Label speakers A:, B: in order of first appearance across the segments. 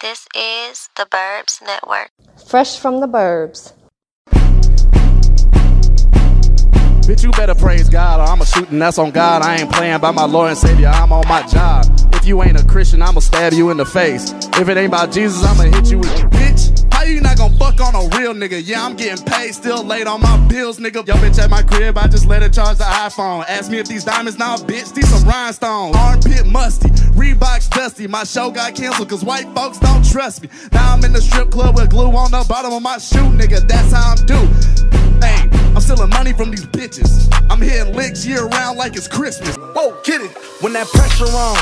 A: This is the Burbs Network.
B: Fresh from the burbs.
C: Bitch, you better praise God or I'm a shooting. That's on God. I ain't playing by my Lord and Savior. I'm on my job. If you ain't a Christian, I'ma stab you in the face. If it ain't about Jesus, I'ma hit you with bitch. How you not gonna buck on a real nigga? Yeah, I'm getting paid, still late on my bills, nigga. Yo, bitch, at my crib, I just let her charge the iPhone. Ask me if these diamonds, now, bitch, these some rhinestones. Armpit musty, Reeboks dusty. My show got canceled cause white folks don't trust me. Now I'm in the strip club with glue on the bottom of my shoe, nigga. That's how I'm do. Hey, I'm stealing money from these bitches. I'm hitting licks year round like it's Christmas. Whoa, get it. When that pressure on.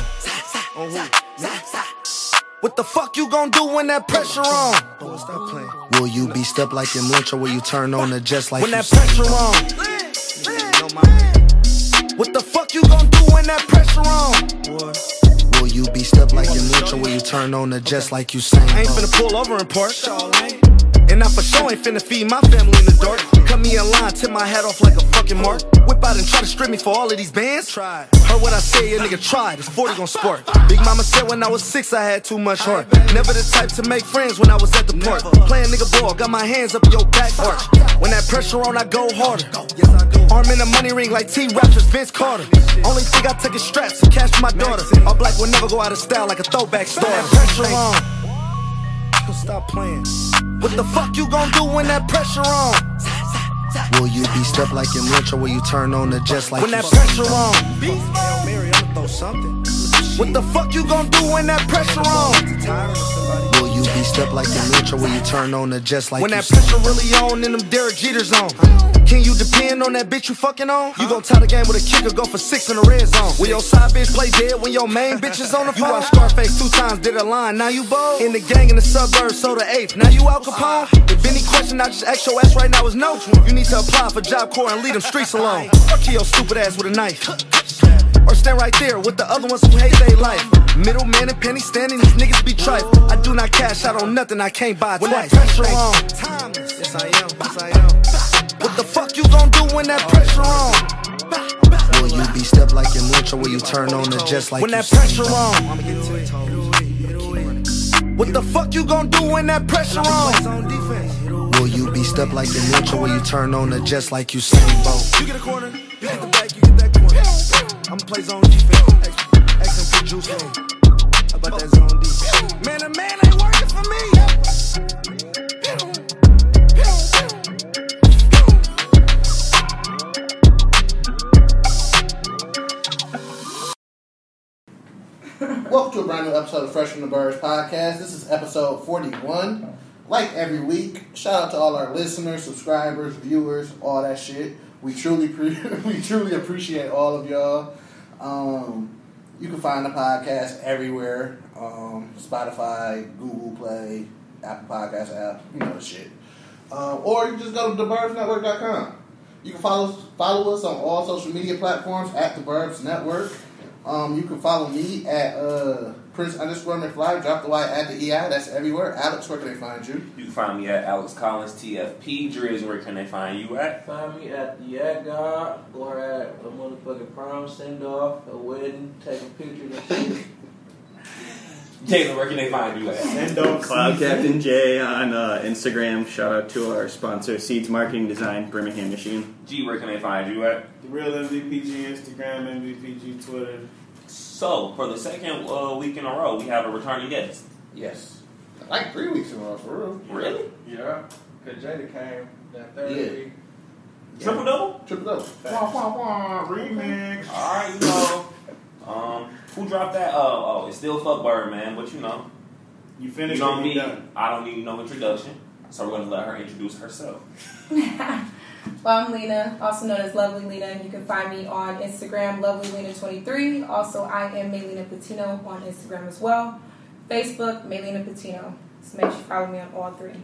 D: Oh,
E: What the fuck you gonna do when that pressure on?
D: Will you be stepped like them lynch or will you turn on the just like
E: When
D: you
E: that pressure on? What the fuck you gonna do when that pressure on?
D: Will you be stepped like them lynch or will you turn on the just like you sing?
E: I ain't finna pull over and park. And I for sure ain't finna feed my family in the dark. Cut me in line, tip my hat off like a fucking mark. Whip out and try to strip me for all of these bands. Try. Heard what I say, a nigga tried. It's 40 gon' spark. Big mama said when I was six, I had too much heart. Never the type to make friends when I was at the park. Playing nigga ball, got my hands up in your back arch. When that pressure on, I go harder. Arm in a money ring like T Raptors, Vince Carter. Only thing I took is straps and cash for my daughter. All black will never go out of style like a throwback store. That pressure on. Stop playing. What the fuck you gonna do when that pressure on?
D: Will you be stepped like them lynch or will you turn on the just like
E: When
D: you
E: that
D: sing?
E: pressure on? What the fuck you gonna do when that pressure on?
D: Will you be stepped like them lynch or will you turn on the just like
E: When
D: you
E: that
D: sing?
E: pressure really on and them Derek Jeters on. Can you depend on that bitch you fucking on? You gon' tie the game with a kicker, go for six in the red zone. When your side bitch play dead, when your main bitch is on the phone. You watched Scarface two times, did a line, now you bold. In the gang in the suburbs, so the eighth, now you Al Capone. If any question, I just ask your ass right now is no. You need to apply for Job Corps and leave them streets alone. Or kill your stupid ass with a knife. Or stand right there with the other ones who hate they life. Middleman and penny standing, these niggas be tripe. I do not cash out on nothing I can't buy when twice. That pressure on. Yes, I am. Yes, I am. What the fuck you gonna do when that pressure on?
D: Will you be stepped like them lynch or will you turn on the just like
E: When
D: you
E: that
D: sing?
E: pressure on. What the fuck you gonna do when that pressure on?
D: Will you be stepped like them lynch or will you turn on the just like you sing? Bo?
E: You get a corner, you get the back, you get that corner. I'ma play zone defense. Ask him for juice on. How about that zone defense? Man, the man ain't working for me.
F: Welcome to a brand new episode of Fresh from the Birds podcast. This is episode 41. Like every week, shout out to all our listeners, subscribers, viewers, all that shit. We truly pre- we truly appreciate all of y'all. Um, you can find the podcast everywhere: um, Spotify, Google Play, Apple Podcast app, you know the shit. Um, or you just go to theburbsnetwork.com. You can follow follow us on all social media platforms at the Burbs Network. Um, you can follow me at uh, Prince underscore McFly. Drop the Y at the EI. That's everywhere. Alex, where can they find you?
G: You can find me at Alex Collins TFP. Driz, where can they find you at?
H: Find me at the Yak God or at a motherfucking prom send off, a wedding, taking pictures and shit.
G: Taylor, where can they find you at?
I: Cloud Captain J on uh, Instagram. Shout out to our sponsor, Seeds Marketing Design, Birmingham, Michigan.
G: G, where can they find you at?
J: The real MVPG Instagram, MVPG Twitter.
G: So, for the second uh, week in a row, we have a returning guest.
H: Yes.
F: Like three weeks in a row, for real.
G: Really?
J: Yeah, because Jada came that
F: third Yeah. week.
G: Triple double?
F: Triple double.
J: Wah, wah, wah, remix.
G: Alright, you know. Um, who dropped that? Oh, oh, it's still Fuckbird, man, but you know.
J: You
G: You
J: finished
G: know
J: what
G: me.
J: you done.
G: I don't need no introduction. So, we're going to let her introduce herself.
K: Well, I'm Lena, also known as Lovely Lena. You can find me on Instagram, LovelyLena23. Also, I am Maylena Patino on Instagram as well. Facebook, Maylena Patino. So make sure you follow me on all three.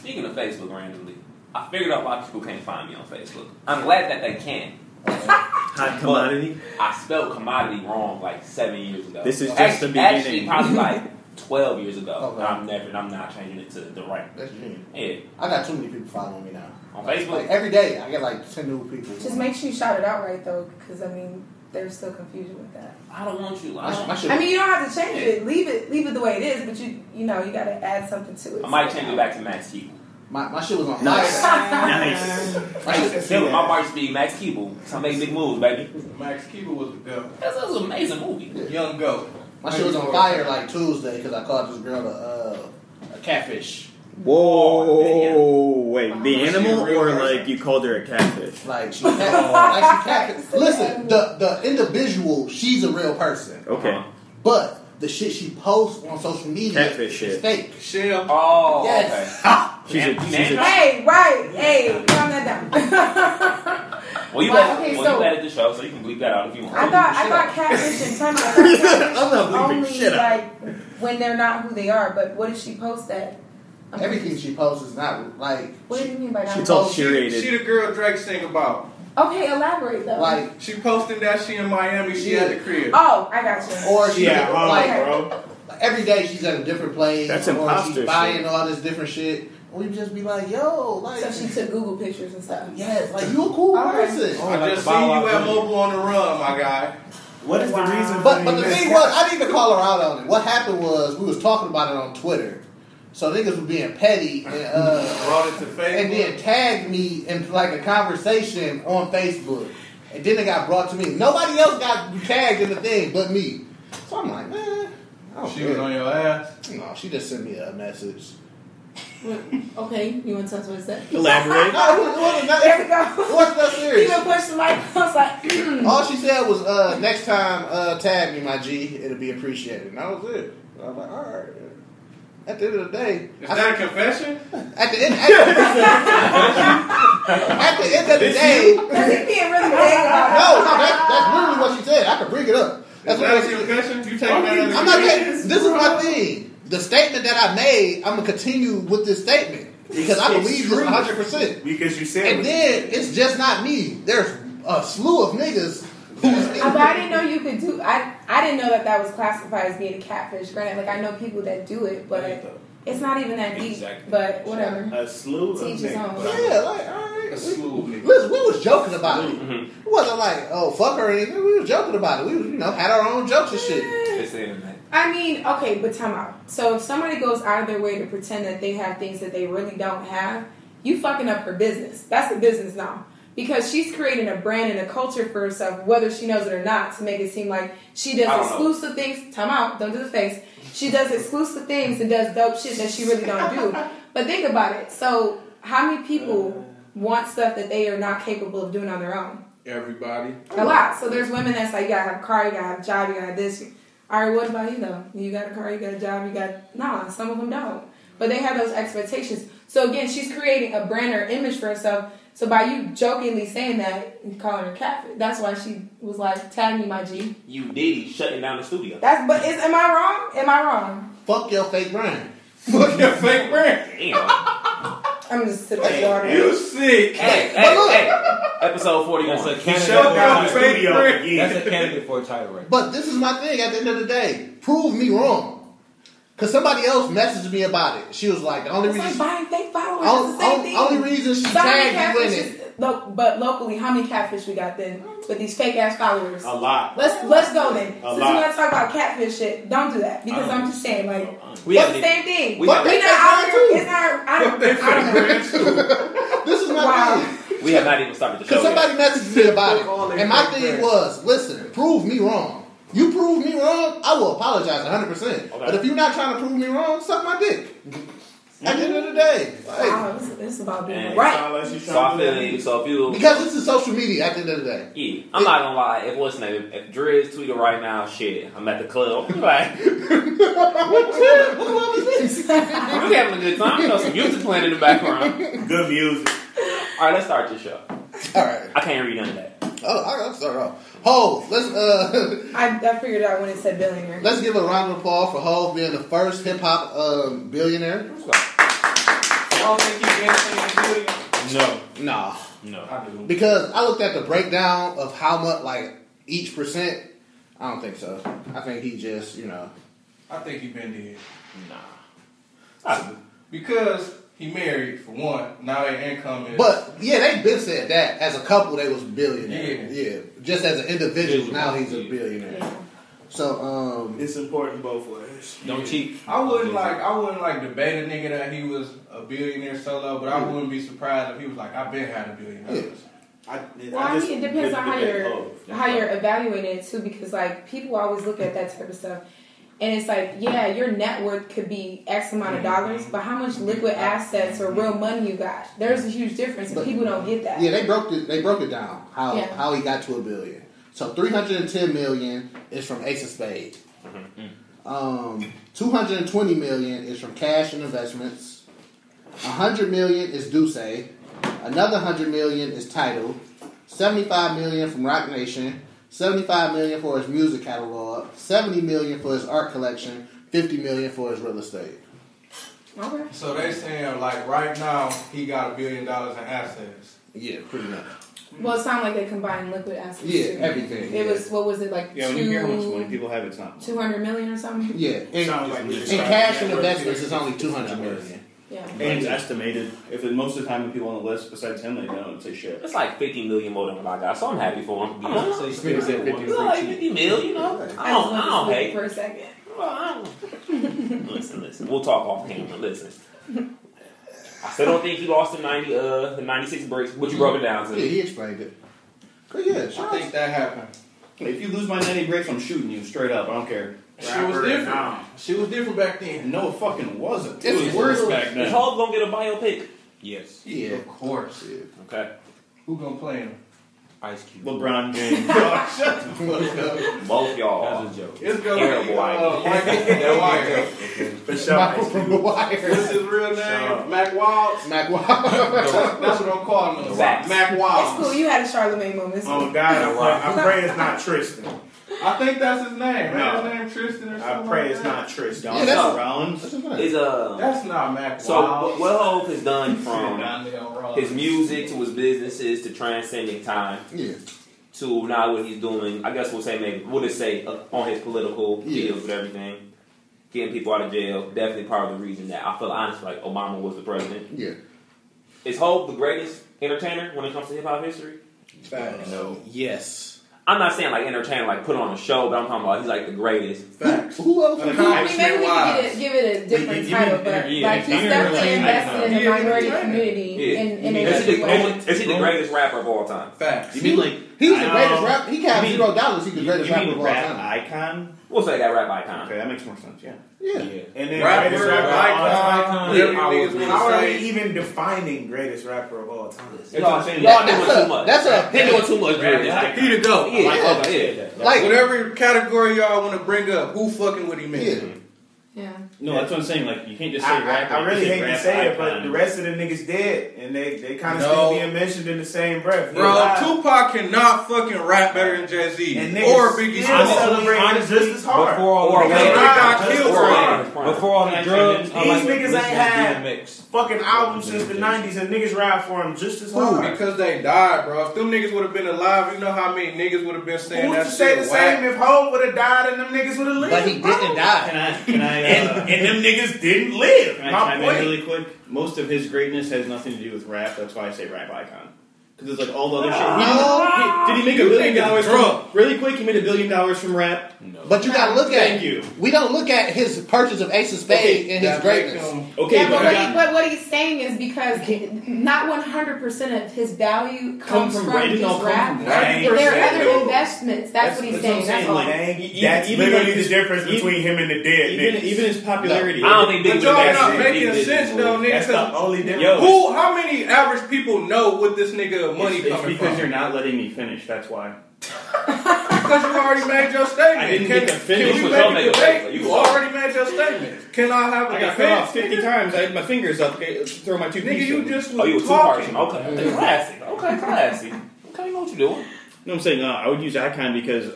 G: Speaking of Facebook randomly, I figured out why people can't find me on Facebook. I'm glad that they can.
I: Hot commodity.
G: I spelled commodity wrong like seven years ago.
I: This is
G: Act-
I: just the beginning.
G: Actually, probably like twelve years ago.
F: Okay.
G: And I'm never. and I'm not changing it to the right.
F: That's genius.
G: Yeah,
F: I got too many people following me now.
G: on
F: Like
G: Facebook.
F: every day, I get like ten new people.
K: Just make sure you shout it out right, though, because I mean, there's still confusion with that.
G: I don't want you.
F: I
G: I,
F: sh-
G: don't,
F: I should-
K: I mean, you don't have to change
G: Yeah.
K: it. Leave it. Leave it the way it is. But you, you know, you got to add something to it.
G: I might change it back to Max Keeble.
F: My, my shit was on
G: Nice.
F: fire.
I: Nice.
F: My shit-
G: Dude, my bar used to be Max Keeble. So I made big moves, baby.
H: Max Keeble was the goat.
G: That's, that was an amazing movie.
H: Young goat.
F: My shit was on fire like Tuesday because I called this girl a, uh, a catfish.
I: Whoa, wait, the
H: Is she a
I: animal
H: real
I: or
H: person?
I: like you called her a catfish?
F: Like she, like she catfish. Listen, the the individual, she's a real person,
I: Okay,
F: but the shit she posts on social media
I: Catfish
F: is
I: shit.
F: fake.
H: Shell.
G: Oh,
F: Yes.
G: okay.
I: she's a, she's a
K: Hey, right. Hey, calm that down.
G: Well, you,
K: Well,
G: added,
K: okay,
G: well, you
K: so-
G: added the show, so you can bleep that out if you want.
K: I thought I thought catfish and Tumblr. I
I: I'm
K: thought catfish
I: not bleeping
K: only
I: shit out.
K: like when they're not who they are. But what did she post that? I'm
F: Everything
K: confused.
F: she posts is not like
K: What do you mean by
I: She's
K: that?
I: all
H: She,
I: curated.
H: she the girl Drake sing about.
K: Okay, elaborate though.
F: like
H: She posted that she in Miami. She at the crib.
K: oh, I got you.
F: or she's
H: Yeah,
F: at- like
H: bro.
F: every day she's at a different place.
I: That's
F: or
I: imposter
F: she's
I: shit.
F: buying all this different shit. We just be like, yo, like
K: so she took Google pictures and stuff.
F: yes, like you a cool
K: Okay.
F: person.
I: Oh,
H: I just see you at Mobile on the Run, my guy.
I: What is the reason?
F: But but the thing was, I didn't even call her out on it. What happened was we was talking about it on Twitter. So niggas was being petty and uh,
H: Brought it to Facebook.
F: and then tagged me in like a conversation on Facebook. And then it got brought to me. Nobody else got tagged in the thing but me. So I'm like, man, I don't
H: She was on
F: care.
H: your ass.
F: No, she just sent me a message.
K: Okay, you want to tell us what it said?
I: Elaborate.
F: No, it wasn't- it wasn't that-
K: There we go.
F: It wasn't that
K: He
F: serious.
K: even pushed the mic. I was like,
F: All she said was, uh, next time, uh, tag me, my G. It'll be appreciated. And that was it. I was like, all right. At the end of the day,
H: Is
F: I-
H: that a confession?
F: at the end, at the, at the end of the day, no, no,
K: "Cause he being really big."
F: that, that's literally what she said. I could bring it up.
H: Is
F: That's what
H: that
F: I
H: a
F: said.
H: confession? You taking that as a
F: I'm not.
H: confession?
F: This is my thing. The statement that I made, I'm gonna continue with this statement because I
I: It's- it's
F: believe this
I: true.
F: 100. percent
I: Because you said
F: And then it's just not me. There's a slew of niggas who's.
K: Uh, But I didn't know you could do. I I didn't know that that was classified as being a catfish. Granted, like I know people that do it, but it's not even that deep.
G: Exactly.
K: But whatever.
I: a slew
K: Teach his own.
F: Yeah, like all right.
H: A slew of niggas.
F: Listen, we was joking about it.
I: Mm-hmm.
F: It wasn't like, oh fuck her or anything. We was joking about it. We you know had our own jokes and shit.
G: It's the internet.
K: I mean, okay, but time out. So if somebody goes out of their way to pretend that they have things that they really don't have, you fucking up her business. That's a business now. Because she's creating a brand and a culture for herself, whether she knows it or not, to make it seem like she
G: I
K: does
G: don't know.
K: exclusive things. Time out, don't do the face. She does exclusive things and does dope shit that she really don't do. But think about it. So how many people want stuff that they are not capable of doing on their own?
H: Everybody.
K: A lot. So there's women that's like, you gotta have a car, you gotta have a job, you gotta have this. All right, what about you though? You got a car, you got a job, you got. Nah, some of them don't. But they have those expectations. So again, she's creating a brand or image for herself. So by you jokingly saying that and calling her catfish, that's why she was like, tag me, my G.
G: You Diddy shutting down the studio.
K: That's, but is, am I wrong? Am I wrong?
F: Fuck your fake brand.
H: Fuck your fake brand.
G: Damn.
K: I'm just sitting there. yawning.
H: You sick.
G: hey, hey, hey. Episode 41.
L: That's a
H: You
L: candidate
H: showed
L: for
H: out
L: a
H: the
L: title.
H: fake brand.
L: That's a candidate for a title right
F: But this is my thing. At the end of the day, prove me wrong. Cause somebody else messaged me about it. She was like, the only
K: It's like
F: reason,
K: buying fake followers. It's
F: on-
K: the same
F: on-
K: thing.
F: only reason she
K: So how many
F: tagged you in
K: catfish
F: it.
K: is- lo- but locally, how many catfish we got then with these fake ass followers?
L: A lot.
K: Let's let's go then. Since we're
L: lot.
K: gonna talk about catfish shit, don't do that because I'm just saying like
G: We
K: that's
G: haven't
K: the
G: even-
K: same thing.
G: we
K: not
G: haven't-
K: out
F: Fuck
K: here. It's not. I don't.
H: They fake
K: I don't
H: brand too.
F: This is my
K: Wow.
F: thing.
G: we have not even started the show.
F: Cause
G: yet.
F: somebody messaged me
H: all
F: about it,
H: their
F: and my
H: fake
F: thing
H: friends.
F: was, listen, prove me wrong. You prove me wrong, I will apologize 100. percent But if you're not trying to prove me wrong, suck my dick. At the end of the day, like,
K: Wow, it's, it's about doing
G: Man.
K: it right.
G: So I feel you. So if you.
F: because this is social media. At the end of the day,
G: Yeah, I'm not gonna lie. If what's name, if Driz tweeted right now, shit, I'm at the club. I'm like,
F: what club is this?
G: I'm having a good time. You know, some music playing in the background.
I: good music.
G: All right, let's start this show.
F: All right.
G: I can't read none of that.
F: Oh, I gotta start off. Hove, let's uh,
K: I, I figured out when it said billionaire.
F: let's give a round of applause for Hove being the first hip hop um, billionaire.
H: I don't think you dancing in the video.
L: No,
F: Nah,
L: no.
H: I do.
F: because I looked at the breakdown of how much like each percent. I don't think so. I think he just you know
H: I think he been there.
G: Nah. I,
H: Because He married for one. Now their income is.
F: But yeah, they been said that as a couple they was billionaires. Yeah, Just as an individual, now he's a billionaire. So um,
H: it's important both ways.
G: Don't cheat.
H: I wouldn't like. I wouldn't like debate a nigga that he was a billionaire solo, but I wouldn't be surprised if he was like, "I've been had a billion dollars." I,
K: Well, I, mean, it depends on how you're how you're evaluating it too, because like people always look at that type of stuff, and it's like, yeah, your net worth could be X amount of dollars, but how much liquid assets or real money you got? There's a huge difference, and people don't get that.
F: Yeah, they broke it. They broke it down how
K: Yeah.
F: how he got to a billion. So three hundred and ten million is from Ace of Spades. Um, two hundred and twenty million is from cash and investments. hundred million is Duce. Another hundred million is title. Seventy-five million from Rock Nation. Seventy-five million for his music catalog. Seventy million for his art collection. Fifty million for his real estate.
K: Okay.
H: So they saying like right now he got a billion dollars in assets.
F: Yeah, pretty much.
K: Well, it sounded like they combined liquid assets.
F: Yeah,
K: too.
F: everything,
K: It
F: yeah.
K: was what was it like?
F: Yeah,
K: two,
F: when you hear how much
I: When people have it, it's not.
K: Two hundred million or something.
F: Yeah, and, and cash and investments is only two hundred million.
K: Yeah.
I: And it's estimated. If it, most of the time, the people on the list, besides him, they don't say shit.
G: It's like 50 million more than what I got, so I'm happy for him.
I: I'm not saying
G: It's
I: said 50 was
G: like
I: cheap.
G: 50 mil, you know? I
K: just
G: don't,
K: wanted
G: I
K: to
G: don't
K: speak
G: hate.
K: for a second.
G: Listen, listen. We'll talk off camera. Listen. I still don't think he lost the 90, uh, the 96 breaks, but you broke it down to.
F: Yeah, he explained it. But yeah,
G: I think
H: that happened.
I: If you lose my 90 breaks, I'm shooting you straight up. I don't care.
H: She was different. She was different back then.
I: No, it fucking wasn't. It
G: It's
I: was
G: worse.
I: worse back
G: Is
I: then.
G: Hov gonna get a biopic? Yes.
H: Yeah, of course.
G: Okay.
H: Who gonna play him? Ice Cube.
I: LeBron James.
H: Shut the fuck up.
G: Both y'all. That's a joke.
H: It's gonna be
G: Terrible
H: uh,
G: idea.
H: Michael from The Wire.
I: For
H: Michael
F: from The Wire.
H: What's his real name? Mac Wilds.
F: Mac Wilds.
H: That's what I'm calling him.
K: Wax.
H: Mac
F: Oh.
H: Wilds.
K: It's cool. You had a Charlemagne moment. It's cool.
M: Oh God, I'm, I pray it's not Tristan.
H: I think that's his name.
M: No.
H: Right? His name Tristan or
M: I
H: something.
M: pray
H: like
M: it's
H: that.
M: not Tristan.
G: Yeah, that's-
I: Rollins
G: Is uh.
H: That's not Mac
G: So
H: Wilds.
G: what, what Hov has done
H: Donnell
G: from
H: Rollins.
G: his music to his businesses to transcending time
F: Yeah.
G: to now what he's doing, I guess we'll say maybe we'll just say uh, on his political deals with everything, getting people out of jail. Definitely part of the reason that I feel honest like Obama was the president.
F: Yeah.
G: Is Hov the greatest entertainer when it comes to hip hop history?
H: Facts.
G: No.
M: Yes.
G: I'm not saying like entertainer, like put on a show, but I'm talking about he's like the greatest.
F: Facts. Who else?
K: Well, I mean, maybe we could get a, give it a different title, but like he's definitely invested in the minority community in, in a
G: is, he
K: different
G: the,
K: way.
G: is he the greatest rapper of all time?
H: Facts.
I: You mean like
F: He was
I: I
F: the
I: don't-
F: greatest rap. He got
I: You mean-
F: zero dollars. He's the greatest
I: you mean
F: rapper of all
I: rap
F: time.
I: icon?
G: We'll say that rap icon.
I: Okay, that makes more sense. Yeah.
F: Yeah.
M: And then
I: Rapper,
M: greatest rapper
I: icon,
M: of all time.
I: really, I would
M: Really, How are we
I: say-
M: even defining greatest rapper of all time?
G: Y'all, y'all doing too much. they doing too much.
H: Right,
G: man.
H: He the goat.
G: Yeah,
H: Like,
G: like,
H: okay.
G: yeah.
H: Like whatever category y'all want to bring up, who fucking with him in?
K: Yeah.
I: No, that's what I'm saying. Like you can't just say
M: I,
I: rap.
M: I, I
I: you
M: really
I: say
M: hate to
I: rap
M: say it,
I: icon.
M: but the rest of the niggas dead, and they, they kind of
H: No.
M: still being mentioned in the same breath.
H: Bro, Tupac cannot fucking rap better than Jay Z
M: And niggas
H: or Biggie
M: still
H: Smalls.
M: celebrating this as hard.
H: Before all
M: Because
H: the-
M: they got
H: Before
M: killed
H: all
M: for
H: the-
M: it.
H: before all the
M: These
H: drugs, I like
M: niggas ain't
H: listening to
M: had
H: DMX.
M: fucking albums since the '90s, and niggas ride for them just as
H: Who?
M: hard.
H: Because they died, bro. If them niggas would have been alive, you know how many niggas would have been saying
M: Who's
H: that
M: to say
H: shit
M: the
H: whack.
M: same if Ho would have died and them niggas would have lived?
I: But he
M: bro?
I: didn't die. Can I- can I, uh,
M: and, and them niggas didn't live.
I: Can I
M: My
I: chime
M: point.
I: in really quick? Most of his greatness has nothing to do with rap. That's why I say rap icon. Because it's like all the other shit.
F: Ah.
I: He- he- did he make a
F: You
I: billion
F: niggas
I: dollars? From,
F: drunk.
I: really quick, he made a billion dollars from rap. No.
F: But you gotta look at
I: Thank you.
F: we don't look at his purchase of Ace of Spades and his greatness.
I: Okay,
K: yeah, but
I: but
K: what,
I: you
K: he, but what he's saying is because not 100% of his value
I: Come
K: comes
I: from
K: from,
I: rap. It
K: his
I: don't come
K: rap.
I: from rap.
K: There are other
I: 90%.
K: investments. That's, what he's
I: what I'm
K: saying. That's all.
I: like,
M: Dang,
I: e-
M: that's
I: even
M: literally
I: like
M: the
I: his-
M: difference
I: even-
M: between him and the dead
I: even-
M: niggas.
I: even his popularity-
M: No.
I: I don't think Big
H: But
I: Big
H: y'all
I: Big
H: not
I: Big
H: making
I: Big
H: sense
I: Big
H: though, nigga.
I: That's the
H: 'cause
I: only difference.
H: Who? How many average people know what this nigga money
I: It's, it's
H: coming
I: because
H: from?
I: you're not letting me finish. That's why.
H: Because you already made your statement.
I: I didn't
H: can,
I: get to finish
H: Can we
I: what
H: make
I: y'all
H: a
I: made a
H: debate?
I: statement.
H: You,
I: You
H: already made your statement. Can I have a
I: I got cut
H: defense?
I: off 50 times. I had my fingers up. Okay, throw my two
H: Nigga, you just was
I: Oh, you was
H: talking.
I: Okay, classy. Okay, classy. Okay, you know what you're doing. No, I'm saying uh, I would use icon because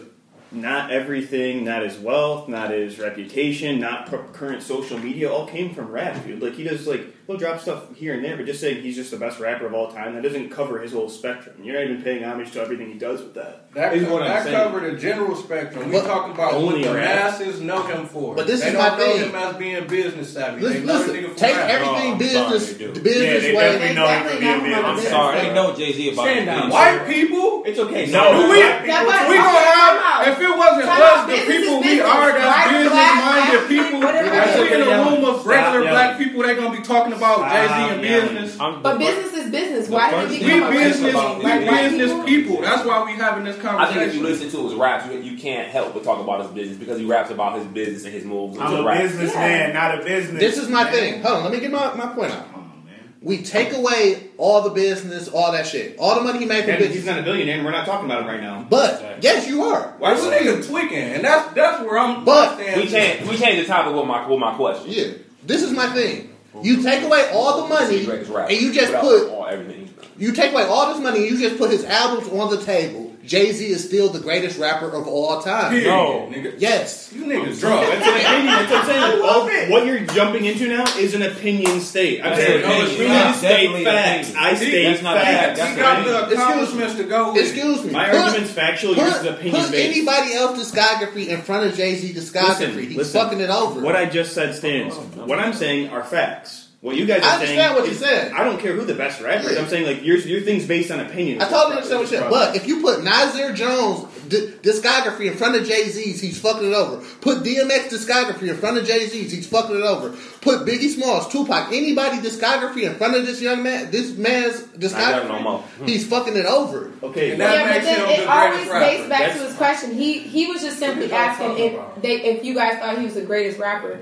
I: not everything, not his wealth, not his reputation, not p- current social media, all came from rap, dude. Like he does, like he'll drop stuff here and there, but just saying he's just the best rapper of all time that doesn't cover his whole spectrum. You're not even paying homage to everything he does with that.
H: That,
I: is
H: co- that covered the general spectrum. We
I: But
H: talking about what
I: only
H: the
I: rap.
H: masses know him for.
I: But this
H: they
I: is
H: don't
I: my
H: know
I: thing.
H: him as being business savvy.
F: Listen-
H: they know
F: listen,
H: the nigga for
F: take
H: rap.
F: everything Oh, I'm sorry, business- they do. business Yeah, they way. definitely know him for being business.
C: I'm sorry, they know Jay Z about
H: Stand
C: it.
H: down. White people,
C: it's okay.
H: No,
C: No,
H: we, we
C: black people
H: gonna
C: too.
H: have. If it wasn't
C: Time
H: us,
C: out.
H: the
C: Business is
H: people we
C: business.
H: are,
C: Black,
H: that's
C: black,
H: business-minded people.
C: whatever
H: That's
C: it
H: in
C: is.
H: a room of
C: Stop
H: regular
C: yelling.
H: black people. They gonna be talking about
C: Stop
H: Jay Z and
C: yelling.
H: business.
K: But business is business.
H: We
K: Why did it become a
H: business, we
K: racial thing? Like, why
H: business people. That's why we having this
G: I think if
H: conversation.
G: you listen to his raps, you, you can't help but talk about his business because he raps about his business and his moves. and
M: I'm
G: his
M: a
G: raps.
M: businessman, not a business.
F: This is my thing. Hold on, let me get my, my point out. We take away all the business, all that shit, all the money he made from
I: And
F: business.
I: he's not a billionaire, and we're not talking about him right now.
F: But yes, you are.
H: Why this nigga tweaking? And that's that's where I'm.
F: But
G: We changed we changed the topic with my with my question.
F: Yeah, this is my thing. You take away all the money, and you just put
G: all, everything.
F: you take away all this money, and you just put his albums on the table. Jay Z is still the greatest rapper of all time.
I: Period, No.
F: yes,
H: you niggas
I: drunk. That's Oh, an opinion. That's what I'm saying.
F: I love
I: All- what you're jumping into now is an opinion state. I'm
C: That's
I: saying,
C: an opinion.
I: opinion
C: That's
I: state
C: definitely
I: facts.
C: opinion.
I: I
C: He-
I: state
C: that's not a fact.
I: facts.
C: That's He got an opinion.
H: the accomplishments to go with.
F: Excuse me.
I: My
F: Put-
I: argument's factual.
F: put-
I: Yours is opinion
F: Put
I: based.
F: anybody else's discography in front of Jay Z discography. He's fucking it over.
I: What I just said stands.
C: Oh,
I: What I'm saying are facts. What you guys are
F: I understand
I: saying
F: what you
I: is-
F: said.
I: I don't care who the best rapper is.
F: Yeah.
I: I'm saying like your your thing's based on opinion.
F: I totally understand what you said, but if you put Nasir Jones' di- discography in front of Jay Z's, he's fucking it over. Put DMX discography in front of Jay Z's, he's fucking it over. Put Biggie Smalls, Tupac, anybody discography in front of this young man, this man's discography, he's fucking it over.
I: Okay,
K: yeah, but then it always dates back to his question. He he was just simply asking if they, if you guys thought he was the greatest rapper.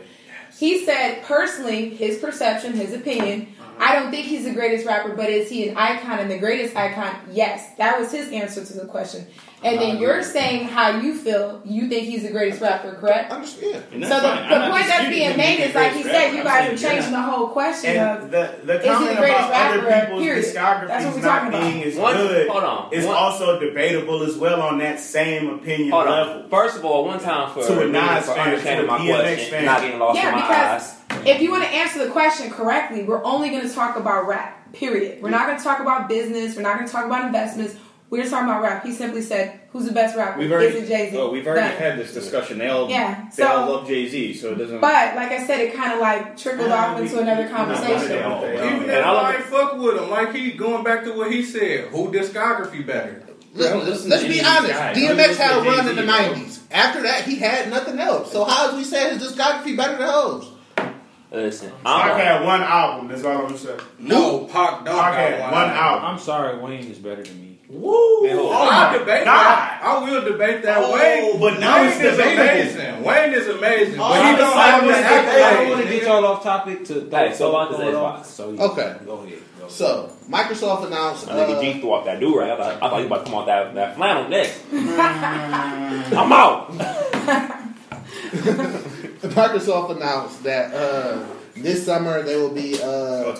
K: He said personally, his perception, his opinion. I don't think he's the greatest rapper, but is he an icon and the greatest icon? Yes, that was his answer to the question. And then you're saying how you feel. You think he's the greatest rapper, correct?
F: Understand.
K: So the,
M: And
K: the
M: that's fine. I'm not
K: point that's
M: disputing
K: being
M: him
K: made
M: being
K: is
M: the
K: like he
M: greatest
K: said, you
M: rapper. I'm
K: guys are
M: saying you're
K: changing the
M: not.
K: whole question of
M: And the, the
K: is he
M: comment
K: the greatest
M: about other
K: rapper,
M: people's
K: period. That's what
M: discographies
K: we're
M: not
K: talking about.
M: being as
G: One-
M: good
G: hold on,
M: is
G: one-
M: also debatable as well on that same opinion
G: Hold on.
M: level.
G: First of all, one time for,
M: To a Nas
G: for
M: fan,
G: understanding
M: to a
G: my
M: DMX
G: question,
M: fan.
G: not getting lost
K: Yeah,
G: in my
K: because-
G: eyes.
K: If you want to answer the question correctly, we're only going to talk about rap, period. We're not going to talk about business. We're not going to talk about investments. We're just talking about rap. He simply said, Who's the best rapper?
I: We've already,
K: Is it Jay Z?
I: oh, we've already had this discussion. They all,
K: Yeah,
I: they all
K: so-
I: love Jay Z, so it doesn't.
K: But, like I said, it kind of like trickled off into another conversation.
H: Even if I ain't fuck with him, like he going back to what he said. Who discography better?
F: Let, us be honest. DMX had a run in the '90s. After that, he had nothing else. So how is we saying his discography better than his?
G: Listen,
M: Pac
G: I'm,
M: had one album. That's all I'm gonna say.
H: No, Pac
M: Pac
H: got
M: had one album.
C: I'm sorry, Wayne is better than me.
H: Woo!
C: Man, hold on.
H: I
C: Oh,
H: debate
C: God.
H: that. I will debate that.
C: Oh,
H: Wayne,
C: but now
H: Wayne
C: it's
H: is
C: debatable.
H: amazing. Wayne is amazing.
C: Oh,
H: but
C: I'm
H: he don't
C: sorry,
H: have
C: I don't
H: the
C: wanna get- I don't
H: accolades.
C: want to get y'all off topic to.
G: Hey, so
C: to-
G: about this
C: to-
G: Xbox.
C: So yeah,
F: Okay.
C: go ahead. Go ahead.
F: So Microsoft announced.
G: my nigga
F: uh,
G: G threw out that do rag. I thought, I thought you about to come out that, that flannel next.
M: Mm.
G: I'm out.
F: Microsoft announced that uh, this summer they will be uh,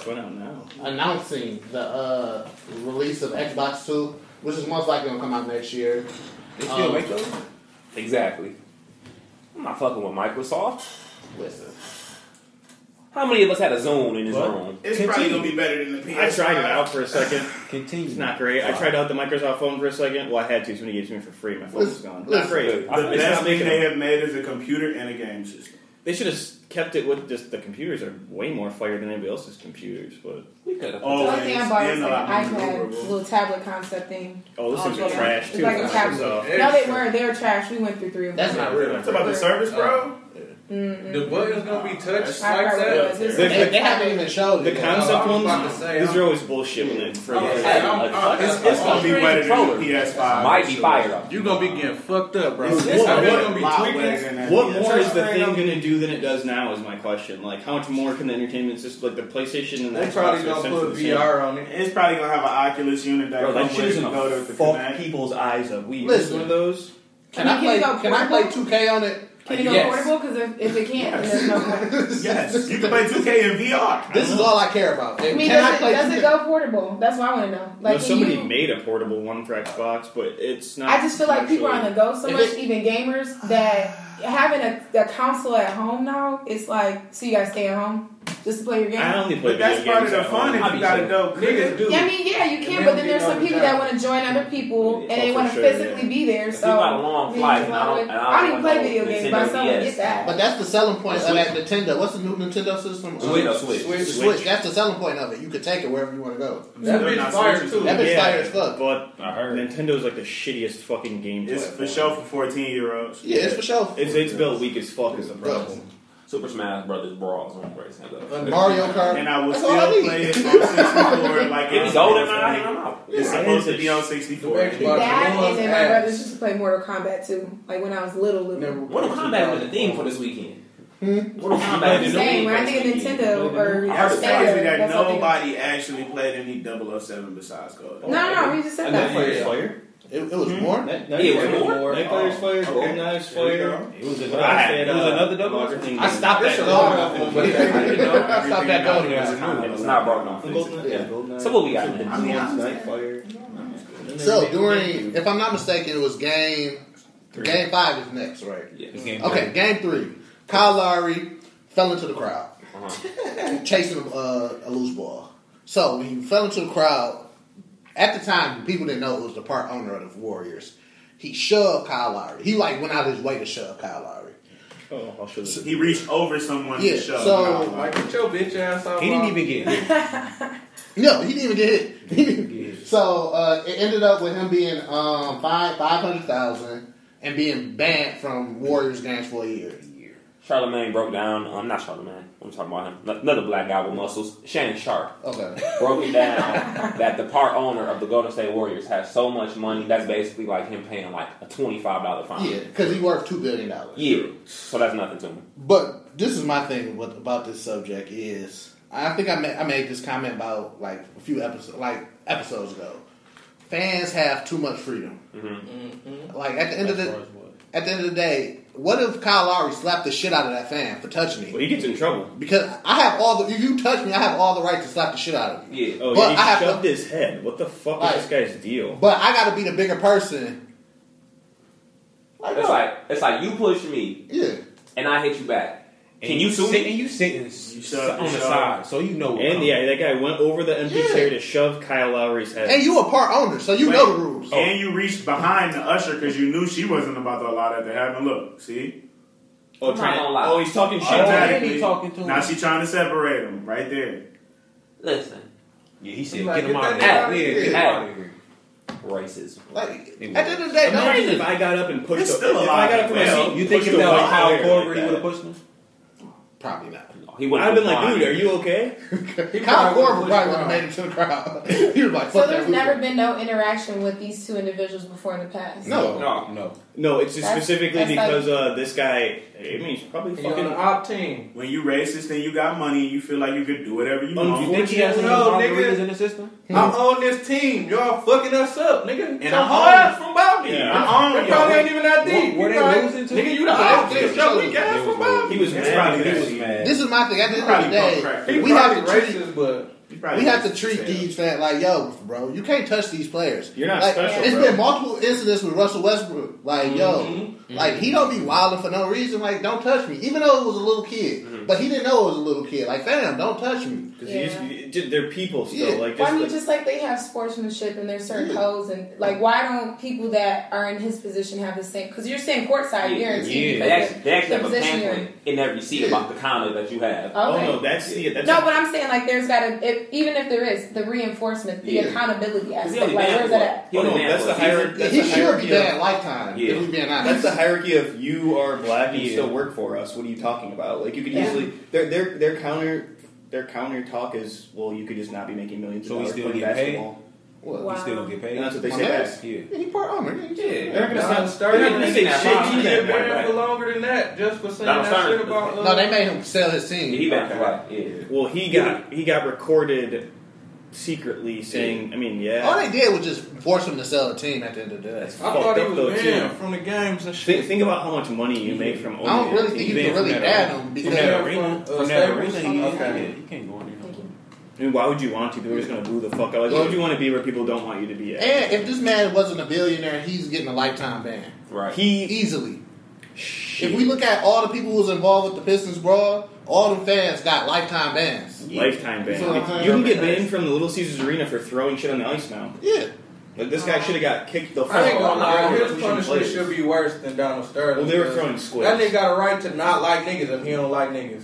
F: announcing the uh, release of Xbox Two, which is most likely gonna come out next year.
G: They still
F: Um,
G: make those? Exactly. I'm not fucking with Microsoft. Listen. How many of us had a Zoom in this
I: What?
G: room?
M: It's probably gonna be better than the PS.
I: I tried it out for a second.
C: Continue.
I: It's not great. I tried out the Microsoft phone for a second. Well, I had to. Somebody gave it to me for free. My phone was gone. Not great.
M: The
I: It's
M: best
I: not
M: thing
I: making
M: they
I: it-
M: have made is a computer and a game system.
I: They should have kept it with just the computers are way more fire than anybody else's computers, but
G: we could have.
K: The only thing I bought was
I: and,
K: like
I: uh,
K: an iPad,
I: maneuverable.
K: little tablet concept thing.
I: Oh, those things are
K: Yeah.
I: trash,
K: It's
I: too,
K: like a
I: for
K: tablet.
I: Microsoft.
K: No, they were. They were trash. We went through three of them.
F: That's not real.
M: It's about the service, bro.
H: The buttons gonna be touched
K: I
H: like
K: probably
H: that.
K: was. It's
I: They- they
F: haven't even showed
I: The concept
H: I'm
I: ones,
H: about to say,
I: these
H: I'm-
I: are always bullshit when they
F: Oh,
I: free.
H: uh, It's, it's gonna be wetter than the
M: Oh,
H: PS5.
I: Might be fire, though.
H: You gonna be getting fucked up, bro.
I: What,
H: This
I: what-
H: is gonna be tweaking.
I: what more is the thing going to do than it does now? Is my question. Like, how much more can the entertainment system, like the PlayStation and the
M: They
I: Xbox
M: probably
I: are
M: gonna
I: essentially
M: put
I: the same.
M: VR on it. It's probably gonna have an Oculus unit that
I: Bro, that
M: comes
I: shit
M: with
I: is
M: it to go
I: gonna
M: to the
I: fuck
M: connect.
I: people's eyes up. We use
F: Listen.
I: one of those.
F: Can I play? Can I play 2K on it?
K: Can it go
M: Yes.
K: portable? Because if, if it can't, then there's no point.
M: yes, you can play 2K in VR.
F: This is all I care about.
K: I mean, does it, does it go portable? That's what I want to know.
I: Like
K: Like, can
I: somebody
K: you,
I: made a portable one for Xbox, but it's not.
K: I just feel like people are on
I: actually-
K: the go so
I: If
K: much,
I: it-
K: even gamers, that having a, a console at home now, it's like, so you guys stay at home just to play your game.
I: I only play
M: But that's
I: video
M: part
I: games
M: of the
I: at
M: fun
I: home.
M: if you got a dope nigga.
K: Yeah, I mean, yeah, you can,
M: they
K: but
M: don't
K: then
M: get
K: there's
M: no
K: some people
M: job.
K: that want to join other people and they
I: for
K: want to
I: sure,
K: physically
I: yeah.
K: be there.
G: If you
K: So
G: got a long
K: then you
G: flight,
K: just
G: and I
K: wanna-
G: don't- and I
K: I don't
G: don't
K: even
G: want
K: play
G: no
K: video games,
G: Nintendo
K: but I still wanna
G: DS.
K: get that.
F: But that's the selling point of
G: Switch.
F: that Nintendo. What's the new Nintendo system?
G: Switch.
F: Um,
G: Switch.
F: Switch.
G: Switch.
F: That's the selling point of it. You can take it wherever you want to go.
M: That bitch fire, too.
F: That bitch
I: yeah,
F: fire as fuck.
I: But Nintendo's like the shittiest fucking game.
M: It's for
I: platform.
M: sure for 14 year olds.
F: Yeah, it's for sure.
I: It's it's built weak as fuck is the problem.
G: Super Smash Brothers brawls on Grace.
F: Mario Kart.
M: And I will
F: That's
M: still
F: all I need.
M: play it on 64. like
G: If it's
M: it's
G: old in
M: supposed
G: my
M: to
G: eye,
M: be.
G: I'm out.
M: It's
I: Yeah,
M: supposed
I: it
M: to be on 64.
H: The Xbox.
K: That and then my
H: Ass.
K: brothers used to play Mortal Kombat too. Like when I was little, little.
G: Mortal Kombat was the theme for this weekend. Mortal Kombat
K: I'm just
G: is the
K: saying,
G: theme
K: when I
G: for this
K: think of
G: weekend.
K: Nintendo or
M: That's
K: or
M: crazy
K: Sega, that's what
M: that
K: I think of.
M: nobody actually played any 007 besides Code.
K: No, no, no, we just said
I: And
K: that.
I: Nightfire's Fire.
F: It, it was more.
I: Night-
G: Yeah, it was
I: Nightfire's
G: more.
I: Fire. Nightfire's
M: Oh,
I: Fire.
M: okay.
I: Golden Eyes
M: There we
I: Fire.
M: go.
C: It was
I: But I
C: another.
I: had
C: It was
I: uh,
C: another
I: Modern
C: double.
I: Thing
F: I
I: Game.
F: stopped
M: That's
F: that.
M: a
F: Golden
M: long
F: But I stopped that
M: Everything
F: Golden
M: about it
G: It's
M: is
G: not broken
I: Golden-
G: off.
I: Yeah, Golden
G: So what we got
I: Eyes,
G: now?
M: I mean, I'm-
I: Nightfire.
F: So during, if I'm not mistaken, it was game game five is next, right? Okay, game three. Kyle Lowry fell into the crowd, chasing uh, a loose ball. So when he fell into the crowd, at the time people didn't know it was the part owner of the Warriors. He shoved Kyle Lowry. He like went out of his way to shove Kyle Lowry.
I: Oh, I'll show this.
M: He reached over someone
F: Yeah,
M: to shove.
F: so-
M: Nah,
H: Like,
M: like,
H: get your bitch ass off.
C: He didn't even get it.
F: No, he didn't even get hit. so uh, it ended up with him being um, five five hundred thousand and being banned from Warriors games for a year.
G: Charlemagne broke down. Um, not Charlemagne. I'm talking about him. N- Another black guy with muscles, Shannon Sharp.
F: Okay.
G: broken down that the part owner of the Golden State Warriors has so much money that's basically like him paying like a twenty five dollar fine.
F: Yeah, because he worth two billion dollars.
G: Yeah. So that's nothing to me.
F: But this is my thing with, about this subject is I think I made, I made this comment about like a few episodes like episodes ago. Fans have too much freedom. Like at the end of
C: As far
F: the
C: as what?
F: at the end of the day, what if Kyle Lowry slapped the shit out of that fan for touching
I: Well,
F: me?
I: he gets in trouble.
F: Because I have all the if you touch me, I have all the right to slap the shit out of you.
G: Yeah.
I: Oh,
F: But I
I: yeah,
F: have
I: he shoved his head. What the fuck is this guy's deal?
F: But I got to be the bigger person. Like,
G: It's
F: no.
G: like it's like you push me
F: yeah.
G: and I hit you back.
C: And
G: Can you sue
C: sit-
G: me?
C: And you sitting s-
M: You
C: s-
M: shut up,
C: on
M: you
C: the
M: shut
C: side, so you know. what
I: And
C: comes.
I: yeah, that guy went over the empty
F: Yeah.
I: chair to shove Kyle Lowry's head.
F: And you a part owner, so you
M: Wait.
F: know the rules.
M: And you reached behind the usher because you knew she wasn't about to allow that to happen. Look, see?
I: oh,
G: I'm
I: trying
G: not
I: to-
G: gonna lie.
I: oh, he's talking shit.
C: Oh,
I: to
C: yeah.
I: him.
M: Automatically.
C: talking to
M: Now
C: him.
M: she trying to separate him right there.
G: Listen.
C: yeah, he said,
H: Like,
C: "Get him
H: get
C: out of
G: that
C: here."
G: nigga
C: Yeah, get him
G: out
C: out of here.
G: Racism.
F: Like at the
C: It
F: end of the day, don't
I: Imagine if I got up and pushed.
M: It's
I: the-
M: still
I: if I
M: alive
I: got up
M: as well.
I: from
C: You think
I: pushed
C: if
I: the
C: that was
I: white
C: Kyle
I: player
C: Korver,
I: like
C: he
I: that.
C: would have pushed him?
F: probably not.
G: He wouldn't
I: I'd have been
G: put
I: like,
G: mine
I: dude, are
G: in.
I: you okay?
F: Kyle
M: probably
F: Korver
M: would've
F: probably would
M: pushed
F: have
M: him
F: made him to the crowd. he was like,
K: So
F: "Fuck
K: there's
F: that."
K: never
F: hoop.
K: been no interaction with these two individuals before in the past.
F: no.
C: No, no.
I: No, it's just
K: That's-
I: specifically
K: that's like-
I: because uh, this guy. I mean, he's probably
H: He on
I: fucking.
H: the op team.
M: When you racist and you got money, you feel like you could do whatever you
I: Oh,
M: want.
I: you
C: You think he has
H: No,
C: any
H: nigga.
C: margaritas in the system?
H: I'm on this team. Y'all fucking us up, nigga.
M: And
H: Come
M: I'm
H: hard
M: on-
H: from Bobby.
I: Yeah.
M: I'm on
H: They
M: you.
H: probably ain't even that
C: Were-
H: deep.
C: were
H: You
C: they
H: like,
C: losing too?
H: Nigga, you the
F: Yeah,
H: op
F: they
H: team.
F: was
H: Show
F: losing.
H: weak ass
C: They
H: from
C: was
H: Bobby.
I: He was
M: It's
I: mad
M: probably
I: because-
M: that.
C: mad.
F: This is my thing. At the end of the
M: Probably pump crack.
F: day,
H: He
F: we have to
H: probably
F: treat
H: racist, but
M: You probably
F: we have to
M: racist
F: treat
M: as hell.
F: these fans like, yo, bro, you can't touch these players.
I: You're not
F: like,
I: special,
F: It's
I: bro.
F: been multiple incidents with Russell Westbrook. Like, yo, Mm-hmm. like he don't be wilding for no reason. Like, don't touch me, even though it was a little kid. But he didn't know it was a little kid. Like, fam, don't touch me.
I: Because you just, they're people still.
F: Yeah.
I: Like,
K: Why
I: just,
K: don't you
I: like,
K: just like they have sportsmanship and there's certain
F: Yeah.
K: codes and like why don't people that are in his position have the same? Because you're saying courtside,
G: Yeah,
K: guaranteed.
C: yeah.
G: They actually, they actually
K: The
G: have a
K: position
G: pamphlet in every seat about the counter that you have.
I: oh
K: Okay.
I: no, that's the that's
K: No, but I'm saying like there's got to if, even if there is the reinforcement, the
G: Yeah.
K: accountability
G: 'Cause
K: aspect.
G: he
K: Like
G: only banned
K: where's that
G: for what?
K: at?
G: He only
I: Oh, no,
G: banned
I: that's
G: for
I: the
G: a season.
I: hierarchy. That's
F: he
I: the
F: should be
I: hierarchy of-
F: bad lifetime.
G: Yeah.
F: If we being
I: That's
F: honest,
I: the hierarchy of you are black and you
C: Yeah.
I: still work for us. What are you talking about? Like you could
K: Yeah.
I: easily their their their counter their counter talk is well you could just not be making millions
C: So
I: of
C: we
I: dollars
C: still
I: playing
C: get paid?
I: basketball.
F: What?
K: Wow.
C: You still don't get paid.
I: And that's what they
F: My
I: say
F: man.
I: back.
C: Yeah.
F: Yeah, he part owner. Yeah,
G: Yeah.
I: They're not gonna
H: Donald
I: stop. They're not
H: Sterling
I: gonna
H: didn't
I: say
H: get
G: that
I: shit to you.
G: Yeah, man,
H: banned for
G: right.
H: longer than that just for saying
G: Donald
H: that shit
G: Sterling.
H: about. uh,
F: No, they made him sell his team.
G: He banned for like yeah.
I: Well, he got he got recorded secretly saying, I mean, yeah.
F: All they did was just force him to sell a team at the end of the day.
I: I thought he was banned
F: from the games and
I: Think, think about how much money you make from owning
F: I don't really
I: a team.
F: think you can really add him because- From, uh, Staples?
I: okay.
F: Okay.
I: you can't go in there. And why would you want to? They're just gonna boo the fuck out. Like, why would you want to be where people don't want you to be at?
F: And if this man wasn't a billionaire, he's getting a lifetime ban.
I: Right. He
F: easily. If we look at all the people who was involved with the Pistons brawl, all them fans got lifetime bans.
I: Lifetime ban.
F: So,
I: Like, you can get banned from the Little Caesars Arena for throwing shit on the ice now.
F: Yeah.
I: Like this guy should have got kicked the fuck
H: I ain't
I: out.
H: gonna lie,
I: He
H: his
I: shouldn't
H: punishment
I: play.
H: should be worse than Donald Sterling.
I: Well, they were
H: because
I: throwing squibs.
H: That nigga got a right to not like niggas if he don't like niggas.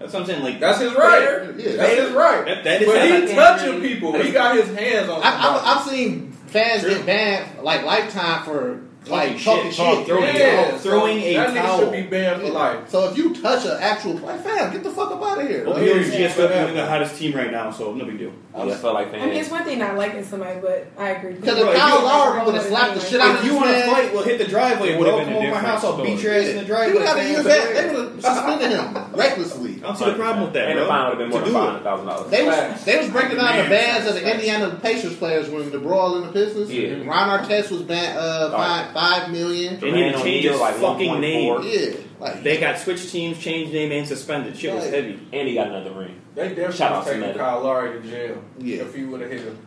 I: That's what I'm saying. Like
H: that's his right.
F: Yeah.
H: That's his right.
I: That- that is-
H: but
I: that-
H: he touching people. He got his hands on.
F: I, I, I've seen fans get banned like lifetime for like talking
I: shit, talk-
F: shit,
I: throwing a Yeah, towel. so throwing a that nigga should towel.
F: be
H: banned for life.
F: So if you touch an actual like fam, get the fuck up out of here.
I: Well,
F: Like,
I: Peelers GSW is the hottest team right now, so no big deal.
G: I just felt like
K: I mean, it's one thing not liking somebody, but I agree.
F: Because if Kyle Lowry would have slapped the shit out of
I: If you
F: want
I: wanna fight, well, hit the driveway, bro. Come over my house, I'll beat your ass in the driveway,
F: He would have
I: fam.
F: used that. They would have suspended him recklessly.
I: I'm see the problem with that,
G: And
I: bro.
G: the fine would have been more
I: To
G: than
I: do it.
G: five hundred thousand dollars.
F: They was, they was breaking down the
G: Facts.
F: bans of the Indiana Pacers players when the brawl in the Pistons.
G: Yeah.
F: Ron Artest was banned uh, fined five million.
I: And he changed his fucking name.
F: Yeah, like
I: they got switched teams, changed name, and suspended. Shit was
H: Right.
I: heavy.
G: And he got another ring.
H: They definitely
I: Shout out to
H: taking
I: Meta.
H: Kyle Lowry to jail if he would have hit him.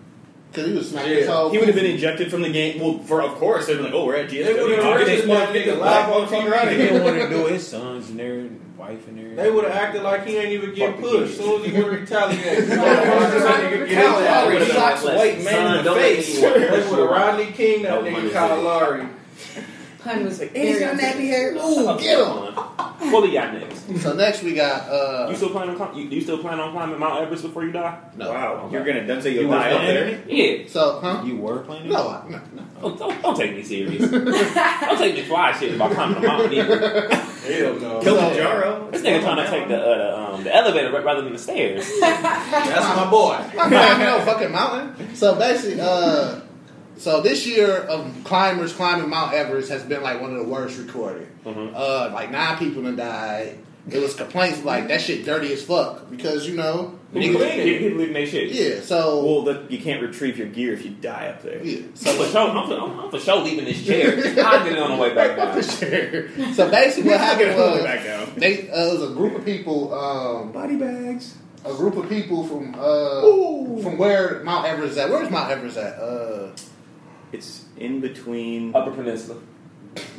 F: Because he was smacking
H: his whole
I: He would have been ejected from the game. Well, for of course, they'd been like, "Oh, we're at GSW.
H: They would've
I: Get this
H: arrested that
I: motherfucker
H: nigga
I: black
H: live on
I: motherfucker out of
H: TV.
I: here."
N: He don't want to do it. his sons and their wife and their.
H: They would have acted like he ain't even get pushed. As soon as he would retaliate, Kyle
N: Kyle Lowry
H: Lowry
N: shocks a white man in the face.
H: They would have Rodney King that nigga Kyle Lowry.
K: Pun was like,
F: he's got nappy hair. Ooh, get him.
G: What do you got next?
F: So next we got. uh
G: You still plan on clim- you, you still plan on climbing Mount Everest before you die?
F: No.
I: Wow, you're gonna don't say you'll
G: You
I: die
G: were
I: up there.
G: planning it? Yeah.
F: So, huh?
G: You were planning?
F: No, I- no,
G: Don't, don't, don't take me serious. don't take me fly shit about climbing a mountain either.
H: Hell no.
I: Kilimanjaro.
G: This nigga trying to take the uh, the, um, the elevator ra- rather than the stairs.
H: That's my boy.
F: I'm climbing no fucking mountain. So basically, uh, so this year of climbers climbing Mount Everest has been like one of the worst recorded. Uh, like nine people done died. It was complaints like that shit dirty as fuck because you know
I: People
F: niggas-
I: people leaving their shit.
F: Yeah, so
I: well, the, you can't retrieve your gear if you die up there.
F: Yeah,
G: I'm for sure, I'm for, I'm, I'm for sure leaving this chair. I'll get it on the way back down.
F: So basically, what happened
G: All the way
F: was
G: back down.
F: they uh, it was a group of people. Um,
I: Body bags.
F: A group of people from uh, from where Mount Everest is at. Where's Mount Everest at? Uh,
I: It's in between
G: Upper Peninsula.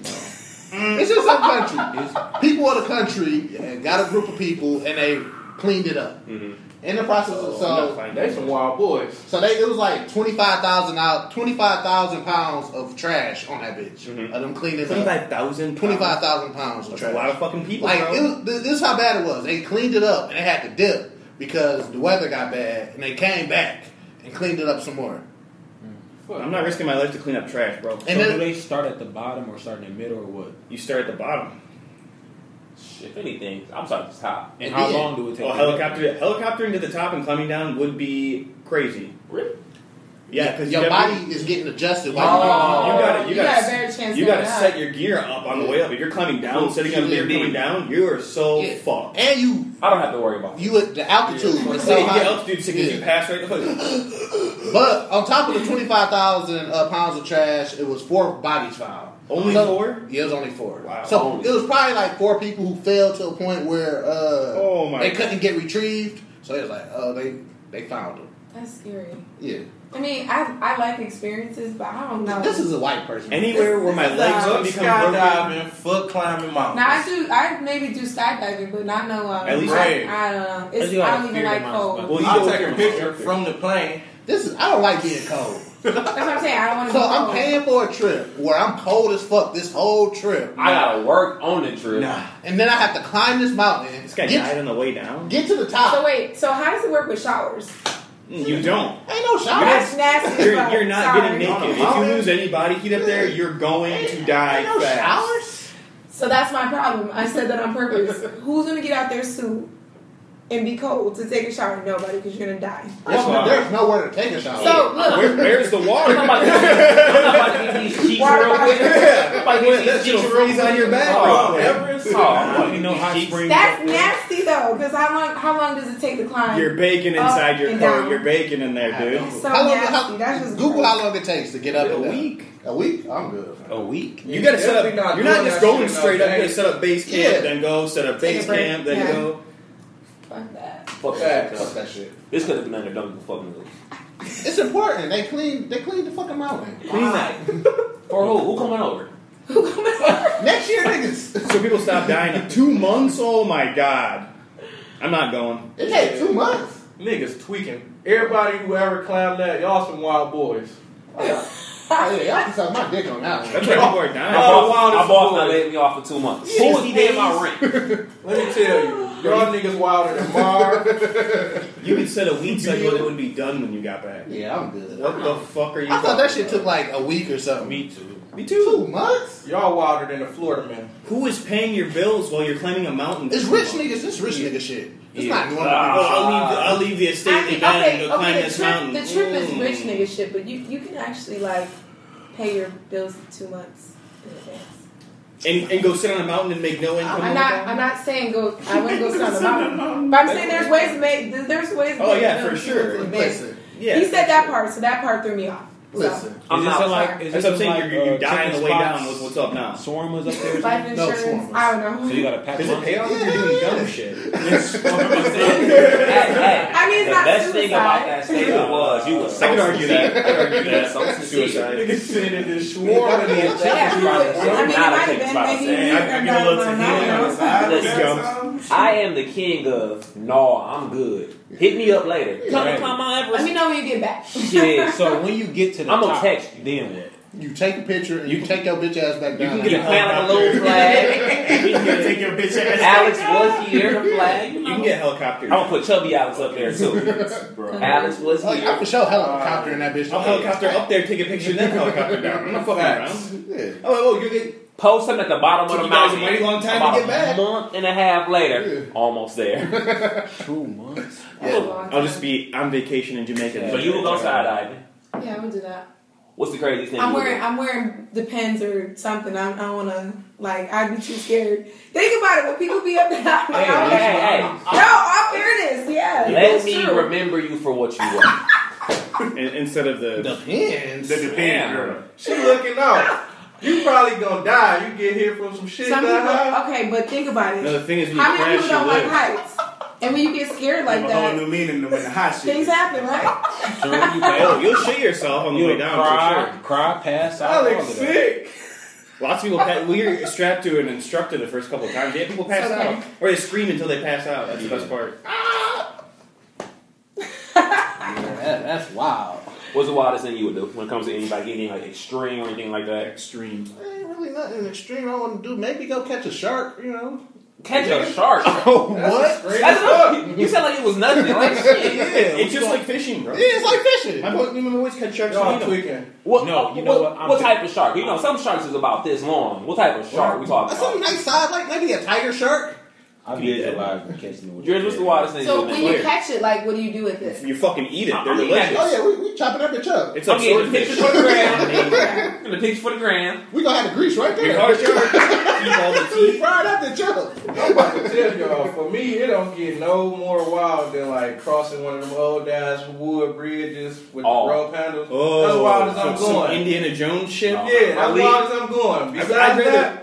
F: it's in some country. People of the country uh, got a group of people and they cleaned it up.
I: Mm-hmm.
F: In the process of
I: Oh,
F: so
H: They some wild boys.
F: so they it was like twenty five thousand out twenty five thousand pounds of trash on that bitch of them cleaning it up.
I: 25,000
F: 25,000 pounds
I: Mm-hmm.
F: of
I: That's
F: trash.
I: a lot of fucking people.
F: Like
I: bro.
F: it was, th- this is how bad it was. They cleaned it up and they had to dip because the weather got bad, and they came back and cleaned it up some more.
I: I'm not risking my life to clean up trash, bro.
N: So do they start at the bottom or start in the middle or what?
I: You start at the bottom.
G: If anything, I'm sorry, it's top.
N: And how long do it take?
I: Oh, helicopter, helicoptering to the top and climbing down would be crazy.
G: Really?
I: Yeah, because
F: your
I: you Oh.
F: body
I: gotta,
F: is getting adjusted.
I: You
F: While you're doing
I: got
F: it.
I: You got
K: a better chance
I: to. You
K: than
I: got to
K: that.
I: set your gear up on the way up. If you're climbing down, setting up gear coming down, you are so fucked.
F: And you,
G: I don't have to worry about.
F: You at the altitude
I: Yeah.
F: is
I: Yeah,
F: so
I: you
F: high.
I: get altitude sickness. You pass right the foot.
F: But on top of the twenty five thousand uh, pounds of trash, it was four bodies found.
I: Only
F: So-
I: four?
F: Yeah, it was only four.
I: Wow.
F: So
I: Only.
F: it was probably like four people who fell to a point where uh,
I: Oh, my
F: they couldn't get retrieved. So it was like, oh, they they found them.
K: That's scary.
F: Yeah.
K: I mean, I I like experiences, but I don't know.
F: This is a white person.
I: Anywhere where my legs
H: Nah,
I: up become
H: skydiving, foot climbing mountains.
K: Now I do. I maybe do skydiving, but not no. Um,
H: At least
K: I,
H: brave.
K: I don't know. It's,
H: That's
K: I
H: like
K: don't even
H: fear
K: like
H: in my
K: cold.
H: spine. Well, you I'll take a picture from the plane.
F: This is I don't like being cold.
K: That's what I'm saying. I don't want to.
F: So I'm paying for a trip where I'm cold as fuck this whole trip.
G: I gotta work on the trip. Nah.
F: and then I have to climb this mountain. This
I: guy
F: get,
I: died on the way down.
F: Get to the top.
K: So wait. So how does it work with showers?
I: You don't.
F: Ain't no
K: shower. That's nasty as
I: You're,
K: fuck.
I: you're not
K: Sorry.
I: getting naked. If you lose any body heat up there, you're going to die
K: ain't no
I: fast.
F: Showers?
K: So that's my problem. I said that on purpose. Who's gonna get out their suit? and be cold to take a shower. Nobody, because you're gonna die.
F: There's, no, there's nowhere to take a shower.
K: So, look. Where-
I: where's the water?
F: I'm
G: about to get these cheeks real quick. I'm about to get these cheeks real quick. Oh, Everest. Oh, I'm like,
I: you know, hot springs.
K: That's nasty though, because how long? How long does it take to climb?
I: You're
F: Oh,
I: baking
K: up
I: inside your
K: and
I: car.
K: down?
I: You're baking in there, dude.
K: So
F: How long-
K: nasty.
F: how-
K: That's just
F: Google how long it takes to get up
I: A
F: and down.
I: week.
F: A week? I'm good.
I: A week.
F: Yeah,
I: You gotta set up.
F: definitely not
I: you're not
F: doing
I: just
F: that
I: going
F: shit
I: straight up. You
F: nowadays.
I: gotta set up base camp,
F: Yeah.
I: then go set up
F: Take
I: base
F: a break.
I: camp, then
F: Yeah.
I: go.
K: Fuck that.
G: Fuck
F: Facts.
G: that.
F: Fuck that shit.
G: This could have been under dumb fucking news.
F: It's important. They clean. They clean the fucking mountain.
G: Clean that. For who? Who coming over?
F: Next year, niggas.
I: So people stop dying in two months. Oh my god, I'm not going.
F: It takes two months.
H: Niggas tweaking. Everybody who ever climbed that, y'all some wild boys.
F: Oh, yeah, y'all can suck my dick on that one.
I: That's why people are
G: My
I: dying.
G: boss, my boss not letting me off for two months.
H: Sixty
G: Who is paying my rent?
H: Let me tell you, y'all niggas wilder than Mar.
I: You could set a week cycle. It would be done when you got back.
F: Yeah, I'm good.
I: What the fuck are you?
F: I thought that
I: talking
F: shit took like a week or something.
I: Me too.
F: Me too. Two months?
H: Y'all wilder than a Florida man.
I: Who is paying your bills while you're climbing a mountain?
F: It's rich niggas. It's rich nigga shit. It's
I: Yeah.
F: not normal.
I: Ah,
F: nigga shit.
I: I'll leave the- I'll leave the estate
K: I mean,
I: to God and
K: okay,
I: go climb
K: okay. The
I: this
K: trip,
I: mountain.
K: the trip is
I: Mm.
K: rich nigga shit, but you you can actually like pay your bills two months in advance.
I: And, and go sit on a mountain and make no income.
K: I'm not. I'm not saying go. I wouldn't go sit on the mountain. But I'm saying there's ways to make. There's ways. To
I: Oh
K: make
I: yeah,
K: bills
I: for
K: in
I: sure.
K: advance.
I: Yeah.
K: He said that part, so that part threw me off. So,
F: Listen.
I: I'm
N: Is
I: not-
N: this like is
I: That's
N: this
I: what I'm saying.
N: like,
I: you're you're
N: uh,
I: dying
N: chicken
I: the way
N: spots?
I: down with what's up now.
N: Storm was up there. or
K: life
N: something?
K: insurance. I don't know.
N: So you got to pack.
I: Does it
N: lunch.
I: pay off if you're doing dumb shit?
K: I mean, it's
G: the
K: not
G: best
K: suicide.
G: thing about that statement was you was so
I: I can argue that. I can argue
G: sincere.
I: that.
G: So sincere.
I: Suicide.
H: sending this swarm of these
K: Yeah,
H: jackets right
K: I mean, it
G: Not a
K: might have
G: chicken
K: been
G: spot,
K: that
G: I'm
K: he
G: saying.
K: knew
G: I- I
K: that
G: get a
K: I
G: little
K: was on
G: tequila
K: that
G: on
K: one.
G: the side.
I: Let's go.
G: I am the king of no. I'm good. Hit me up later. Come
N: Right.
G: to climb Mount
K: Let
G: Everest.
K: me know when you get back.
G: Shit.
N: So when you get to the
G: I'm gonna
N: top,
G: text you. Then what?
F: You take a picture and you, take your bitch ass back
G: You
F: down.
G: can get a flag, a little flag. You
M: You
G: can
M: take your bitch
G: get
M: ass.
G: Alex was here flag.
I: You can get helicopters.
G: I'm gonna put Chubby Alex up there too.
I: Bro.
G: Alex was
F: Oh, yeah, I
G: here.
F: for sure
H: Uh,
F: helicopter in that bitch.
I: I'll helicopter up there, take a picture, and then helicopter down. I'm not fucking
H: Facts.
I: around.
F: Yeah.
I: Oh, oh, you get
G: Post him at the bottom
I: Took
G: of the
I: you guys a
G: mountain.
I: mighty long time to
G: About
I: get back.
G: A month and a half later, almost there.
N: two months.
I: I'll just be on vacation in Jamaica.
G: So you will go side diving.
K: Yeah, I'm gonna do that.
G: What's the craziest thing?
K: I'm
G: you would
K: wearing
G: do?
K: I'm wearing the pins or something. I, I don't wanna like I'd be too scared. Think about it when people be up there. I'm like,
G: Hey,
K: I'm
G: hey,
K: like,
G: hey,
K: No, all fairness, yeah.
G: Let
K: that's
G: me
K: true.
G: remember you for what you were.
I: In- instead of the.
F: Depends.
M: The depend girl.
H: She looking out. You probably gonna die. You get hit from some shit
K: Some
H: that high.
K: people, okay, but think about
I: No, the
K: it.
I: thing is, when you
K: How many
I: crash,
K: people
I: you
K: don't like
I: live.
K: heights? And when you get scared like
M: Have a whole
K: that,
M: new meaning to when the hot shit.
K: things happen, right?
N: So you
I: Oh,
N: pass,
I: you'll shit yourself on the way
N: you
I: down
N: cry,
I: for sure.
N: cry, pass out. all
H: Alex
N: of that.
H: sick.
I: Lots of people. Pass, we are strapped to an instructor the first couple of times. Yeah, people pass
K: So
I: out, or they scream until they pass out. That's the best part.
F: That- that's wild.
G: What's the wildest thing you would do when it comes to anybody getting like extreme or anything like that?
I: Extreme.
F: There ain't really nothing extreme I want to do. Maybe go catch a shark. You know.
G: Catch a shark.
I: Oh, what?
G: That's enough. You sound like it was nothing. Like shit.
I: It's just like fishing, bro.
F: Yeah, it's like fishing.
I: My boy, my boys catch sharks.
H: Y'all
I: and eat 'em.
H: tweaking.
G: What,
N: No, you know
G: what,
N: what? I'm
G: what
N: fi-
G: type of shark? You know, some sharks is about this long. What type of shark we talking
F: Some
G: about?
F: nice size, like maybe a tiger shark.
N: I
I: You did
N: visualize you catching it with
G: Yours
N: your
G: was the
N: head.
G: wildest thing.
K: So
G: you
K: when
G: did.
K: you catch it, like, what do you do with it?
I: You fucking eat it. They're
G: I'm eating
I: delicious.
F: Oh yeah, we, we chopping that bitch up.
I: It's
G: I'm
I: like
G: getting the picture
I: swordfish.
G: for the gram. I'm the picture for the gram.
F: We gonna have the grease right
I: Your
F: there.
I: hard shark. Eat all the
F: We
I: teeth.
F: fried that bitch up.
H: I'm about to tell y'all, for me, it don't get no more wild than like crossing one of them old ass wood bridges with
G: Oh.
H: the rope handles.
I: Oh,
H: that's wild as
I: some-
H: I'm
I: some
H: going.
I: Indiana Jones shit.
G: No.
H: yeah,
G: My
H: that's
G: lead-
H: wild as I'm going.
I: I'd,
H: Besides
I: I'd rather.
H: that,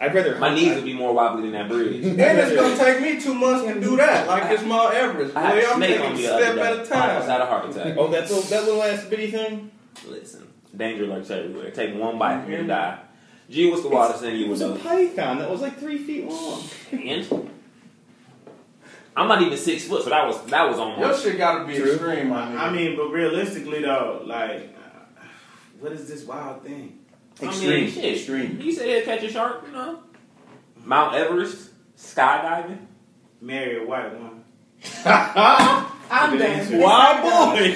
I: I'd rather.
G: My knees would be more wobbly than that bridge.
H: and it's gonna take me two months to do that. Like it's Mount Everest. Boy,
G: I had a
H: I'm
G: snake
H: taking
G: on
H: a
G: me the other
H: step
G: day.
H: at a
G: I almost
H: time.
G: had a heart attack.
I: Oh, that's little- that little ass bitty thing.
G: Listen, danger lurks everywhere. Take one bite and
H: Mm-hmm.
G: you die. Gee, what's the wildest thing you
I: It
G: would
I: was a
G: do?
I: python that was like three feet long.
G: And I'm not even six foot, so that was that was on
H: Your
G: one.
H: shit gotta be
I: True.
H: extreme, my nigga.
M: I mean, but realistically though, like, uh, what is this wild thing?
G: I
I: Extreme.
G: mean, shit.
I: Extreme.
G: You said he'll catch a shark, you know? Mount Everest, skydiving.
M: Marry a white woman.
K: I'm
M: Good
K: done.
M: answer.
N: Wild boy.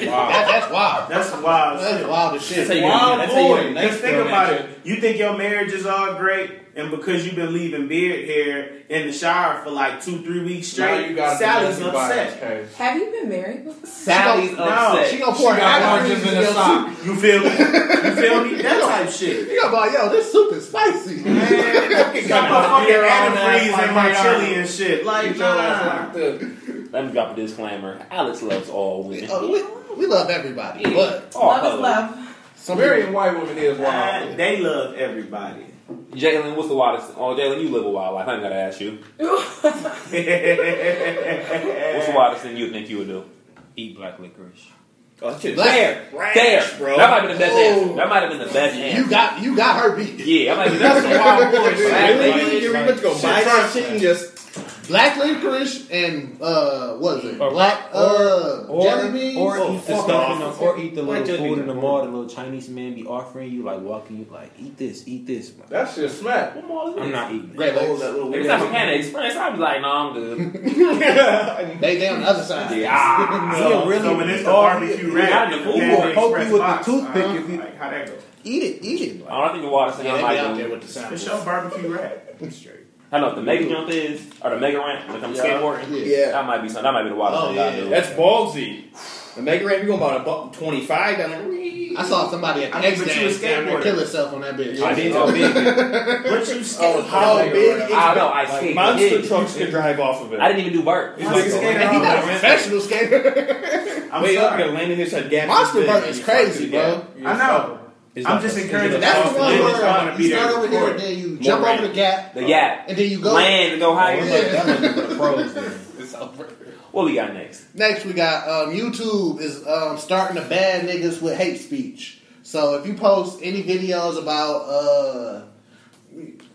F: That- that's wild.
M: That's wild.
F: That's
M: shit.
F: wild as shit. That's how you get-
M: wild
F: that's how you get a
M: boy.
F: nice
M: Just think
F: girl,
M: about
F: ain't
M: it. You think your marriage is all great, and because you've been leaving beard hair in the shower for like two, three weeks
H: Now
M: straight,
H: you gotta
M: Sally's
H: feel like you
M: upset.
K: Have you been married before?
M: Sally's upset.
F: She gonna pour
M: She
F: an
M: got
F: apple
M: oranges
F: juice
M: in a
F: your
M: sock.
F: soup.
M: You feel me? You feel me? That type shit.
F: You gonna be like, yo, this soup is spicy.
M: Got my fucking
G: Beer on ass
M: antifreeze
G: like
M: and my
G: radar.
M: chili and shit. Like,
G: Get your ass
M: nah.
G: Let me drop a disclaimer. Alex loves all women.
F: Oh, we, we love everybody, but
G: All colors.
F: some
H: Marrying
F: people-
H: white women is wild.
M: Uh, They love everybody.
G: Jalen, what's the wildest? Oh, Jalen, you live a wild life. I ain't gotta ask you.
I: Oh,
G: What's the wildest thing you think you would do? Eat black licorice.
I: Oh, that shit-
G: There,
F: Black ranch,
G: there,
F: bro.
G: That might have been the best
F: Oh.
G: answer. That might have been the best answer.
F: you got you got her beat.
G: yeah, that might be the
F: That's
G: best
F: a wild
G: answer.
F: boy.
G: Black
F: Really?
G: licorice,
F: You
G: like-
F: went to go buy that shit and just black licorice and uh, what is it? Black uh, jelly beans
N: or
F: Oh,
N: eat the
F: fuck
N: stuff in
F: off.
N: the, or eat the
F: Black
N: little
F: jelly
N: food
F: beans.
N: in the mall. The little Chinese man be offering you like walking you like eat this, eat this.
H: That shit smack.
G: What more is
N: I'm
G: this?
N: not eating.
F: Great Lakes.
G: If it's not Panda Express, I'd be like, no, I'm good.
F: They they on the other side.
G: Yeah,
M: So,
N: really
M: so when it's the
N: are-
M: barbecue
G: we got
M: wrap,
G: in the
M: the
G: food.
M: Panda
N: Poke you
M: Express
N: with the
M: box,
N: toothpick
M: uh-huh.
N: if you-
M: Like, how that go?
N: Eat it, eat it. Like,
G: I don't think the water thing
F: Yeah,
G: I
F: they be out
G: might
F: there
G: do.
F: with the sound.
M: It's your barbecue wrap. Straight.
G: I know if the mega jump is or the mega ramp, like I'm
I: Yeah.
G: skateboarding.
I: Yeah.
G: that might be something. That might be the wildest
F: Oh,
G: thing
F: yeah.
G: I do.
I: That's ballsy. The mega ramp, you going about a buck twenty five down there.
F: I saw somebody at the
M: I mean,
F: X
M: but you
F: Games
M: a
F: down there
M: skateboarder.
F: kill himself on that bitch.
G: I did.
I: Oh,
G: Oh,
I: big.
M: What you skate?
I: How
M: on?
I: big? is
G: I
I: it?
G: know. I
I: Like,
G: skate.
I: monster
G: Yeah.
I: trucks can drive off of it.
G: I didn't even do Bart.
M: It's like skating
F: He not a
M: on a-
F: professional skater.
M: I'm
I: Way up
M: sorry.
I: here, landing this at Gap.
F: Monster Burger is crazy, bro.
M: I know. I'm just encouraging
F: That's the
M: folks
F: one
M: to live and
F: where
M: be
F: you
M: there
F: start
M: to
F: over here,
M: record.
F: and then you jump over the gap,
G: The yap.
F: and then you go.
G: Land to go higher.
F: It's over.
G: What we got next?
F: Next, we got um, YouTube is um, starting to ban niggas with hate speech. So if you post any videos about uh,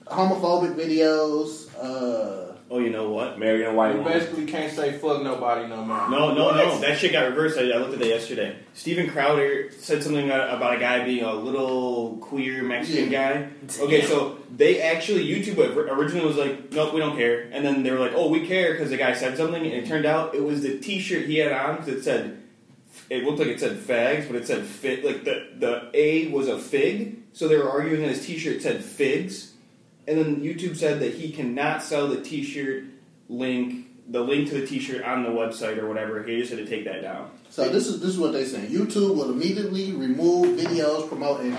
F: homophobic videos, uh,
I: Oh, you know what?
G: Married and white
H: You
G: woman.
H: basically can't say fuck nobody no more.
I: No, no, no. That shit got reversed. I, I looked at that yesterday. Steven Crowder said something about a guy being a little queer Mexican guy. Okay, so they actually YouTube at- originally was like, nope, we don't care, and then they were like, oh, we care because the guy said something, and it turned out it was the T-shirt he had on that said. It looked like it said fags, but it said fit. Like the the A was a fig, so they were arguing that his T-shirt said figs, and then YouTube said that he cannot sell the T-shirt link the link to the T-shirt on the website or whatever. He just had to take that down.
F: so this is this is what they saying. YouTube will immediately remove videos promoting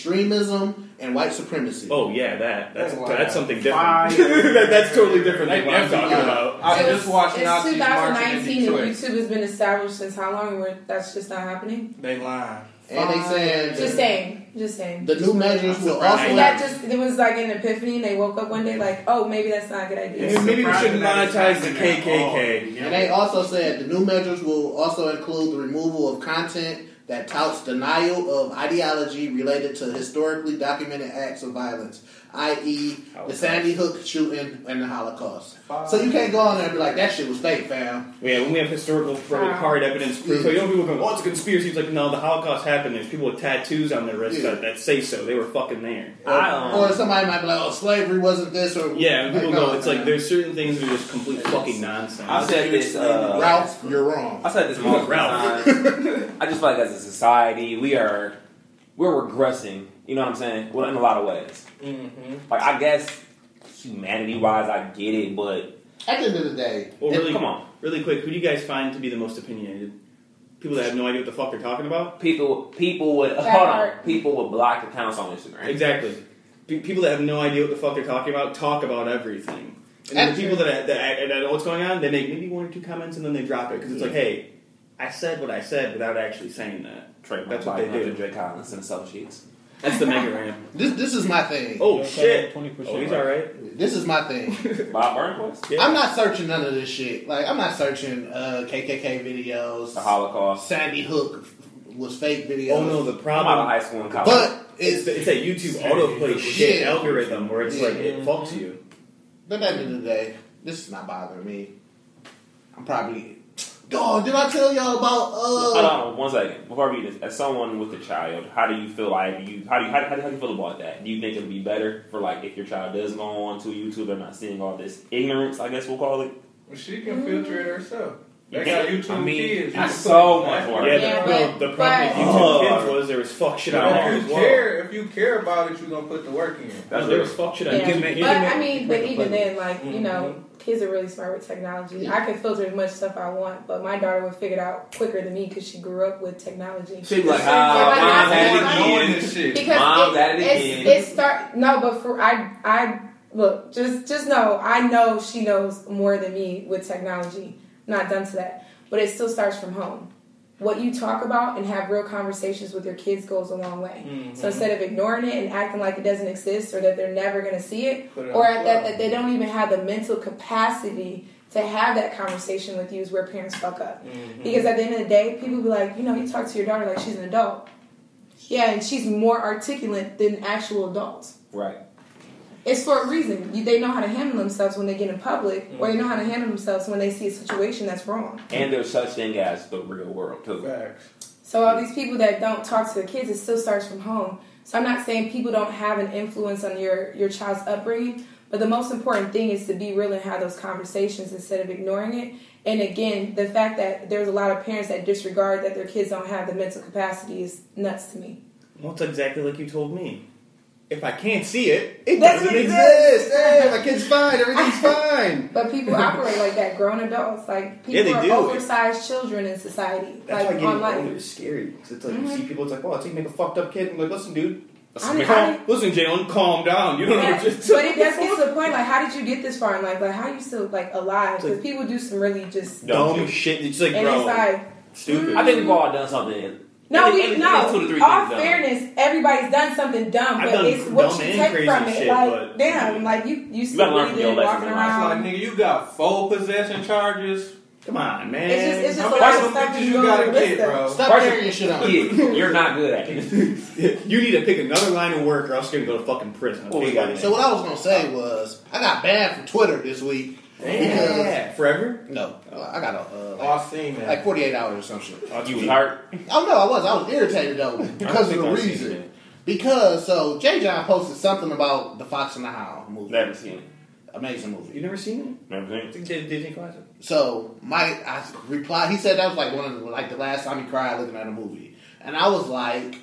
F: extremism and white supremacy.
I: Oh yeah, that that's
H: Wow.
I: that's something
M: Why?
I: different. that, that's totally different than what I'm talking about.
H: I
K: It
H: just watched
K: it's
H: Nazis marching
K: 2019
H: in
K: and
H: Detroit.
K: YouTube has been established since how long? Where that's just not happening.
H: They lying.
I: Oh,
F: and they saying that
K: Just saying, just saying.
F: the new measures
K: I
F: will
K: think
F: also
K: that just it was like an epiphany, and they woke up one day like, oh, maybe that's not a good idea.
I: Yeah. Maybe we should
M: Surprising that
I: monetize
M: it's not
I: the
M: happening at all.
I: KKK.
M: Yeah.
F: And they also said the new measures will also include the removal of content that touts denial of ideology related to historically documented acts of violence, i.e., the
I: Holocaust.
F: Sandy Hook shooting and the Holocaust. So you can't go on there and be like, that shit was fake, fam.
I: Yeah, when we have historical
G: Oh.
I: probably hard evidence proof, so you know people go, "Oh, it's a conspiracy." It's like, no, the Holocaust happened. There's people with tattoos on their wrists
F: Yeah.
I: that, that say so. They were fucking there.
G: I, um,
F: Or somebody might be like, oh, slavery wasn't this, or.
I: Yeah, and
F: Like,
I: people
F: no,
I: go, it's like
F: fam.
I: there's certain things that are just complete fucking nonsense.
G: I said this. Uh,
F: Ralph, you're wrong.
G: I said this multiple
I: Ralph.
G: times. I just feel like as a society, we are we're regressing. You know what I'm saying? Well, in a lot of ways.
H: Mm-hmm.
G: Like I guess humanity wise, I get it, but
F: At the end of the day,
I: well, really,
G: come on,
I: really quick, who do you guys find to be the most opinionated? People that have no idea what the fuck they're talking about.
G: people people would
K: That
G: hold on,
K: part.
G: people would block accounts on Instagram.
I: Exactly. Pe- people that have no idea what the fuck they're talking about talk about everything. And then the
F: That's
I: people that, that, that know what's going on, they make maybe one or two comments and then they drop it because it's like, hey, I said what I said without actually saying that.
G: Trademark
I: That's what
G: by
I: they do.
G: Andre Collins and associates.
I: That's the mega ramp.
F: this, this is my thing.
I: Oh shit!
N: 20%
I: Oh, he's all right.
F: This is my thing.
G: Bob Burnquist,
I: Yeah.
F: I'm not searching none of this shit. Like, I'm not searching uh, KKK videos.
G: the Holocaust.
F: Sandy Hook was fake video.
I: oh no, the
G: I'm out of
I: problem.
G: high school and college.
F: but
I: It's,
F: it's
I: the, it's that YouTube autoplay shit
F: Yeah.
I: algorithm where it's like it fucks you.
F: but at the end of the day, this is not bothering me. I'm probably. Dog, did I tell y'all
G: Hold
F: about uh?
G: on one second. Before I read this, as someone with a child, how do you feel like you how do you how, how do you feel about that? Do you think it'll be better for like if your child does go on to YouTube, they're not seeing all this ignorance, I guess we'll call it?
H: She can filter it herself. They got YouTube
N: I mean,
H: kids.
N: I
H: You
N: saw
H: can-
N: one.
I: Yeah, the, the, the problem with YouTube kids was there was fuck shit out there
H: If
I: as
H: you
I: well.
H: care, if you care about it, you gonna put the work in.
I: That's there was fuck shit out
K: Yeah.
I: there.
K: But I mean, but even then, like you know,
G: Mm-hmm.
K: kids are really smart with technology. I can filter as much stuff I want, but my daughter would figure it out quicker than me because she grew up with technology.
G: She'd be like,
K: If
G: "Ah,
K: I
G: mom's
K: ask
G: at it
K: her, like,
G: again." Doing this shit.
K: Because
G: Mom's
K: it,
G: at it
K: it's-
G: again.
K: It start no, but for I I look just just know I know she knows more than me with technology. I'm not done to that, but it still starts from home. What you talk about and have real conversations with your kids goes a long way.
A: Mm-hmm.
K: So instead of ignoring it and acting like it doesn't exist or that they're never going to see it,
A: Put it
K: or
A: on
K: at
A: the
K: that,
A: floor.
K: that they don't even have the mental capacity to have that conversation with you is where parents fuck up.
A: Mm-hmm.
K: Because at the end of the day, people be like, you know, you talk to your daughter like she's an adult. Yeah, and she's more articulate than actual adults.
G: Right.
K: It's for a reason. You, they know how to handle themselves when they get in public, or they know how to handle themselves when they see a situation that's wrong.
G: And there's such thing as the real world too.
K: So all these people that don't talk to the kids, it still starts from home. So I'm not saying people don't have an influence on your your child's upbringing, but the most important thing is to be real and have those conversations instead of ignoring it. And again, the fact that there's a lot of parents that disregard that their kids don't have the mental capacity is nuts to me.
I: Well, it's exactly like you told me. If I can't see it, it
K: That's
I: doesn't
K: what it
I: exist.
K: is.
I: Hey, my kid's fine. Everything's fine.
K: But people operate like that. Grown adults, like people
I: Yeah, they
K: are
I: do.
K: oversized children in society,
I: That's why
K: like
I: getting
K: online.
I: older is scary. 'Cause it's like
K: Mhm.
I: you see people, it's like, oh, it's like make a fucked up kid. And like, listen, dude.
K: I
I: Listen,
K: didn't- I
I: calm, listen, Jalen, calm down. You don't know
K: Yeah,
I: what you're
K: but it does get to the point. Like, how did you get this far in life? Like, how are you still like alive? Because people do some really just
I: dumb shit. It's like,
K: and
I: bro,
K: it's like mm.
I: stupid.
G: I think we've all done something.
K: no,
G: At
K: we
G: least- at least two to
K: no.
G: three
K: All
G: things done.
K: fairness, everybody's done something dumb,
G: I've
K: but
G: done
K: it's what
G: dumb
K: you
G: and
K: take
G: crazy
K: from it.
G: shit,
K: like,
G: but-
K: damn, like you you
G: gotta
K: still
G: learn from your
K: breathing,
G: lessons
K: walking
G: in life.
K: around.
H: Like, nigga, you got full possession charges.
I: Come on, man.
K: It's just- it's just
H: How
K: a
H: many
K: lot of
H: of them
K: stuff
H: bitches
K: you
H: you
K: go
H: gotta
K: with
H: get,
K: them.
H: bro?
K: Stop
I: First-
K: carrying your shit out.
I: Yeah, you're not good at it. you need to pick another line of work, or else you're gonna go to fucking prison.
F: Well, so what I was gonna say was I got banned from Twitter this week.
I: Yeah. Forever?
F: No, I got a uh,
H: like,
F: like 48 hours or some shit.
I: you was hurt.
F: Oh no, I was. I was irritated though because of
I: think
F: the
I: I've seen
F: reason. Because so Jay John posted something about the Fox and the Hound movie.
G: Never seen it.
F: Amazing movie.
I: You never seen it? Never seen it. Disney classic.
F: So Mike, I replied. He said that was like one of the, like the last time he cried looking at a movie, and I was like,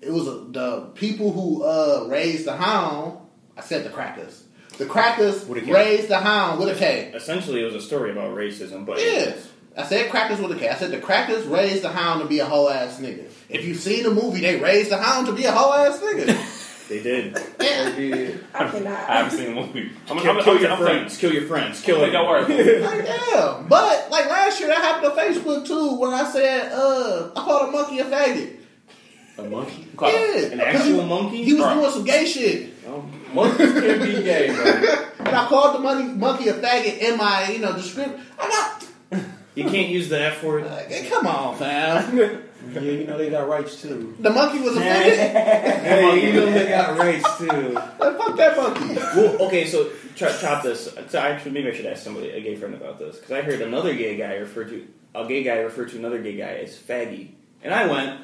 F: it was uh, the people who uh, raised the hound. I said the crackers. The crackers
I: With a K.
F: raised the hound with a K.
I: Essentially, it was a story about racism, but
F: Yes. I said crackers with a K. I said the crackers raised the hound to be a whole ass nigga. If you've seen the movie, they raised the hound to be a whole ass nigga.
I: they did.
K: I cannot.
G: I haven't seen the movie.
I: I'm,
G: I'm-
I: kill,
G: I'm-
I: kill
G: I'm-
I: your
G: I'm
I: friends. Kill your friends. Kill
G: Take that word.
F: Like, damn. But like last year, that happened on Facebook too. When I said, uh, I called a monkey a faggot.
I: A monkey?
F: Yeah.
I: An actual monkey?
F: He was doing some gay shit.
I: monkeys can be gay, bro.
F: And I called the monkey, monkey a faggot in my, you know, description.
I: You can't use the F word.
F: Hey, come on, fam.
N: Yeah, you know they got rights too.
F: The monkey was a faggot.
I: Hey, you know they
N: got rights too.
F: Fuck that monkey.
I: Well, okay, so chop, chop this. So I should, maybe I should ask somebody, a gay friend, about this because I heard another gay guy refer to a gay guy refer to another gay guy as faggy, and I went,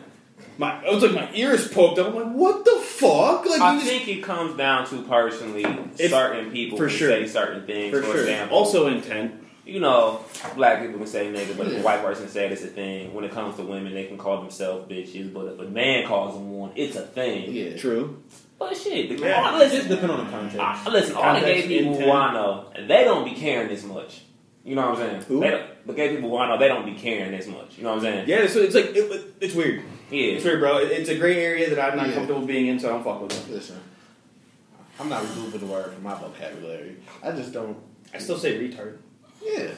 I: my I was like my ears poked up. I'm like, what the fuck? Like
G: I
I: you just
G: think it comes down to personally
I: It's-
G: certain people
I: for
G: can
I: sure.
G: say certain things.
I: For
G: For,
I: sure.
G: example,
I: also intent.
G: You know, black people can say nigga, but if
I: Yeah.
G: a white person say it's a thing. When it comes to women, they can call themselves bitches, but if a man calls them one, it's a thing.
F: Yeah,
I: true.
G: But shit, the
I: Yeah.
G: all- listen,
N: Depend on the context.
G: I- listen, all the gay
I: Context,
G: people who
I: intent.
G: I know, they don't be caring as much. You know what I'm saying? They don't, the gay people who I know, they don't be caring as much. You know what I'm saying?
I: Yeah, so it's like it, it's weird.
G: Yeah.
I: It's weird, bro. It- It's a gray area that I'm not comfortable being in, so I don't fuck with it.
F: Listen, I'm not removing the word from my vocabulary. I just don't.
I: I still say retard.
F: Yeah.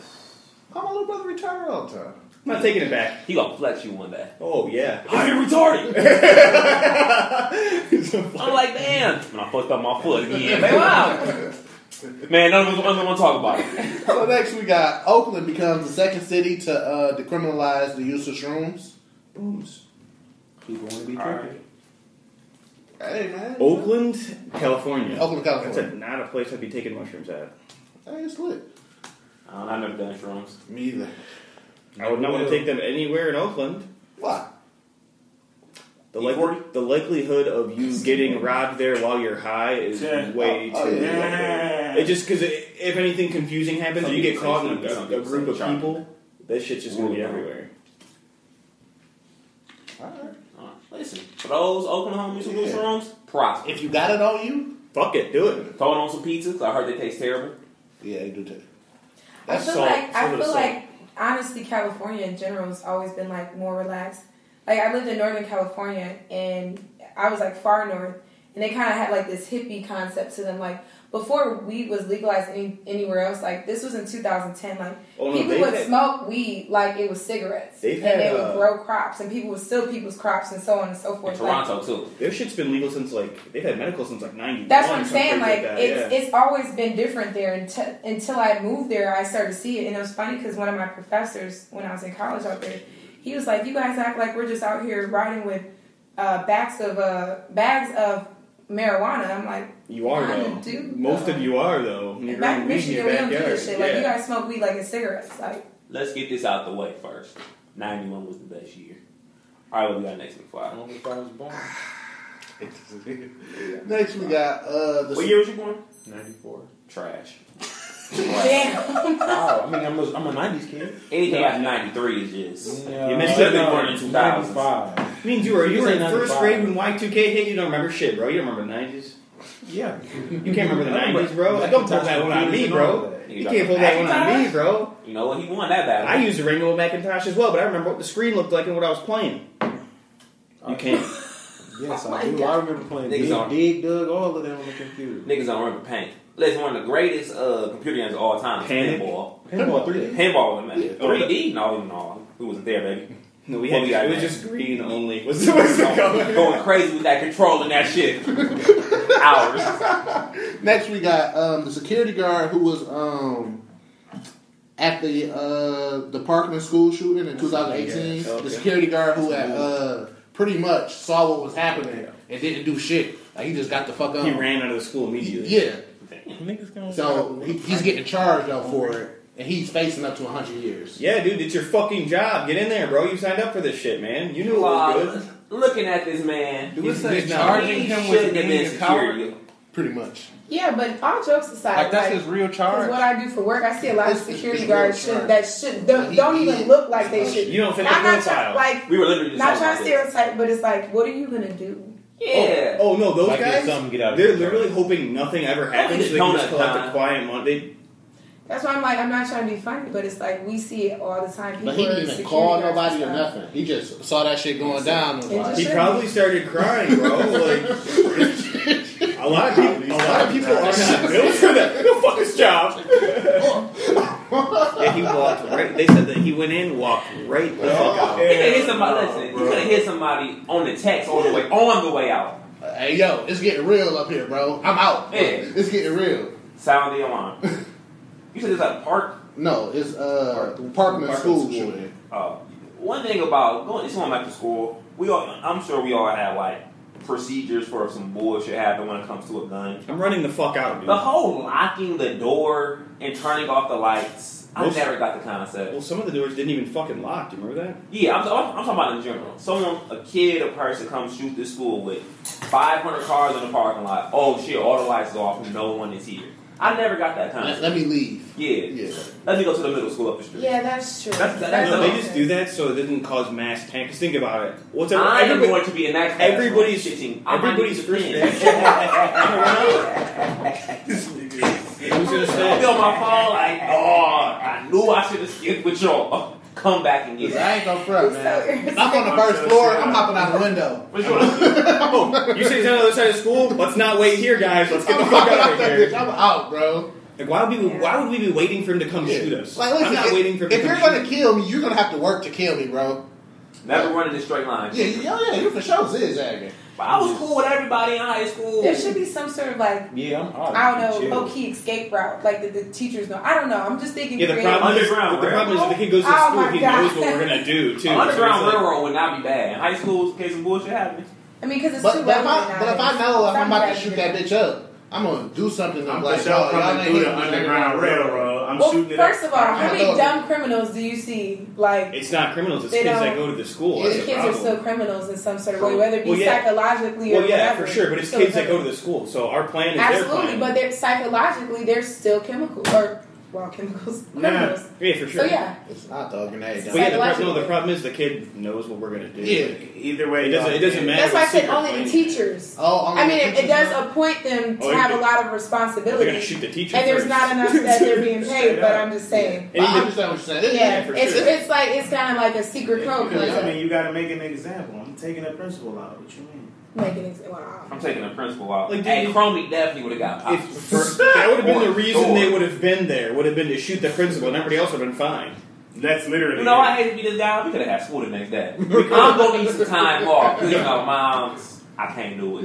F: Call my little brother retarded all the time.
I: I'm not taking it back.
G: He gonna flex you one day.
I: Oh yeah.
G: I am retarded. I'm like, damn. And I fucked up my foot again. Man, wow. Man, none of us none of us wanna talk about it.
F: So next we got Oakland becomes the second city to uh, decriminalize the use of shrooms.
I: Booms.
N: People want to be
I: All right.
N: tripping.
F: Hey man.
I: Oakland, California.
F: Oakland, California.
I: That's a, not a place I'd be taking mushrooms at.
F: Hey, it's lit.
G: I don't know, I've never done shrooms.
F: Me either.
I: I would not want to take them anywhere in Oakland.
F: Why?
I: The,
G: E
I: like, the likelihood of you getting robbed there while you're high is way too.
F: Oh, yeah.
I: It just because if anything confusing happens, or you get caught in a, a group of people. That shit's just gonna be everywhere.
G: Listen, for those Oklahoma who do shrooms, prosper.
F: If you got it on you,
I: fuck it, do it.
G: Throw it on some pizza 'cause I heard they taste terrible.
F: Yeah, they do taste.
K: I feel like I feel like honestly, California in general has always been like more relaxed. Like I lived in Northern California and I was like far north, and they kind of had like this hippie concept to them. Like before weed was legalized any, anywhere else, like this was in 2010. Like
I: Oh, no,
K: people
I: they've
K: would
I: had-
K: smoke weed like it was cigarettes,
I: They've
K: and they
I: had,
K: would
I: uh,
K: grow crops, and people would steal people's crops and so on and so forth. Like,
G: too.
I: Their shit's been legal since like they've had medical since like ninety.
K: That's what I'm saying. Like,
I: that.
K: it's
I: yeah.
K: it's always been different there until, until I moved there. I started to see it, and it was funny because one of my professors, when I was in college out there, he was like, "You guys act like we're just out here riding with uh, bags of uh, bags of marijuana." I'm like,
I: you are
K: I
I: though.
K: do,
I: Most of you are though. You're
K: "Back in
I: growing weed in
K: Michigan,
I: your
K: we don't do
I: backyard.
K: this shit. Like, you
I: Yeah.
K: guys smoke weed like it's cigarettes. Like,
G: Let's get this out the way first. 91 was the best year. All right, what we got next week? Five. I was born.
F: Next we got uh the
G: What year was you born?
N: 94.
G: Trash.
K: Damn.
N: wow, I mean, I'm a, I'm a 90s kid.
G: Anything after 93 is just.
N: Yeah.
G: you missed
N: Yeah.
G: it born in 2000.
N: 95.
I: Means you were you
N: You
I: were in
N: say
I: first
N: 95.
I: grade when Y two K hit. You don't remember shit, bro. You don't remember the nineties.
N: Yeah.
I: You can't remember the
N: I remember-
I: nineties, bro.
N: like,
I: Like, don't
N: the
I: pull that one on me,
N: computers and all
I: bro.
N: that.
I: You can't pull that one on me, bro.
G: You know what? He won that battle.
I: I used a Rainbow Macintosh as well, but I remember what the screen looked like and what I was playing. You can't.
N: Yes,
G: Oh my
N: I do. I
G: God.
N: remember playing
G: Niggas
N: Dig,
G: on-
N: Dig Dug, all of them on the computer.
G: Niggas don't remember paint. Listen, one of the greatest uh, computer games of all time is
I: Panic.
G: pinball.
I: Pinball 3D.
G: Pinball was
I: Yeah.
G: man. 3D? No, no. We wasn't there, baby.
I: No, we
G: What
I: had just,
G: got
I: it was
G: next?
I: just green only. Was, was the color.
G: Going crazy with that control and that shit. Hours.
F: Next, we got um, the security guard who was um, at the uh, the Parkland school shooting in 2018.
I: Yeah, okay.
F: The security guard who had, uh, pretty much saw what was happening and didn't do shit. Like he just got the fuck up.
I: He ran out of the school immediately.
F: Yeah.
N: Niggas going
F: So he, he's getting charged though for it, and he's facing up to 100 years.
I: Yeah, dude, it's your fucking job. Get in there, bro. You signed up for this shit, man. You knew it was
G: Wow. Uh, Looking at this man,
I: good. He's- he's not-
H: charging him with
G: shouldn't have
H: being
G: been
H: a coward?
G: security.
F: Pretty much.
K: yeah, but all jokes aside,
H: Like that's his real
K: 'cause
H: charge.
K: what I do for work, I see a lot of
F: It's- it's
K: security
F: real
K: guards
F: charge.
K: should, that should don't, don't even look like they should.
I: You don't fit the
K: I'm not
I: profile.
K: trying, like
G: We were literally just
K: not
G: talking
K: trying to
G: about this.
K: stereotype, but it's like, what are you gonna do?
G: Yeah.
I: Oh, no, those
N: Like, get
I: guys,
N: something, get out of
I: they're
N: here.
I: literally hoping nothing ever happens so they
G: Donut
I: can just collect
G: time.
I: a quiet month. They,
K: That's why I'm like, I'm not trying to be funny, but it's like we see it all the time. People
F: But he
K: are
F: didn't even
K: security
F: call
K: guards and
F: nobody or
K: stuff.
F: nothing. He just saw that shit going down and was
K: It
F: like,
I: he probably started crying, bro. Like, a lot of people, a lot of people are not built for that. Go fuck his job. yeah, he walked right. They said that he went in, walked right the fuck out.
G: You could hit somebody. Listen, you could have hit somebody on the text on the way on the way out.
F: "Hey yo, it's getting real up here, bro. I'm out.
G: Yeah.
F: It's getting real."
G: Sound the alarm. you said it's a park.
F: No, it's uh Parkman, School shooting.
G: Uh, one thing about going, it's going back to school. We all, I'm sure we all have like procedures for if some bullshit happen when it comes to a gun.
I: I'm running the fuck out, dude.
G: The whole locking the door and turning off the lights. I
I: Most-
G: never got the concept.
I: Well, some of the doors didn't even fucking lock. Do you remember that?
G: Yeah, I'm, I'm, I'm talking about in general. Someone, a kid, a person comes shoot this school with 500 cars in the parking lot. Oh shit, all the lights are off. No one is here. I never got that
F: Let,
G: concept.
F: let me leave.
G: Yeah.
F: Yeah.
G: Let me go to the middle school up the street.
K: Yeah, that's true.
G: That's- that's-
I: No, they just do that so it didn't cause mass panic. 'Cause think about it. What's ever,
G: I am
I: everybody-
G: going to be in that class.
I: everybody's
G: team.
I: everybody's first reaction? Who's gonna
G: I'll be
I: say?
G: on my phone like, oh, I knew I should have skipped with y'all. Come back and get
F: 'Cause
G: it.
F: I ain't gonna front, man. If I'm on the first
I: so
F: floor.
I: sad.
F: I'm hopping out the window.
G: What you wanna-
I: Oh, you say he's on the other side of school? Let's not wait here, guys. Let's get the fuck out of
F: I'm
I: here.
F: out, bro.
I: Like, why would we? Why would we be waiting for him to come
F: Yeah.
I: shoot us?
F: Like, listen,
I: I'm not
F: if,
I: waiting for. Him
F: If
I: to
F: you're
I: come
F: gonna
I: shoot
F: kill me, you're gonna have to work to kill me, bro.
G: Never running in straight lines.
F: Yeah, you- oh yeah, you for sure zigzagging.
G: But I was cool with everybody in high school.
K: There should be some sort of like
N: Yeah, I'm out.
K: I don't
N: Chill.
K: know low key escape route, like the, the teachers know. I don't know. I'm just thinking.
I: Yeah, the
K: creative.
I: problem is the
G: Underground
I: problem is if the kid goes to
K: Oh
I: school,
K: my
I: he
K: God.
I: knows what we're gonna do too.
G: Underground
I: So it's like-
G: Railroad would not be bad. In high school, in case some bullshit happens.
K: I mean, because it's
F: But,
K: too
F: but if I
K: relevant
F: but if I
K: nowadays.
F: know if I'm about to
K: Sometimes
F: shoot that
K: you-
F: bitch up, I'm gonna do something.
M: I'm
F: I'm like,
M: for
F: y'all,
M: sure
F: y'all
M: coming
F: ain't
M: through
F: hitting
M: the
F: me.
M: Underground Railroad. I'm
K: Well,
M: shooting it.
K: first of all,
F: I
K: how
F: know.
K: many dumb criminals do you see? Like
I: It's not criminals. It's
K: They
I: kids that
K: don't-
I: go to the school.
F: Yeah,
I: That's
K: the
I: the
K: kids are
I: problem.
K: still criminals in some sort of way, whether it be
I: Well, yeah.
K: psychologically or
I: Well, yeah,
K: whatever,
I: for sure. But it's
K: still
I: kids that go
K: criminals.
I: to the school. So our plan is their
K: Absolutely,
I: plan.
K: but they're psychologically they're still chemical or raw chemicals.
I: Yeah,
K: criminals.
I: yeah, for sure.
K: So yeah,
F: It's not the grenade.
I: But yeah, the, prob- no, the problem is the kid knows what we're gonna do.
F: Yeah.
I: Like,
M: Either way,
I: it doesn't. It doesn't matter.
K: that's why I
I: what
K: said
I: secret
K: only
I: plan
K: the
I: you have.
K: teachers.
F: Oh,
K: I mean, it, it does appoint them to
I: Oh, you
K: have a
I: do.
K: lot of
I: They're
K: responsibility,
I: gonna shoot the teacher.
K: and there's
I: first.
K: not enough that they're being paid.
I: Straight
K: But
I: up.
K: I'm just saying.
I: And
F: I
I: even-
F: understand what you're saying.
K: Yeah,
F: It's-
I: for
K: it's,
I: sure.
K: it's like it's kind of like a secret code.
M: Because, I
K: Like,
M: mean, you got to make an example. I'm taking the principal out. What you mean?
K: making it, wow.
G: I'm taking the principal out.
I: Like, dude,
G: hey,
I: you-
G: Chromie definitely would have got popped.
I: If- for- that would have been the
G: Or-
I: reason
G: or-
I: they would have been there. Would have been to shoot the principal, and everybody else would have been fine.
M: That's literally.
G: You know, I hate to be this guy. We could have had school the next day. I'm gonna need some time off. 'cause, You know, moms, I can't do
I: Like,
G: it.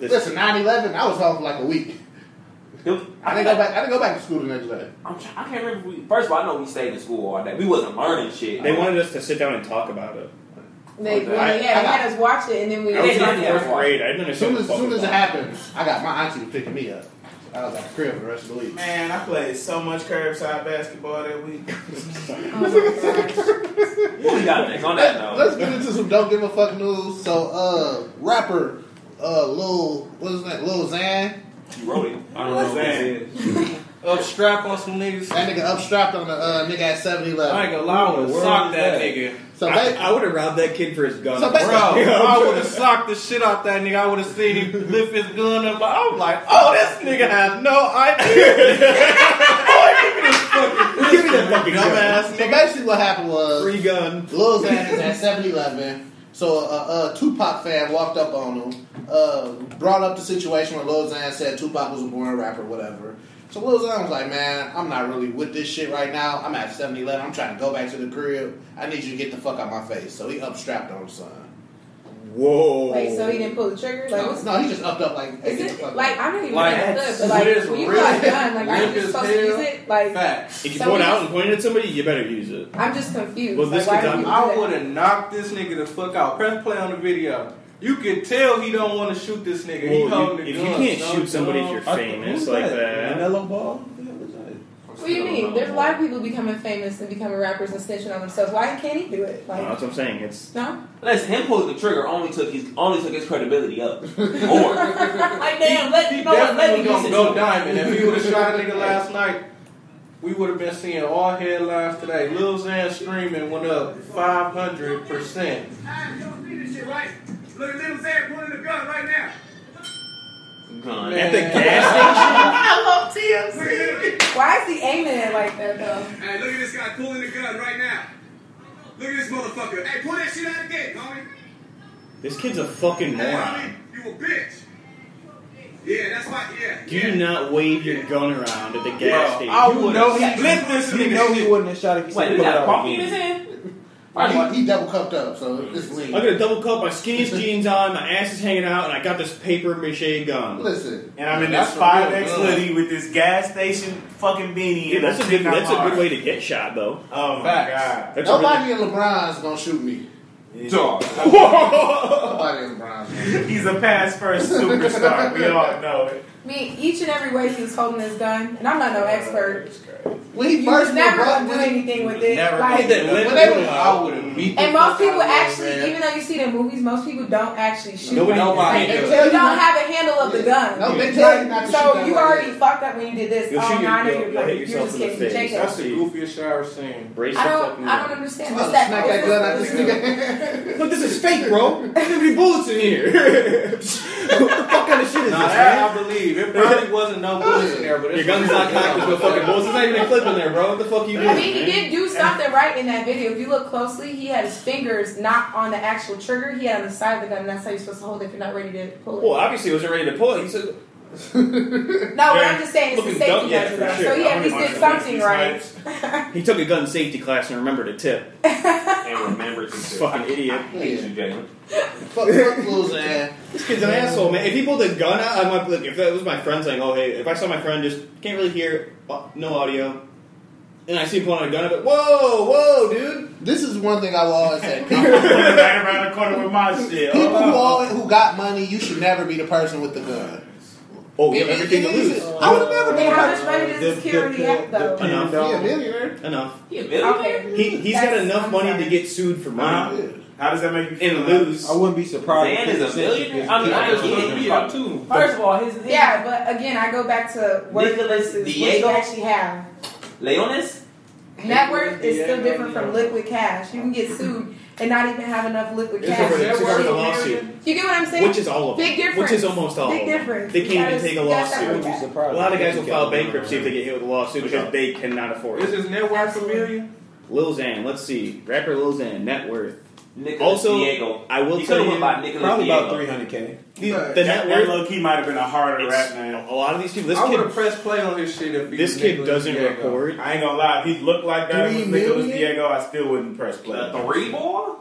I: this,
F: Listen, 9-11, I was home for like a week. I
G: I,
F: didn't go back. I didn't go back to school the next day.
G: I'm, try- I can't remember. if We, first of all, I know we stayed in school all day. We wasn't learning shit.
I: they wanted us to sit down and talk about it.
K: They,
G: Okay.
K: well,
F: I-
K: yeah, they
F: I got-
K: had us watch it, and then we
I: I was in
G: didn't have
I: fourth
G: one.
I: grade. I didn't
F: As soon
I: understand.
F: as,
I: what
F: as
I: the fuck
F: soon as it
I: was going on.
F: happened, I got my auntie was picking me up. I was at the crib for the rest of the week.
M: Man, I played so much curbside basketball that week.
K: Oh
G: What we got next on that note?
F: Let's get into some don't give a fuck news. So, uh, rapper, uh, Lil, what is that, Lil Xan?
G: you wrote it.
M: I don't know what that is.
O: Up Oh, strap on some niggas.
F: That nigga upstrapped on the uh, nigga at 7
O: I ain't
F: Eleven.
O: gonna lie, I would've
I: Where
O: socked
I: is
O: that,
I: that?
O: nigga.
F: So,
I: I,
F: ba-
I: I would have robbed that kid for his gun.
F: So basically-
O: Bro, I would've socked the shit out that nigga. I would've seen him lift his gun up. I was like, oh, this nigga has no idea.
I: give me that fucking gun.
O: Dumbass
F: so
O: nigga.
F: basically what happened was.
I: Free gun.
F: Lil Xan is at 7-Eleven. So a, a Tupac fan walked up on him, uh, brought up the situation where Lil Xan said Tupac was a born rapper, whatever. So Lil Xan was like, man, I'm not really with this shit right now. I'm at 7-Eleven. I'm trying to go back to the crib. I need you to get the fuck out my face. So he upstrapped on his son.
I: Whoa.
K: Wait, so he didn't pull the trigger? Like, what's
F: No, he just upped up like, hey,
K: is
F: get the
K: it
F: fuck
K: like
F: out.
K: I'm not even
O: Like,
K: that good,
O: that's-
K: but
O: it
K: like
O: is
K: when you
O: real-
K: got a gun, like
O: real
K: aren't you
O: as
K: supposed to use
O: hell.
K: it? Like,
O: Facts.
I: If you
K: So
I: point
K: we-
I: out and point at somebody, you better use it.
K: I'm just confused.
I: Well,
K: like,
I: this
K: why
I: could
K: do you
I: be-
K: do
O: I
K: that?
O: would have knocked this nigga the fuck out. Press play on the video. You could tell he don't want to shoot this nigga. he
I: Well,
O: holding
I: you,
O: the
I: if you
O: gun.
I: can't
O: so
I: shoot somebody if
O: dumb.
I: you're famous like that,
N: Mellow ball.
K: What do you mean? There's a lot of people becoming famous and becoming rappers and snitching on themselves. Why can't he do it?
I: No,
K: Like,
I: that's what I'm saying. It's
K: no?
G: Listen, him pulling the trigger only took his only took his credibility up. More.
K: Like, damn, let
O: He
K: you know what? Let
O: definitely
K: me
O: gonna
K: use
O: go
K: it.
O: diamond. If he would have shot a nigga last night, we would have been seeing all headlines today. Lil Xan streaming went up 500 percent.
G: Gun.
I: at the gas
K: I love TMZ. Why is he aiming it like that though?
P: Hey, look at this guy pulling the gun right now. Look at this motherfucker. Hey, pull that shit out again, homie.
I: station. This kid's a fucking
P: Hey,
I: moron.
P: homie, you a bitch. Yeah, that's why, yeah.
I: You
P: yeah.
I: do not wave your gun around at the gas
O: Bro,
I: station.
O: I
I: You
O: would
I: would've-
O: know he lit this
N: You
O: nigga.
N: know he
O: shit.
N: wouldn't have shot if he
G: Wait,
N: still
G: he
N: put it
G: got
N: out
G: coffee
N: on
G: in his
N: him.
G: hand?
F: he, he double cupped up, so it's lean.
I: I got a double cup, my skinniest jeans on, my ass is hanging out, and I got this paper mache gun.
F: Listen,
M: And I'm in
F: That's
M: this
F: a real
M: 5X
F: gun.
M: hoodie with this gas station fucking beanie.
I: Yeah,
M: and
I: that's
M: I'm
I: a good.
M: thinking
I: That's a
M: I'm
I: good way
M: hard.
I: to get shot, though.
M: Oh, my
O: Facts.
M: God.
I: That's a really-
F: nobody in LeBron's gonna shoot me.
M: Dog.
F: Nobody in LeBron's. Gonna shoot me.
M: He's a pass first superstar. we all know it.
K: I mean, each and every way he was holding his gun, and I'm not no expert.
F: When he
K: You
F: first
K: was never
F: LeBron,
K: gonna do
F: when he-
K: anything with it.
O: Never
K: like,
O: did that.
I: When
O: Lit
F: they
O: the
F: were-
O: gun, I would have beat the
K: and
O: fuck
K: most
O: out
K: people
O: of Lil
K: actually,
O: Xan.
K: even though you see it in movies, most people don't actually shoot.
I: Nobody-
O: Nobody
K: Like,
F: They
O: do
K: you
O: it.
F: tell
K: don't
F: you not-
K: have a handle of the gun.
F: No, they
K: Like,
F: tell you not to shoot
K: so
F: that
K: you
F: way.
K: already fucked up when you did this.
I: You'll
K: All
I: shoot your-
K: nine of
I: you'll-
K: your
I: you'll hit
K: like, you're
I: yourself
K: just
I: in the
K: kidding. You
I: face.
K: take
O: That's
K: it.
O: the goofiest shit I ever seen.
I: Brace
K: I
I: the
K: don't.
I: fucking
K: I don't
I: gun.
K: understand.
F: I'll
K: What's that?
F: smack that gun out this nigga.
I: But this is fake, bro. There's gonna be bullets in here. what the fuck kind of shit is
O: Nah,
I: this,
O: that
I: man?
O: I believe. It probably wasn't no bullets in there, but
I: Your
O: it's
I: gun's not cocked, there's no fucking bullets. There's not even a clip in there, bro. What the fuck you doing?
K: I mean, he
I: man?
K: did do something right in that video. If you look closely, he had his fingers not on the actual trigger. He had on the side of the gun. and That's how you're supposed to hold it if you're not ready to pull it.
I: Well, obviously, he wasn't ready to pull it. He said,
K: no, but
I: yeah,
K: Oh, I'm just saying it's a
I: looking
K: safety
I: dumb, yeah,
K: measure.
I: for
K: though.
I: sure.
K: So he
I: I
K: at
I: wouldn't
K: least did
I: want to
K: something right.
I: he took a gun safety class and remembered a tip.
G: And remember to
I: This fucking idiot.
G: Thank you, Jalen.
F: Fuck, fuck Lil Xan.
I: This kid's an asshole, man. If he pulled a gun out, I might like, if that was my friend saying, "Oh, hey," if I saw my friend just can't really hear, uh, no audio, and I see him pulling a gun, I'd be like, "Whoa, whoa, dude!"
F: This is one thing I will always say.
M: I'm
F: People,
M: right around the corner with my shit. Oh,
F: people who
M: Hold on.
F: always, who got money, you should never be the person with the gun.
I: Oh, you have
F: It- it-
I: everything to
F: it is-
I: lose.
F: I would have never
K: Hey,
F: been
K: how
F: the
K: much money does this kid already have though?
I: Enough.
F: person. Be a millionaire.
I: Enough.
G: He a
K: Okay.
G: millionaire.
I: He he's
K: That's-
I: got enough
K: I'm
I: money
K: sorry.
I: to get sued for
M: Huh?
I: money
M: How does that make you feel?
I: and lose.
N: I wouldn't be surprised.
G: Zan
N: if
G: is a
N: he
G: millionaire.
N: said
G: I mean, I
N: this kid was
G: get
N: a
G: it.
N: millionaire.
G: too. First of all, his, his
K: Yeah, but again, I go back to what
G: Nicholas
K: versus what you
G: Diego?
K: actually have.
G: Leones?
K: Net worth is still different from liquid cash. You can get sued and not even have enough liquid
I: It's
K: cash.
I: over, it's over the
K: You
I: lawsuit.
K: get what I'm saying?
I: Which is all of them.
K: Big difference.
I: Which is almost all
K: Big
I: of them.
K: difference.
I: They can't
K: Because
I: even take a
K: you gotta separate
I: lawsuit.
K: that.
I: A lot of guys will file bankruptcy if they get hit with a lawsuit because they cannot afford it.
H: Is his net worth a million?
I: Lil Xan, let's see. Rapper Lil Xan, net worth.
G: Nicholas
I: also,
G: Diego.
I: I will
G: He
I: tell
G: could've
I: you,
G: went by Nicholas
I: probably about
G: Diego.
I: 300K. The,
H: Right.
I: the
H: That-
I: net
H: that
I: worth.
H: low
M: key might have been a harder
I: rap man. A lot of these people, this
H: I
I: kid
H: would have pressed play on his shit if he
I: This
H: was
I: kid
H: Nicholas
I: doesn't
H: Diego.
I: record.
M: I ain't gonna lie. If he looked like that
H: Three
M: with Nicholas
H: million?
M: Diego, I still wouldn't press play.
G: three more?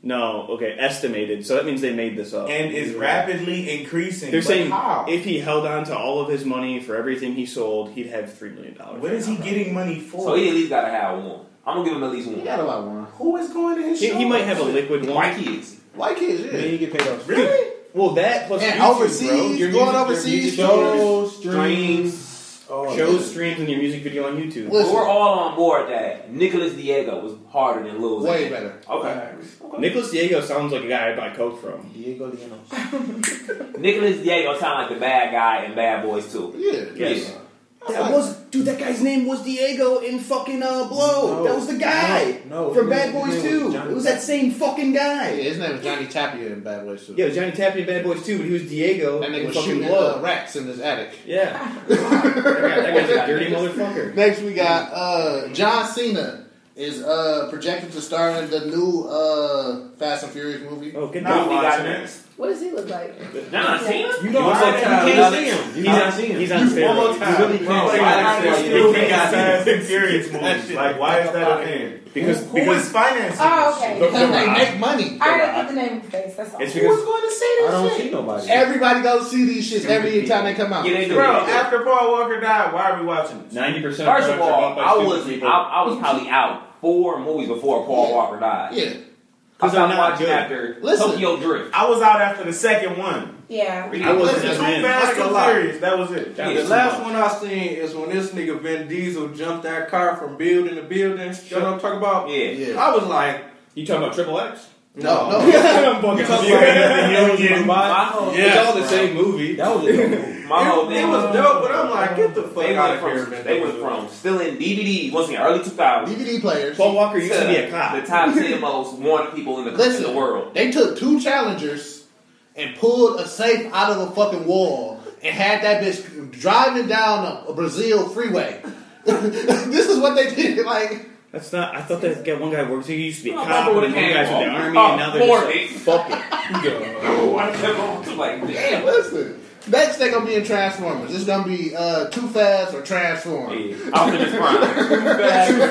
I: No, okay, estimated. So that means they made this up.
M: And is rapidly increasing.
I: They're
M: But
I: saying
M: how?
I: if he held on to all of his money for everything he sold, he'd have three million dollars.
M: What is he getting money for?
G: So he at least gotta have one. I'm gonna give him at least one. He
I: got about one.
M: Who is going to his
I: He,
M: show?
I: he might have a liquid one.
G: White kids.
F: White kids, yeah.
Q: Then you get paid off.
I: Really? Well, that plus
Q: And
I: YouTube, bro.
Q: overseas,
I: Your
Q: going
I: music- your
Q: overseas,
I: music
Q: shows,
I: streams,
Q: Oh,
I: shows,
Q: yeah.
I: streams, and your music video on YouTube.
G: But We're all on board that Nicholas Diego was harder than Lil.
I: Way
G: Xan.
I: better.
G: Okay.
I: Nicholas Diego sounds like a guy I buy coke from.
Q: Diego Leonos.
G: Nicholas Diego sound like the bad guy in Bad Boys too.
I: Yeah.
G: Yes.
I: That was dude. That guy's name was Diego in fucking uh, Blow.
R: No.
I: that was the guy
R: No, no.
I: from
R: His
I: Bad
R: name-
I: Boys
R: his name
I: Two.
R: was Johnny
I: it was that same fucking guy.
R: Yeah, his name was Johnny Tapia in Bad Boys Two.
I: Yeah, it was Johnny Tappy in Bad Boys Two, but he was Diego
R: That
I: in
R: nigga was
I: fucking
R: shooting
I: Blow.
R: uh, rats in his attic.
I: Yeah, that, guy, that guy's a dirty motherfucker.
F: Next, we got uh, John Cena is uh, projected to star in the new uh, Fast and Furious movie.
I: Oh, good
M: Not watching
K: What does he look like?
G: John Cena?
K: You
I: don't
M: One more time.
I: uh, He's not seeing him. He's on
M: One more
I: steroids.
M: time. Bro, why are we still making Fast and Furious movies?
I: That
M: Like, why is that a thing?
I: Because
M: Who is financing?
K: Oh, okay.
M: this shit?
K: Because they
F: make money.
K: I already get the name of the face. That's all.
I: It's because- Who's
K: going to see this
I: nobody.
F: Everybody go see these shits every time they come out.
M: Bro, after Paul Walker died, why are we watching this?
I: Ninety percent.
G: First of all, I was I, I was probably out four movies before Paul Walker died.
F: Yeah.
G: I
I: Because I'm
G: stopped
I: not
G: watching
I: good.
G: after
M: Listen.
G: Tokyo Drift.
M: I was out after the second one.
K: Yeah.
M: I wasn't too fast,
H: Like a
M: too
H: lot.
M: furious. That was it.
H: The last one I seen is when this nigga Vin Diesel jumped that car from building to building. You know what I'm talking about?
G: Yeah.
F: Yeah.
H: I was like,
I: you talking about Triple X?
F: No, no.
I: I'm fucking
H: You talking
I: serious.
H: about the Union?
G: My whole,
I: it's all the same movie.
Q: That was a dope movie.
G: my whole
H: It-
G: thing
H: it was dope, but I'm like, get the fuck
G: they
H: outta
G: went from,
H: here, man.
G: They went from still in DVD once again, early 2000s.
F: DVD players.
I: Paul Walker used to be a cop.
G: The top 10 most wanted people in the,
F: Listen,
G: in the world.
F: They took two challengers and pulled a safe out of the fucking wall and had that bitch driving down a, a Brazil freeway. this is what they did. Like,
I: That's not. I thought that guy, one guy worked. He used to be a
G: I don't
I: cop,
G: Oh, remember
I: and then
G: what
I: one
G: it
I: guy's in the
G: came from.
I: army,
G: Oh,
I: and now they're
G: Morty.
I: just like, fuck
G: Oh, I kept on- I was like, damn.
F: listen. Next, they gonna be in Transformers. It's gonna be uh, Too Fast or Transform.
G: Optimus Prime.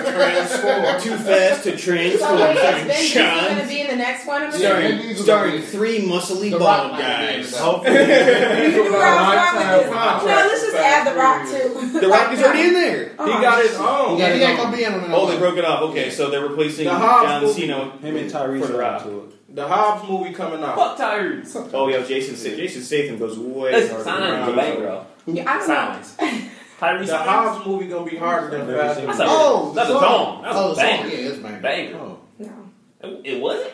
I: it. Too fast to
K: So
I: transform.
K: wait, is Ben Diesel going
I: starring
K: to
I: Sean,
K: be in the next one? I'm assuming?
I: starring, starring three muscly
F: Rock
I: bald
F: might be in it,
I: guys.
F: though.
K: Where I was going with this. No, let's just add the Rock too.
I: The Rock is already in there. He got his own.
F: Yeah, he ain't gonna be in them.
I: Oh, they broke it off. Okay, so they're replacing
H: The Hobbs
I: John
H: movie.
I: Cena.
Q: Him and Tyrese
I: For the
Q: are
I: Rock.
Q: into it.
H: The Hobbs movie coming out.
G: Fuck Tyrese.
I: Oh, yeah, Jason. Sa- Jason Statham goes way
G: Listen,
I: harder.
G: silence the
I: than
G: bank,
I: John
G: bro.
K: Yeah, I don't know.
G: Silence. Tyrese
H: The
G: Silence.
H: Hobbs movie gonna be harder than
Q: Never
H: Fast.
Q: seen
H: and
G: That's
Q: it.
G: a,
F: Oh,
G: that's a
F: the
G: song. That's
F: Oh,
G: a
F: the song.
G: banger.
F: Yeah, it's banger. Oh.
G: Banger.
K: No.
G: It, it wasn't?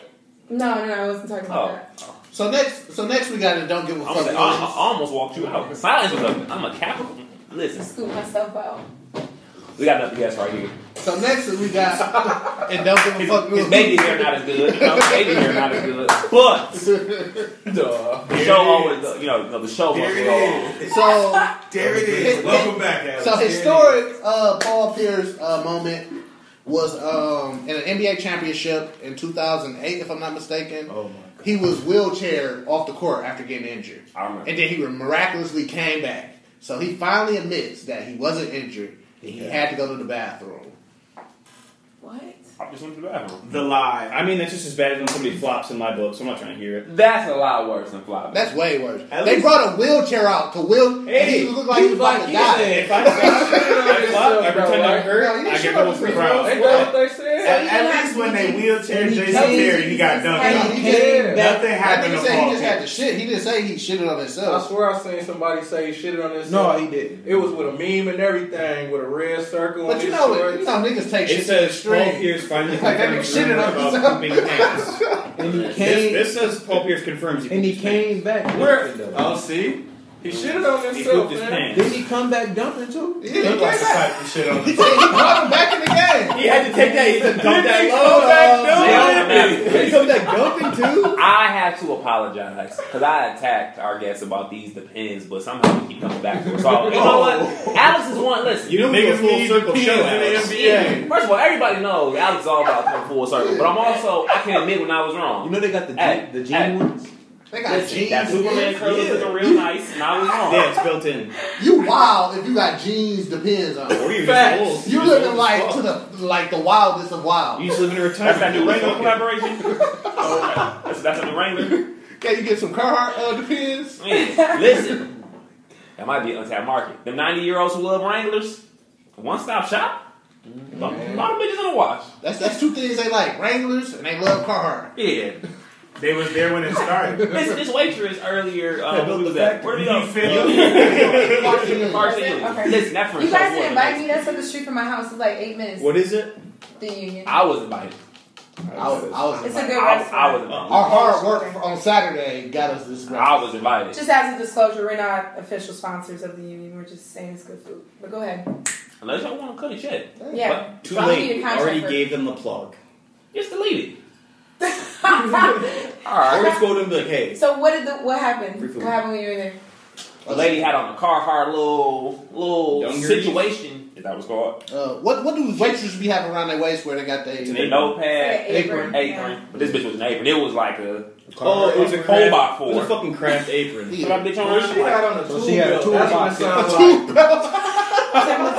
K: No, no, no, I wasn't talking about
G: Oh.
K: that.
F: So next, so next we got to don't give a
G: I'm uh-uh,
F: fuck.
G: like, I, I almost walked you out. Silence was up. I'm a Capricorn. Listen,
K: Scoop myself out.
G: we got another guest right here.
F: So next we got and don't give a fuck.
G: His baby hair not as good. You know, his baby hair not as good. But the show always, you know, you know, the show must
M: There
G: go on.
M: it is.
F: so
M: There it is. Welcome back, Alex.
F: So
M: There it is.
F: historic uh, Paul Pierce uh, moment was um, in an NBA championship in 2008, if I'm not mistaken.
I: Oh, my God.
F: He was wheelchair off the court after getting injured,
G: I remember.
F: and then he miraculously came back. So he finally admits that he wasn't injured and he
I: Yeah.
F: had to go to the bathroom.
K: What?
G: I just went to the bathroom.
M: The lie.
I: I mean, that's just as bad as when somebody flops in my book, so I'm not trying to hear it.
G: That's a lot worse than flop.
F: That's way worse.
M: At
F: they
M: least-
F: brought a wheelchair out to wheel.
I: Hey,
F: and he looked like he was about to die.
I: If I I flop, I pretend I'm
F: No, you
I: hurt, I
F: shut
I: get
F: up,
I: double free
F: bro.
I: throws.
H: Ain't that what they said?
M: At, at least when they wheelchair Jason Terry, he got dunked
F: And
M: on.
F: he
M: Nothing
F: just- that
M: happened
F: nigga
M: to
F: said
M: Paul
F: he just had
M: Pierce.
F: to shit. He didn't say he shitted on
H: I
F: himself.
H: swear I seen somebody say he shitted on this.
Q: No, he didn't.
H: It was with a meme and everything, with a red circle. on
F: But you
H: his
F: know,
H: shorts.
F: you know niggas take shit
I: It
F: to the
I: says Paul
F: extreme.
I: Pierce finally
F: Like, that
I: confirms
F: nigga shitted
I: rumor
F: on
I: about
F: himself.
I: pooping pants.
Q: And he
I: This
Q: came.
I: this says Paul Pierce confirms he
Q: And he
I: poops pants.
Q: came back.
H: Where-
Q: though.
H: Oh, see, He shitted on himself, man.
N: Didn't he come back dumping too?
H: Yeah, he Looked like came the back.
N: of shit on
H: He said he brought him back in the game.
N: He had to take that- he had to dump that
F: Oh.
G: I had to apologize because I attacked our guest about these depends, but somehow we keep coming back to it. So I- you know what? Alex is one. Listen,
I: You know we
G: niggas
I: go full
G: need
I: circle
G: depends
I: show,
G: in the
I: Alex.
G: NBA. First of all, everybody knows Alex is all about coming full circle, but I'm also I can admit when I was wrong. You know they got the hey, the G ones.
F: They got
G: Listen,
F: jeans
G: that
F: and
G: Superman
F: jeans.
G: curl is looking real nice, and I was wrong.
I: Yeah, it's built in.
F: You wild if you got jeans depends on.
I: Or you're just old.
F: Facts. You
I: You're just
F: looking
I: old
F: like
I: as
F: to the like the wildest of wild.
I: You just live in a retirement.
G: That's that new Wrangler
I: Fuck
G: collaboration. that's, that's a new Wrangler.
F: Can you get some Carhartt uh, depends?
G: Man, listen, that might be an untapped market. Them 90 year olds who love Wranglers, one stop shop. A lot a lot of bitches in the wash.
F: That's that's two things they like: Wranglers and they love Carhartt.
G: Yeah.
M: They was there when it started.
G: Listen, this waitress earlier,
M: Yeah,
G: um,
M: built
G: who
M: the
G: was that?
M: factory.
G: Where did you
M: You feel-
G: feel? Parks and Union. Parks and Union.
K: Okay.
G: Listen, that first
K: You guys didn't invite me. That's up the street from my house. It's like eight minutes.
G: What is it?
K: The union.
G: I was invited.
F: I was, I was
K: It's a
F: invited.
K: good
G: I,
K: restaurant.
G: I was invited.
F: Our hard work on Saturday got us this. Great.
G: I was invited.
K: Just as a disclosure, we're not official sponsors of the union. We're just saying it's good food. But go ahead.
G: Unless y'all want to cut a check.
K: Yeah.
I: But too
K: Follow me
I: late.
K: to
I: We
K: contract
I: already
K: for-
I: gave them the plug.
G: Just delete
K: so
G: it. All right.
I: Or just go to them and be like, hey,
K: what did the what happened?
G: Free food.
K: What happened when you were there?
G: A lady had on a Carhartt little little
I: Dungarees.
G: situation. Is that what's called?
F: Uh, what what do waitresses be having around their waist where they got their
G: An notepad,
F: An apron.
G: apron. But this bitch was an apron. It was like a
I: Oh, it was a
G: four
I: craft-
G: by four.
I: it was a fucking craft apron.
G: Put that bitch on
H: Well, she had on a
G: So
H: tool
G: she had a
H: belt.
G: tool
H: That's what
G: box.
H: it sounds
G: A
H: like.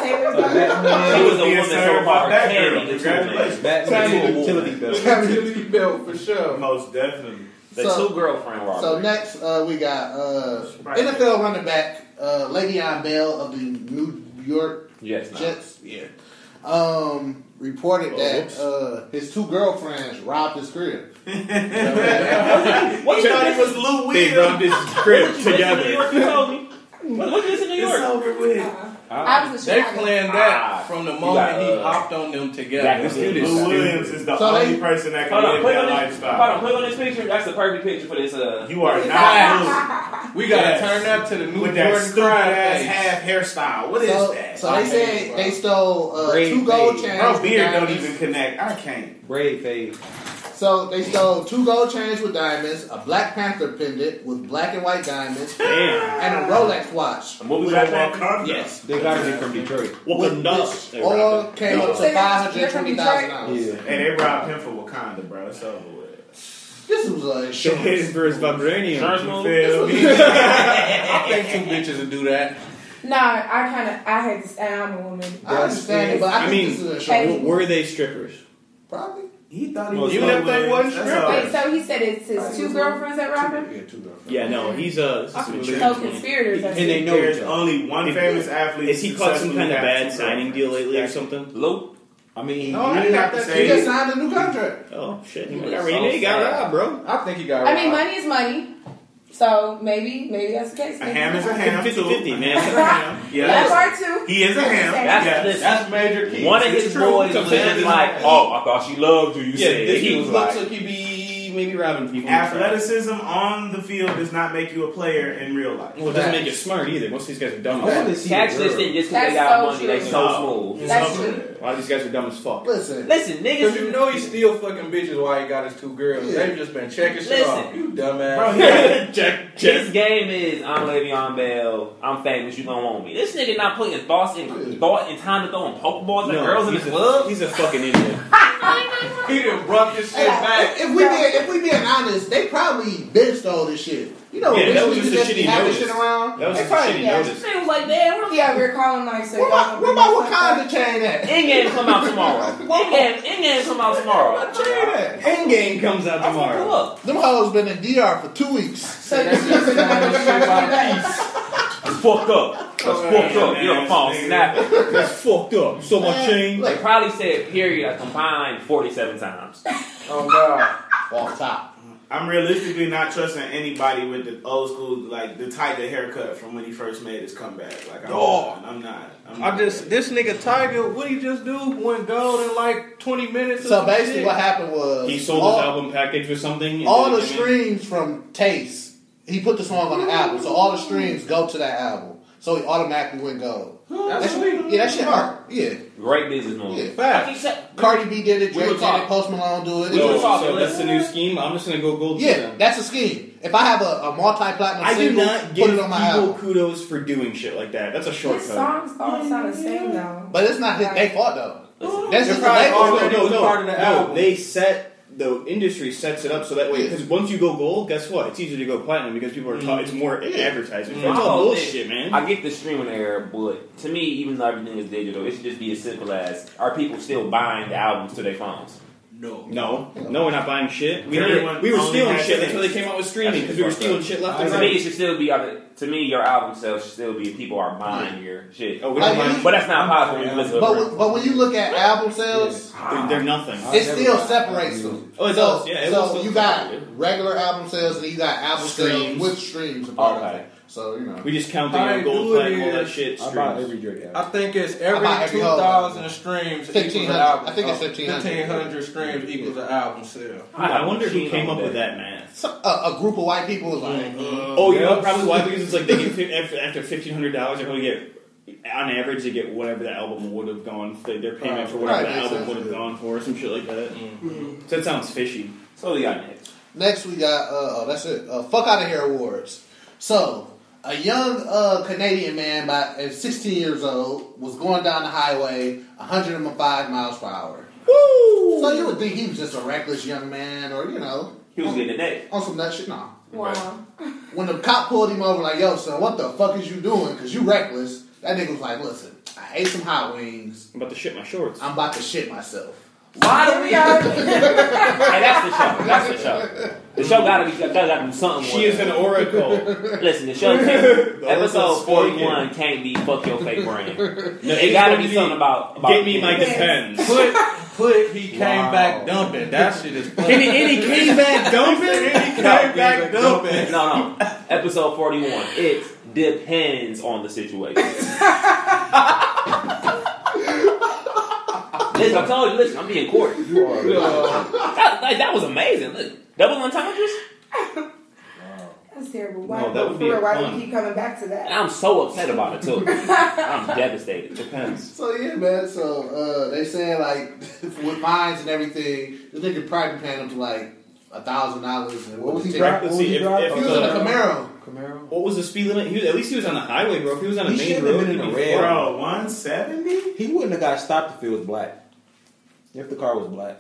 G: She was a woman so hard carried the
H: Congratulations.
G: two men.
H: Tammy
G: Two
H: the
G: women.
H: Utility belt for sure.
M: Most definitely.
G: The
F: So-
G: two girlfriend robbery.
F: So next uh, we got uh, NFL running back uh, Le'Veon Bell of the New York
G: Yes, no.
F: Jets. Yeah. Um, reported
G: Oh,
F: that
G: whoops.
F: uh, his two girlfriends robbed his crib.
G: What
F: He thought he
G: was
M: Lou
I: They rubbed his crib together.
G: You told me. What what is in New
H: It's
G: York?
M: over with.
K: I was in
H: They
K: Chicago.
H: planned that
G: Ah,
H: from the
G: you
H: moment
G: got,
H: he
G: uh,
H: hopped on them together.
G: Zach
H: This
G: Wilson.
H: dude is
G: Lou
H: stupid.
G: Williams
M: is the So only they- person that can
G: Hold on,
M: live
G: click on
M: that
G: this.
M: lifestyle.
G: Hold on, click on this picture. That's the perfect picture for this. Uh,
M: You are not
H: Facts.
M: Lou.
H: We gotta turn that to the new
M: With that
H: Jordan
M: stupid
H: Crime
M: ass
H: face.
M: half hairstyle. What is
F: so,
M: that?
F: So they said they stole uh,
M: Brave
F: two gold
M: fade.
F: chains.
M: Bro, beard
F: with
M: don't
F: diamonds.
M: even connect. I can't.
N: Brave fade.
F: So they stole two gold chains with diamonds, a Black Panther pendant with black and white diamonds, and a Rolex watch.
G: What was
F: Which-
G: that?
F: Yes.
N: They gotta be from Detroit.
F: Which-
I: nuts.
M: uh,
F: which All came up to five hundred twenty thousand dollars.
N: Yeah.
M: And they robbed him for Wakanda, bro. It's over with.
F: This was a
I: They hit him
F: insurance.
I: for his vibranium.
G: Insurance
I: You
G: move?
I: feel me?
H: I think two bitches would do that.
K: Nah, I kind of I had this, and I'm a woman.
F: I understand it, but I,
I: I
F: think
I: mean,
F: this is an insurance.
K: Hey.
I: Were they strippers?
F: Probably.
M: He thought
I: he was Even if they wasn't That's strippers.
K: Wait, so he said it's his two girlfriends that robbed him.
I: Yeah, no, he's a. This is an
K: So
I: insurance company.
K: conspirators. that's
I: And they
K: it.
I: know
M: There's
I: each other.
M: only one famous athlete.
I: Is he caught some
M: successfully
I: kind of
M: had
I: bad
M: two
I: signing deal lately or something?
G: Lou.
N: I mean,
M: No, I didn't have to
F: He
M: say
F: just signed a new contract.
I: Oh shit! He
G: was
I: got,
G: so
I: renegade, he got
G: sad.
I: robbed, bro.
H: I think he got
K: I mean,
H: robbed.
K: money is money. So maybe maybe that's the case.
M: A ham is a ham.
I: 50-50,
M: too.
I: man.
M: A ham. Yeah.
K: That part too.
M: He is a ham.
G: That's
M: yes.
G: listen.
H: That's major key.
G: One of his boys was just like, "Oh, I thought she loved you." You
I: Yeah,
G: said
I: this
G: he
I: dude
G: was
I: looks
G: like,
I: like he be maybe robbing people.
M: Athleticism on the field does not make you a player in real life.
I: Well, it doesn't make it smart either. Most of these guys are dumb.
N: I want to see
G: "Catch
N: the
G: this
N: girl.
G: thing just because they
K: That's
G: got
K: so
G: money. They
K: true.
G: so smooth."
K: That's
I: Some-
K: true.
I: A lot of these guys are dumb as fuck.
F: Listen,
G: Listen,
H: Because you
G: niggas.
H: know he still fucking bitches while he got his two girls. They've just been checking shit
G: Listen.
H: off. You dumbass.
M: Bro, he
I: Jack,
G: His game is I'm Le'Veon Bell. I'm famous. You gonna want me? This nigga not putting thoughts in thought and time to throwing pokeballs at girls in the
I: he's,
G: club.
I: a, he's a fucking idiot.
H: he done brought this shit
F: Hey,
H: back.
F: if we being if we being honest, they probably been stole this shit. You know,
I: Yeah, that was
F: bitch, we
I: just a
F: just be
I: shitty
F: having
I: notice.
F: shit around.
I: That was
F: They
I: just a
F: probably-
I: shitty
K: yeah.
I: notice.
G: This nigga was like, "Man, what the
K: Yeah, we're calling like so.
F: Where
K: y'all
F: my
K: don't
F: where
K: bring
F: my
K: this stuff up.
F: Wakanda chain at?
G: In game come out tomorrow. In game, in game come out tomorrow.
F: Chain at?
I: Endgame comes out
G: I fucked
I: tomorrow.
G: up.
F: Them hoes been in DR for two weeks.
K: So you
G: That's fucked up. That's fucked up. You don't fall snapping.
I: That's fucked up. So my chain.
G: They probably said period a combined forty seven times.
H: Oh god.
F: Off top.
M: I'm realistically not trusting anybody with the old school, like the type of haircut from when he first made his comeback. Like, I'm,
H: Dog.
M: not, I'm not. I'm
H: I
M: not.
H: just this nigga Tiger, what he just do? Went gold in like twenty minutes. or
F: So
H: some
F: basically,
H: shit.
F: what happened was
I: He sold
F: all,
I: his album package with something. and
F: all
I: then-
F: the streams from Taste he put the song on the album, so all the streams go to that album. So he automatically went gold. That's
G: sweet.
F: Yeah, that shit hard. Yeah.
G: Great business
I: Oh,
G: move.
F: Yeah. Cardi B did it,
G: We
F: Drake
G: were
F: did
G: talking-
F: it, Post Malone do it.
I: We were talking, so that's the new scheme. I'm just gonna go gold. for
F: Yeah,
I: them.
F: that's a scheme. If I have a, a multi-platinum
I: I do
F: single,
I: not
F: put
I: give
F: it on
I: people
F: my album.
I: kudos for doing shit like that. That's a
K: His
I: shortcut.
K: songs all sound the same though.
F: But it's not his, they fault though. That's
I: They're
F: just the
I: probably
F: label's fault.
I: already- no, no,
F: Part of the
I: no,
F: album.
I: They set the industry sets it up so that way because once you go gold, guess what? It's easier to go platinum because people are
F: Mm.
I: taught it's more advertising. It's all bullshit, man.
G: Mm. Oh, I get the streaming era, but to me, even though everything is digital, it should just be as simple as: Are people still buying the albums to their phones?
H: No.
I: No, no, we're not buying shit. We,
G: Everyone
I: we were
G: only
I: stealing
G: has
I: shit
G: things.
I: until they came out with streaming because we were stealing shit left and
G: To me, it
I: right.
G: should still be. on the- To me, your album sales should still be people are buying your shit.
I: Oh, we don't
F: Like,
I: mind-
G: but that's not possible. When you listen
F: But
G: to
F: when, but when you look at album sales,
I: They're, they're nothing.
F: it still separates them.
I: Oh, it
F: so,
I: does, yeah, it will
F: so
I: still
F: you got regular album sales and you got album sales with streams. Apart okay. Of it. So you know,
I: We just count the
H: How they
I: young gold
H: do it
I: platinum, all that
H: is-
I: shit.
H: I
I: Streams.
H: buy every I think it's every,
F: I buy every whole
H: 2,000 streams. equals
F: 1500.
H: an album.
F: I think it's
H: Oh,
F: 1500.
H: 1,500 streams equals an album sale.
I: I, I wonder who came up with that math.
F: So- a, a group of white people was like,
I: Oh, you know probably why because it's like they get fif- after after fifteen hundred dollars, they probably get on average they get whatever the album would have gone they- their payment for whatever
F: Right,
I: the
F: makes
I: album
F: sense. Mm-hmm.
I: would have gone for, some shit like that. So that sounds fishy.
G: Mm-hmm. So we got next.
F: Next, we got uh, oh, that's it. Uh, Fuck out of here awards. So, a young uh, Canadian man by at 16 years old was going down the highway 105 miles per hour. Woo! So you would think he was just a reckless young man, or you know,
G: He was getting a neck.
F: on some nut shit. Nah.
K: Wow.
F: When the cop pulled him over, like, yo, son, what the fuck is you doing? Cause you reckless. That nigga was like, listen, I ate some hot wings.
I: I'm about to shit my shorts.
F: I'm about to shit myself.
G: Why do we have? hey, that's the show. That's the show. The show gotta be gotta do something.
I: She
G: with
I: is
G: it.
I: an oracle.
G: Listen, the show can't, episode forty one can't be fuck your fake brand. it
I: it's
G: gotta
I: going
G: be
I: to be,
G: something about, about
I: Get me my depends.
H: Put, put, he came back dumping. That shit is funny.
I: And he- and he came back dumping?
H: And he came back dumping.
G: No, no. Episode forty one. It depends on the situation. listen, I told you. Listen, I'm being court. You are. that, like, that was amazing. Look, double entendres.
K: That's terrible. Why,
G: No, that would be
K: for real,
G: a
K: why do
G: pun.
K: we keep coming back to
G: And
K: that?
G: I'm so upset about it too. I'm devastated.
I: Depends.
F: So yeah, man. So uh, they saying like with fines and everything, this nigga probably paying him to like a thousand dollars. and
I: What was
F: the
I: he
F: ticket-
I: dri- what was he Let's see, if- driving? if
F: he was in
I: the-
F: a Camaro.
H: Camaro.
I: What was the speed limit? He was, at least he was on the highway, bro. If he was on a
N: He
I: main
N: shouldn't
I: road,
N: have been in
I: he'd
N: the
I: be
N: red.
I: fine.
M: Bro, 170?
N: He wouldn't have got stopped if it was black. If the car was black.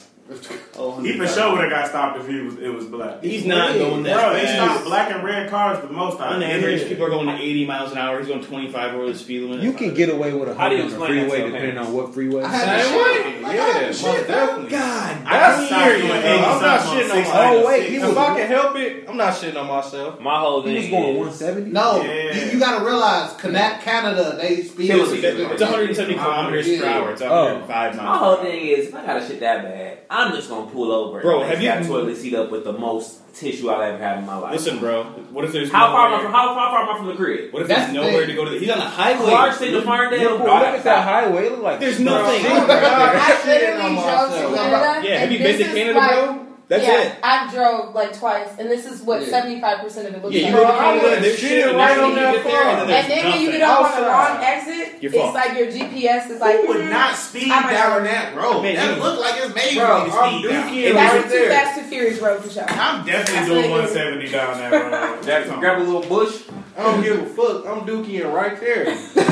I: Oh,
M: He for sure would have got stopped if he was it was black.
I: He's not going that
M: Bro, they
I: fast.
M: stopped black and red cars the most. I
I: On
M: think.
I: average, people are going to 80 miles an hour. He's going 25 over the speed limit.
N: You can get away with a
I: How do you
N: hundred on the
I: explain that to
N: freeway
I: your
N: depending on what freeway.
F: I had to shit. Like, I had to shit.
H: definitely.
N: God,
M: I got
N: that's
M: stopped
N: here,
M: doing
N: man.
M: 80
N: I'm not
M: something
N: shitting
M: on
N: on
M: 60.
N: myself.
H: Oh wait, he
N: was
H: if I can help it, I'm not shitting on myself.
G: My whole thing
N: He was going
G: is-
N: 170.
F: No,
M: Yeah.
F: you, you gotta realize Cana- Canada they speed.
I: It's,
M: Oh
F: limit.
I: it's 170 kilometers per
F: Yeah.
I: hour. It's
N: Oh.
I: 105
G: My
I: miles.
G: whole thing is, if I got a shit that bad, I'm just gonna pull over.
I: Bro,
G: and
I: have you-
G: got toilet seat up with the most tissue I've ever had in my life?
I: Listen, bro. What if there's
G: how far am I
I: nowhere-
G: from? How far, far am I from the crib?
I: What if
F: That's
I: there's nowhere
F: big.
I: to go to? The, he's on the highway.
G: Clarkston to
N: Look,
G: Farndale.
N: look at that highway. It look like
I: There's
N: no.
I: nothing.
F: I
H: shitting on
F: literally
H: myself.
F: chose to-
I: Yeah, have you
K: And
I: been to
K: this is
I: Canada,
K: like-
I: bro? That's
K: yeah,
I: it.
K: I drove like twice, and this is what
F: Yeah.
K: seventy five percent of it looks like.
I: Yeah, you go to
H: I was
I: Canada, there's shit
H: shitting
I: and
H: right
I: there's
H: on
I: shit. You
H: that
I: get there,
H: farm.
I: and
K: and then when you
I: nothing.
K: get off on the
H: Outside.
K: wrong exit,
I: You're
K: it's
I: fucked.
K: like your GPS is like mm,
M: Who would not speed
K: I might
M: down
K: go.
M: that road?
I: Man,
M: that
I: you-
M: looked like it's made
H: Bro,
M: for me
H: I'm
M: to speed down.
H: dookie
K: That's
H: right
K: the Too
H: there.
K: Fast to Furious road for sure.
M: I'm definitely
K: That's
M: doing
K: what it is.
M: 170 down that road. That's
G: That, grab a little bush.
H: I don't give a fuck. I'm dookieing right there.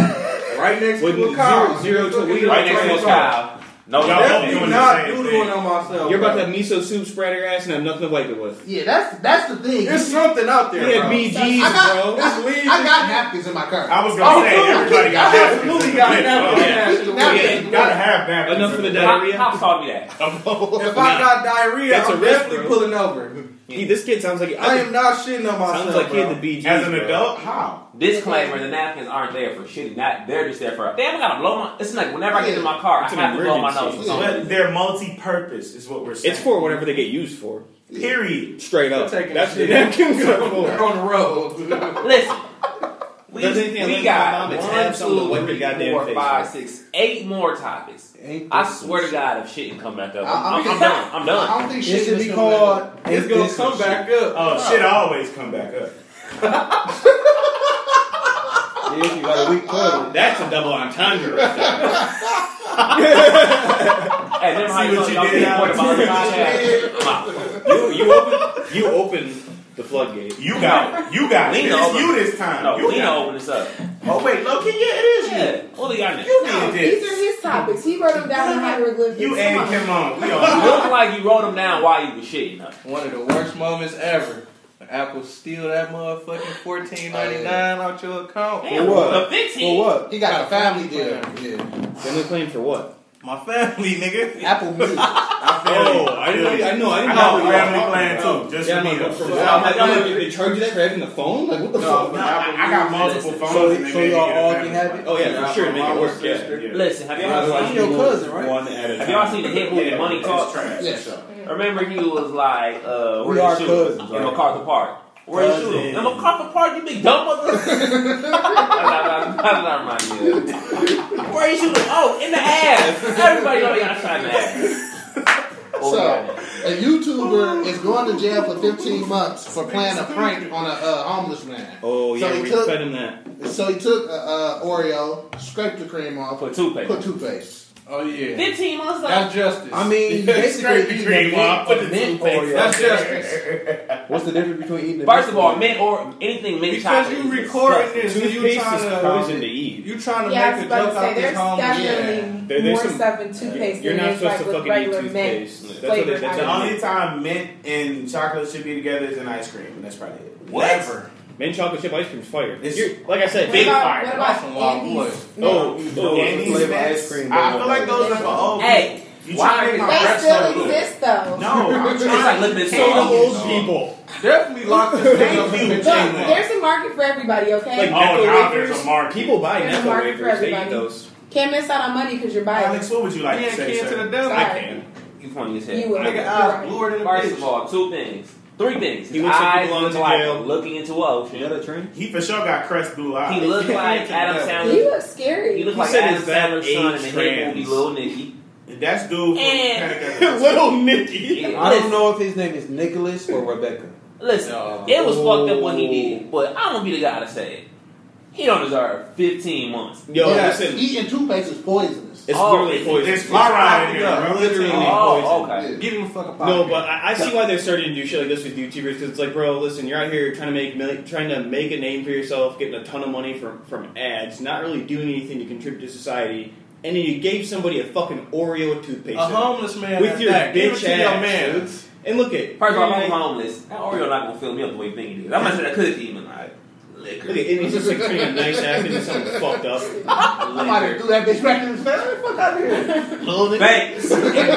H: right next
I: With
H: to a car.
I: zero- zero to
H: Looking
I: wheel.
H: at
G: Right
H: the
G: next to
H: red
G: a
H: car.
G: cow. No,
M: Y'all
G: no,
M: both
G: no.
H: Definitely
M: doing
H: not
M: the same
H: doodling
M: thing.
H: on myself.
I: You're about
H: bro.
I: to have miso soup spread your ass and have nothing to wipe it with.
F: Yeah, that's that's the thing.
H: There's something out
I: You
H: there,
I: have
H: bro.
F: I
I: BGs,
F: got
I: bro.
F: I,
H: leaves
F: I got napkins in my car.
M: I was gonna
H: Oh,
M: say
H: dude,
M: everybody
H: I
M: got napkins.
H: absolutely
M: in
H: got
M: the middle.
H: napkins.
M: Oh,
H: Yeah.
M: yeah. You
F: napkins.
M: gotta have napkins.
I: Enough for the
G: How-
I: diarrhea.
G: Pops taught me that.
H: If I got diarrhea,
I: That's a
H: I'm
I: risk,
H: definitely
I: bro.
H: pulling over.
I: He- This kid sounds like he,
H: I am not shitting on myself.
I: sounds like he
H: bro.
I: had the BGs.
M: As an
I: bro.
M: adult, how?
G: Disclaimer: The napkins aren't there for shitting. Not they're just there for. Damn, I gotta blow my. It's like whenever I get in my car,
I: It's
G: I
I: an
G: have to blow my
I: emergency.
G: nose.
F: Yeah.
M: But they're multi-purpose, is what we're saying.
I: It's for whatever they get used for.
M: period.
I: Straight up.
H: They're taking
I: That's
H: a
I: what the
H: shit.
I: napkins are
H: We're
I: for.
H: on the road.
G: Listen, we,
I: Does anything
G: we
I: like
G: got
I: my mama
G: one,
I: tab something to
G: two,
I: wipe your
G: three,
I: goddamn
G: four,
I: face
G: five,
I: with?
G: six, eight more topics.
N: Ain't
G: I
N: this
G: swear
N: some
G: to God, if shit can come back up,
F: I-
G: I'm,
F: I'm-
G: I'm done. I'm
F: I
G: done.
F: don't think
N: shit.
F: shit
N: It should
F: is
N: be
F: gonna-
N: called.
H: It's gonna come back up.
M: Oh, shit always come back up.
O: Yeah, you got a weak toilet.
I: That's a double entendre right there.
G: Hey, remember how
I: See
G: you
I: what
G: told
I: you
G: y'all
I: did,
G: people what
I: Alex.
G: about the
I: podcast? you, you open you open the floodgate.
M: You got it. You got it.
G: Lena
M: It's
G: opened-
M: you this time.
G: No,
M: you
G: Lena
M: got it.
G: opened this up.
M: Oh wait, Loki, yeah, it is you.
G: Well, they got it.
M: You
K: No,
M: did
K: these
M: this.
K: are his topics. He wrote them down in hieroglyphics.
M: You
K: Come
M: and Kim on. We all
G: Look like you wrote them down while you was shitting. Huh?
O: One of the worst moments ever. When Apple steal that motherfucking fourteen ninety
H: Oh,
O: nine out your account.
G: Damn, For what? a 15? For what?
F: He got a family deal.
O: Yeah.
I: Family claim for what?
O: My family, nigga.
F: Apple Music.
M: I
I: Oh, I didn't. I know. I didn't
M: I got
I: know.
M: the family
I: Oh,
M: plan
I: oh,
M: too. Just
I: yeah,
M: for
I: I'm like,
M: me. though.
I: for- I'm like, I'm like, they charge you that for having the phone? Like, what the fuck?
M: No, I, I got multiple phones. and they made me get a family plan.
I: Oh yeah, for sure, make it work. Yeah.
G: Listen, have y'all
I: Otherwise,
G: seen
I: you
G: your
I: go
G: cousin, right?
I: One at a
G: Have
I: time.
G: y'all seen the hit movie
I: Yeah,
G: Money
I: it's
G: Talk?
I: trash.
G: Remember you was like, uh,
I: We
G: where
I: are
G: you shoot
I: cousins,
G: in
I: right?
G: MacArthur Park. Where you shoot in MacArthur Park? You big dumb mother. That's not remind you. of. Where you shoot? Oh, in the ass. Everybody know they got shot in the ass.
I: Oh,
F: So, a YouTuber is going to jail for 15 months for playing a prank on a uh, homeless man.
I: Oh
F: So
I: yeah,
F: he
I: we
F: took-
I: fed him that.
F: So he took a uh, Oreo, scraped the cream off,
G: put toothpaste.
F: Put toothpaste.
O: Oh yeah.
G: Fifteen months.
O: That's justice.
F: I mean, you basically
O: Scrape the
F: eating
O: cream
F: a mint-
O: off, put the
F: a mint
O: toothpaste.
F: Oreo.
O: That's justice.
N: What's the difference between eating? a
G: First of
N: mint
G: all,
N: and-
G: mint or anything mint
O: Because
G: chocolate
O: you
G: is
O: recording this,
G: disgusting.
O: and you trying to
I: poison to eat.
O: you trying to
K: Yeah, I
O: make
K: was
O: a
K: about
O: joke
K: to say
O: out this
K: there's
O: home.
K: definitely
I: There- there's
K: more
I: some-
K: stuff in toothpaste
I: you're
K: than
I: not
K: there's
I: supposed
K: like
I: to
K: with
I: fucking
K: regular
I: eat
K: mint
I: toothpaste. That's what they-
K: flavored
I: that's
M: The
I: how
K: ice
M: only time mint and chocolate should be together is in ice cream, and that's probably it.
I: What? Mint chocolate chip ice cream's fire.
M: It's-
I: You're- like I said,
K: What about-
I: fire.
K: what about Andes?
I: Oh, oh,
M: Andes Nets. I feel like those are for old.
K: Hey,
M: you
G: why
M: trying to
G: are
M: make
G: you-
M: my
K: They
M: breath so
K: still
M: good.
K: exist though.
M: No, I'm
G: It's like
M: trying.
G: looking at
I: Hey, the
G: soda.
I: old people.
O: Definitely locked this thing up in
K: Look,
O: the
K: there's a market for everybody,
I: Like
K: okay?
I: Necco
M: now
I: wafers.
M: there's a market.
I: People buy
K: There's a
I: Necco
K: market for
I: wafers. They eat
K: everybody.
I: those.
K: Can't miss out on money because you're biting.
M: Alex, what would you like
O: Yeah,
M: to say,
O: kid to the
M: sir?
O: devil.
K: Sorry.
G: You funny as hell.
K: You would.
O: Nigga
M: uh,
O: eyes
K: Right.
O: bluer than a
G: First
O: bitch.
G: of all, two things. Three things.
I: He
G: His
I: looks like he
G: eyes
I: belongs
G: look
I: in
G: like
I: jail.
G: looking into
N: Is
G: ocean.
N: that a train?
M: He for sure got crushed blue eyes.
G: He looked like Adam
K: You
G: Sandler.
K: look scary.
G: He looked
I: He
G: like
I: said
G: Adam
I: it's that
G: Sandler's son in the
I: age
G: hit movie
I: trans.
G: Little Nicky.
M: That's dude. From
G: And-
M: Panic at the Disco.
I: Little Nicky.
G: Yeah.
N: I don't
G: Listen,
N: know if his name is Nicholas or Rebecca.
G: listen,
O: No.
G: it was fucked up what he did, but I'm gonna be the guy to say it. He don't deserve 15 months.
I: Yo,
F: Yes,
I: listen.
F: Eating toothpaste is poisonous.
I: It's
G: Oh,
I: literally
G: it's-
I: poison.
M: There's fluoride in there, bro.
I: Literally
G: Oh,
I: poison.
G: okay.
O: Give him a fucking pocket.
I: No, but I, I see why they're starting to do shit like this with YouTubers because it's like, bro, listen, you're out here trying to make mil- trying to make a name for yourself, getting a ton of money from from ads, not really doing anything to contribute to society, and then you gave somebody a fucking Oreo toothpaste
O: a
G: Uh-huh.
O: homeless man
I: with
O: at
I: your
O: that. Give it
I: bitch
O: to your
I: ass,
O: man.
I: dude. And look at
G: First of all, I'm homeless. That Oreo not gonna fill me up the way you think it is. I'm gonna say that cookie even like liquor.
I: Look at it was just like turning a nice act into something fucked up.
F: I might have threw that bitch back in his face. Get the fuck out of here. Little nigga.
G: Thanks.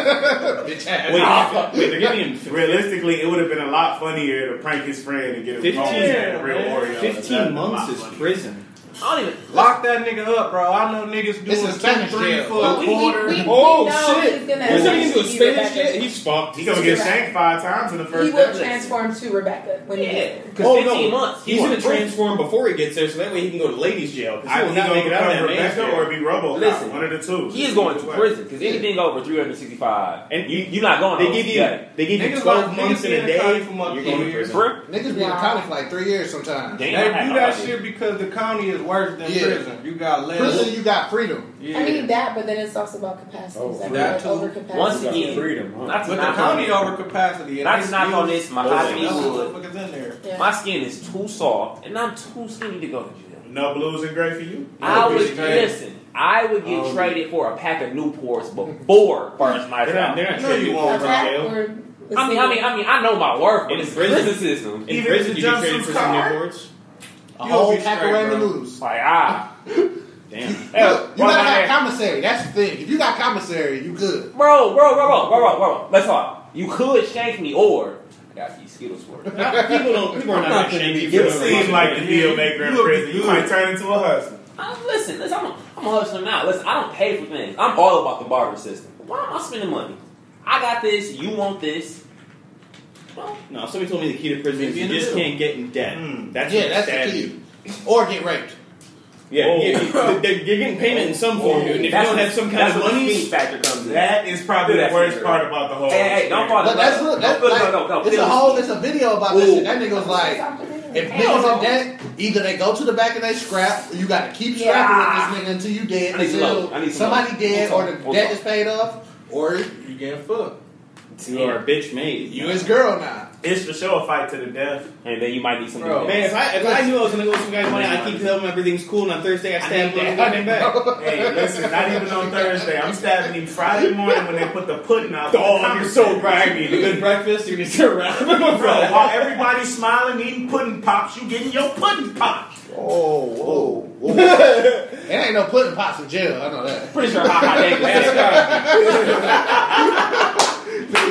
F: Bitch ass.
I: Wait, wait, they're giving him
M: Realistically, it would have been a lot funnier to prank his friend and get him
I: 15
M: wrong than real
O: man.
M: Oreo. That'd
I: fifteen
M: be a lot
I: months is
M: funnier.
I: prison.
G: I don't even.
O: Lock that nigga up, bro. I know niggas
F: This
O: doing
F: is
O: two,
F: Spanish
O: three
F: jail.
O: for a
K: We- we-
O: quarter.
K: we-
I: Oh
K: know
I: shit!
K: he's gonna-
I: He's not even Oh, doing
K: he's
I: Spanish
K: Rebecca.
I: yet. He's fucked.
M: He gonna get shanked five times in the first.
K: He will
M: episode.
K: transform to Rebecca when he
G: Yeah,
K: gets there.
G: because 15 months.
I: Oh, He's
G: in
I: gonna transform before he gets there, so that way he can go to ladies' jail. Because he
M: I
I: will
M: will either
I: not make it out of
M: become
I: that man's
M: Rebecca
I: jail.
M: or be Robo.
G: Listen,
M: one of the two.
G: He is going to
M: Either way.
G: prison because anything over 365,
I: And
G: you you're not going.
I: They
G: to
I: give you
G: OCA.
I: they give you
O: Niggas
I: twelve
O: like-
I: months
O: niggas
I: in a
O: being
I: day.
O: caught for months
I: You're going to
O: years.
I: prison.
G: For-
F: Niggas be in
K: Wow.
F: college for like three years
G: Damn,
F: sometimes.
O: They
G: I
O: do
G: had no
O: that
G: idea.
O: shit because the county is worse than
F: Yeah.
O: prison. You got less.
F: Prison, you got freedom.
O: Yeah.
K: I mean that, but then it's also about capacity.
N: Oh,
K: Oh, like
O: that too.
K: over capacity.
G: Once
N: Got
G: again,
N: freedom, huh?
G: not
O: but
G: to
O: the
G: knock on
O: county
G: this,
O: over capacity.
G: not to knock on this, my
I: Oh,
G: hot meat
I: yeah.
G: wood.
O: motherfuckers in there.
K: Yeah.
G: My skin is too soft, and I'm too skinny to go to jail.
M: No blues and gray for you.
G: I
O: be
G: would
O: straight.
G: listen. I would get
N: Oh,
G: traded for a pack of Newports before first night
I: They're not.
G: out.
I: They're not
O: No,
I: trading
O: you
I: you
O: won't,
I: for
K: A pack
I: jail.
K: or a
G: I mean, I mean, I mean, I know my worth, but
I: In
G: it's
I: prison.
G: prison system.
I: In
M: Even
I: prison,
M: if
I: you
M: the
I: get traded
M: jumpsuit's
I: for some
M: covered?
I: airports.
F: A
O: You'll
F: whole
O: be
F: pack
O: straight,
F: of Raymond
O: bro.
F: noodles.
G: Like ah,
I: Damn.
G: Hell,
F: you
G: one
F: gotta
G: night
F: have
G: out.
F: commissary. That's the thing. If you got commissary, you good.
G: Bro, bro, bro, bro, bro, bro, bro. Let's talk. You could shank me, or I got these Skittles for it.
I: Not- People don't. People are
N: I'm not
I: not going to
N: gonna
I: shame
N: be
I: you
M: You
I: for
M: seem like the deal maker in
O: You look
M: prison. You
O: good.
M: might turn into a hustler.
G: I'm, listen, listen, I'm, I'm a hustler now. Listen, I don't pay for things. I'm all about the barter system. Why am I spending money? I got this. You want this? Well,
I: No, somebody told me the Hmm. key to prison is
G: Maybe
I: you
G: in the
I: just
G: middle.
I: can't get in debt.
M: Mm.
I: That's
F: yeah,
I: what
F: that's
I: stab
F: the key.
I: you.
F: Or get raped.
I: Yeah,
M: Whoa.
I: yeah, you- they're you're getting payment in some form, dude. And if you
G: that's
I: don't
G: what-
I: have some kind
G: that's
I: of
G: what the
I: money,
G: speed factor comes in.
M: That is probably
G: Do that
M: the worst
G: for me,
M: part about the whole.
G: hey, hey, don't fall in
F: But that's
G: love.
F: look. That's
G: Don't feel-
F: like,
G: no, no, no,
F: it's a
G: feel-
F: whole. It's a video about
G: Ooh.
F: that shit. That nigga was like, If niggas in debt, either they go to the back and they scrap, or you gotta keep scrapping with this nigga until you dead,
G: I need some
F: until
G: love. I need some
F: somebody
G: love.
F: dead,
G: Hold
F: or
G: on.
F: the
G: Hold
F: debt
G: on.
F: is paid off, or
H: you getting fucked.
I: You are a bitch made.
F: You his girl now.
M: It's for sure a fight to the death.
G: And then you might need some.
I: Bro, man, if I if I knew I was gonna go with some guy's money, I keep telling him everything's cool, and on Thursday I stab him in the back.
M: Hey, listen, not even on Thursday. I'm stabbing him Friday morning when they put the pudding out.
I: Dog, you're so grimy. The good breakfast, you're gonna sit around.
M: Bro, while everybody's smiling, eating pudding pops, you getting your pudding pop.
F: Oh, whoa, whoa. it ain't no putting pots in jail. I know that.
M: Pretty sure how hot they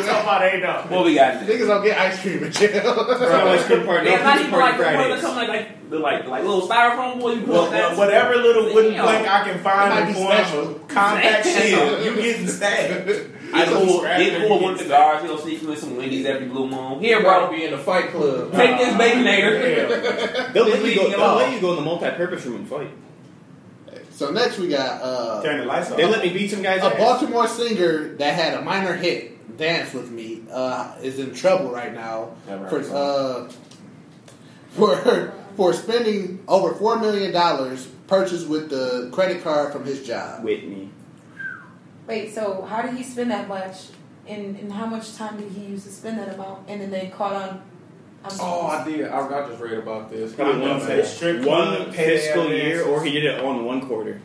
M: Somebody know.
G: What we got?
F: Niggas don't get ice cream in jail.
G: Yeah, not even like the one that come like like the like like little styrofoam boy. You put
M: Well,
G: on that.
M: whatever little wooden
G: Damn.
M: plank I can
G: It
M: find
G: might
M: in
G: be
M: form
G: special.
M: of compact
G: Damn.
M: shield, you getting stabbed.
G: I cool,
M: Scrapping,
G: get cool with
M: you
G: one of the guards. You know, sneak with some Wendy's every blue moon. Here, bro,
H: be in the fight club.
G: Take this baconator.
I: They'll let you
G: Leaving
I: go.
G: it
I: They'll
G: all.
I: let you go in the multi-purpose room and fight.
F: So next we got uh,
M: Turn the lights off.
I: They let me beat some guys.
F: a
I: ass.
F: Baltimore singer that had a minor hit, "Dance with Me," uh, is in trouble right now
M: Never
F: for
M: heard
F: uh, for for spending over four million dollars purchased with the credit card from his job.
I: Whitney.
K: Wait, so how did he spend that much? And, and how much time did he use to spend that amount? And then they caught on. I'm
H: Oh, I did. I, I just read about this.
I: Probably one,
H: Goddamn, man.
I: fiscal- one fiscal year, or he did it all in one quarter.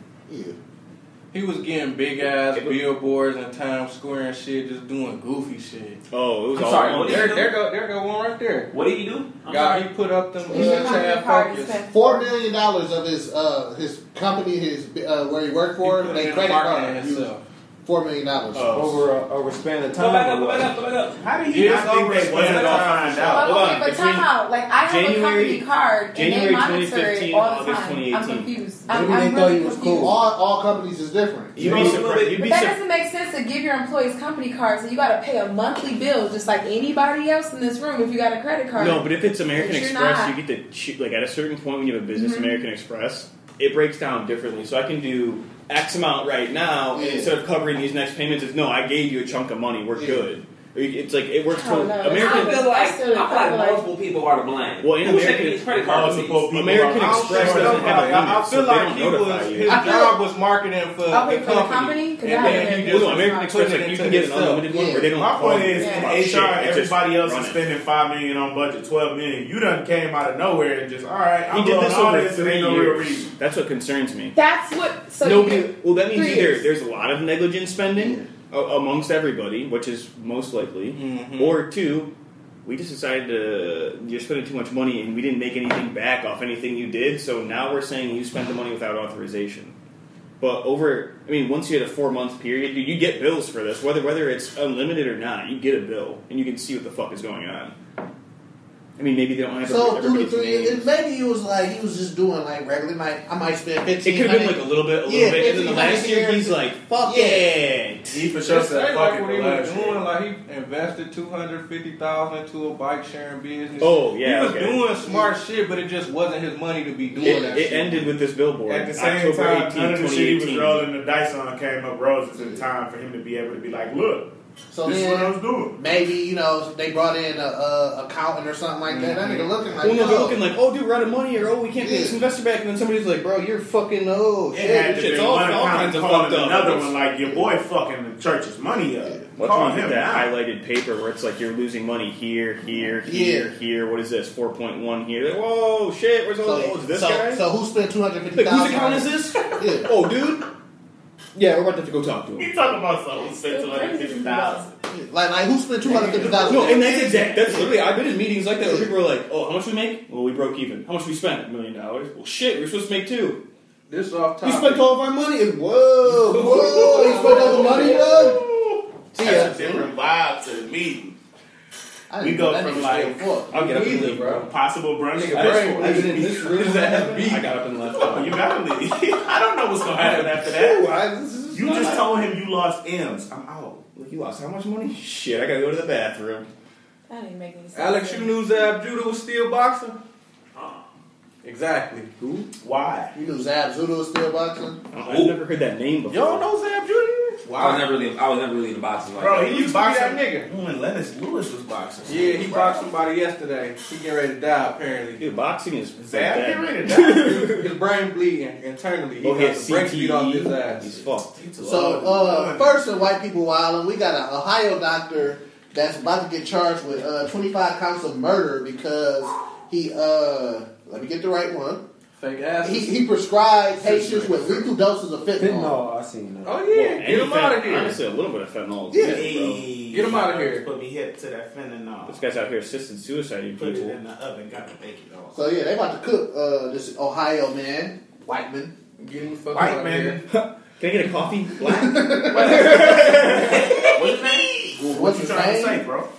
H: He was getting big ass billboards in Times Square and shit, just doing goofy shit.
I: Oh, it was
H: I'm
I: all
H: sorry,
I: one.
H: what did he do? There go, there go one right there.
G: What did he do? I'm
H: God,
G: sorry.
H: he put up them uh,
F: He's a
H: Chad Focus.
F: Four million dollars of his uh, his company, his uh, where he worked for,
H: He put it
F: they
H: in
F: credit
H: marketing Oh.
F: card. used
H: himself.
F: Four million dollars.
N: over uh, over span of time.
G: Go back up, go back up, go back up.
M: How did
N: he
M: Years
N: not think
M: over
N: they
M: is
N: wasn't
M: when
N: gonna
M: time
N: find
M: for
N: out?
M: sure.
N: Hold
K: okay,
N: on,
K: but
I: between
K: time out. Like, I have
I: January-
K: a company card, and
I: January
K: they monitor it
I: 2015,
K: all the
I: August
K: time. I'm
I: 2018.
K: confused.
F: Maybe
K: I'm,
F: they
K: I'm
F: thought
K: really
F: he was
K: confused.
F: cool. All, all companies is different.
I: You'd be surprised. You'd
K: But
I: be
K: that
I: surprised.
K: doesn't make sense to give your employees company cards, and you got to pay a monthly bill just like anybody else in this room if you got a credit card.
I: No, but if it's American
K: But you're
I: Express,
K: not.
I: you get to choo- like at a certain point when you have a business
K: Mhm.
I: American Express, it breaks down differently. So I can do X amount right now, and
F: Yeah.
I: instead of covering these next payments, it's no, I gave you a chunk of money. We're
F: Yeah.
I: good. Or you- It's like it works.
K: I don't
I: totally-
K: know.
I: American.
G: I feel like I
K: I
G: feel
K: still- I feel
G: like
K: like-
G: multiple people are to blame.
I: Well, in
G: Who's
I: America-
G: taking these credit card
M: Multiple
G: receipts?
M: people
I: American
M: are-
I: Express doesn't have a
H: I,
I: limit,
H: I
I: so
H: feel
I: they
H: like
I: like
H: he
I: don't notify
H: was,
I: you.
H: his
F: I feel-
H: job was marketing for
K: Okay, for the
H: the company.
K: company? 'Cause I
H: And then
K: haven't
H: he
K: been-
H: just
I: Well, no, American
H: put
I: Express,
H: it
I: like you
H: into
I: can get an
H: itself.
I: unlimited one
F: Yeah.
I: where they don't.
M: My
I: call
M: point
I: you.
M: is,
K: Yeah.
M: in
I: Shit,
M: HR,
I: it's just
M: everybody else
I: running.
M: is spending five million on budget, twelve million. You done came out of nowhere and just all right. I'm
I: He did
M: blowing
I: this
M: all
I: over
M: this. and
I: three
M: ain't no real
I: years.
M: reason.
I: That's what concerns me.
K: That's what. So you
I: Nobody.
K: can-
I: Well, that means
K: three
I: either
K: years.
I: there's a lot of negligent spending a- amongst everybody, which is most likely,
M: Mm-hmm.
I: or two, we just decided to you're spending too much money and we didn't make anything back off anything you did. So now we're saying you spent the money without authorization. But over, I mean, once you hit a four month period, dude, you get bills for this, whether whether it's unlimited or not. You get a bill and you can see what the fuck is going on. I mean, maybe they don't have
F: So through the
I: everybody's
F: three,
I: names.
F: it, maybe he was like he was just doing like regular. Like I might spend
I: It
F: fifteen.
I: could have been like a little bit, a little
F: Yeah,
I: bit, and then the
F: 1500
I: last year
F: years.
I: he's like, "Fuck
F: Yeah.
I: it."
M: He for sure
H: Just
M: said
H: say like
M: fucking
H: what he
M: the
H: was
M: last year.
H: doing, like he invested two hundred fifty thousand to a bike sharing business.
I: Oh, yeah,
H: he was
I: okay.
H: doing smart shit, but it just wasn't his money to be doing
I: It,
H: that.
I: it
H: shit.
I: ended with this billboard.
M: At the same
I: October
M: time,
I: 18,
M: none of the shit he was
I: 2018.
M: rolling the dice on came up roses in time for him to be able to be like, look,
F: So
M: this is what I
F: then
M: was doing.
F: maybe you know they brought in a, a accountant or something like that.
M: Mm-hmm.
F: That nigga looking like
I: Well, no, they're
F: yo.
I: looking like, "Oh, dude, we're out of money," or "Oh, we can't pay this
F: Yeah.
I: investor back," and then somebody's like, "Bro, you're fucking oh
M: It
I: shit,
M: had
I: your
M: to
I: shit's
M: be
I: all,
M: one
I: all
M: account
I: kinds of
M: calling
I: fucked up."
M: another one like your boy fucking the church's money up.
I: What's
M: Call
I: wrong
M: him
I: with that
M: now.
I: highlighted paper where it's like you're losing money here, here, here,
F: Yeah.
I: here? What is this? Four point one here. They're, Whoa, shit! Where's all
F: so,
I: oh, is this
F: so,
I: guy?
F: so who spent two hundred fifty
I: like, whose
F: thousand?
I: account is this?
F: Yeah.
I: Oh, dude. Yeah, we're about to have to go talk to him.
M: He talking about something sent to like fifty thousand.
F: Like like who spent two hundred fifty thousand?
I: Oh. No, and that's exact. That's literally. I've been in meetings like that where people are like, "Oh, how much we make? Well, we broke even. How much we spent? A million dollars. Well, shit, we we're supposed to make two.
H: This off
I: We
H: topic.
I: spent all of our money. And
F: Whoa, whoa! He spent all the money, bro. See ya.
M: That's a different vibe to the meeting.
F: I
M: We
F: didn't
M: go
F: know that
M: from
F: nigga
M: like-
F: spent four.
I: I'll get up and
H: Neither,
I: leave,
H: bro.
M: Possible brunch.
H: Nigga,
I: I just-
H: Right.
I: I've been in this room.
H: Is that
I: I got up and left.
M: Oh, you gotta leave. I don't know what's gonna happen after that. You just told him you lost M's. I'm out.
I: Look, you lost how much money? Shit, I gotta go to the bathroom.
K: That didn't make any sense.
H: Alex, you knew Zab Judah was still boxing.
M: Uh-uh.
H: Exactly.
I: Who?
M: Why?
F: You knew Zab Zudo was still boxing.
I: I've never heard that name before.
H: Y'all know Zab Judah? is?
G: I was never really, I was never really into boxing. Like
H: Bro,
G: that.
H: he used to be that
G: nigga. When Lennox Lewis was boxing.
H: Yeah, he boxed somebody yesterday. He getting ready to die apparently.
I: Dude, boxing is
H: bad. Getting ready to
I: bad.
H: die. his brain bleeding internally. He
I: Go get
H: got the brakes beat off his
M: E.
I: CTE.
H: ass.
I: He's fucked.
F: So uh, first in white people wilding, we got an Ohio doctor that's about to get charged with uh, 25 counts of murder because he uh, let me get the right one.
H: Fake ass.
F: He, he prescribed patients with lethal doses of fentanyl.
S: Fentanyl, I seen that.
H: Oh yeah,
I: And
H: get him
I: fent-
H: out of here.
I: Honestly, a little bit of fentanyl. is
H: Yeah.
I: good, bro.
H: Get him out of here.
M: Put me hip to that fentanyl.
I: This guy's out here assisting suicide. You
M: Put it
I: people.
M: in the oven, gotta bake it all.
F: So yeah, they about to cook uh, this Ohio man, white man.
H: Get him the fuck
M: White
H: out
M: man.
H: of here.
I: Can I get a coffee? Black.
M: What's his name?
F: What's
M: you
F: his
M: trying to
F: name?
M: say, bro?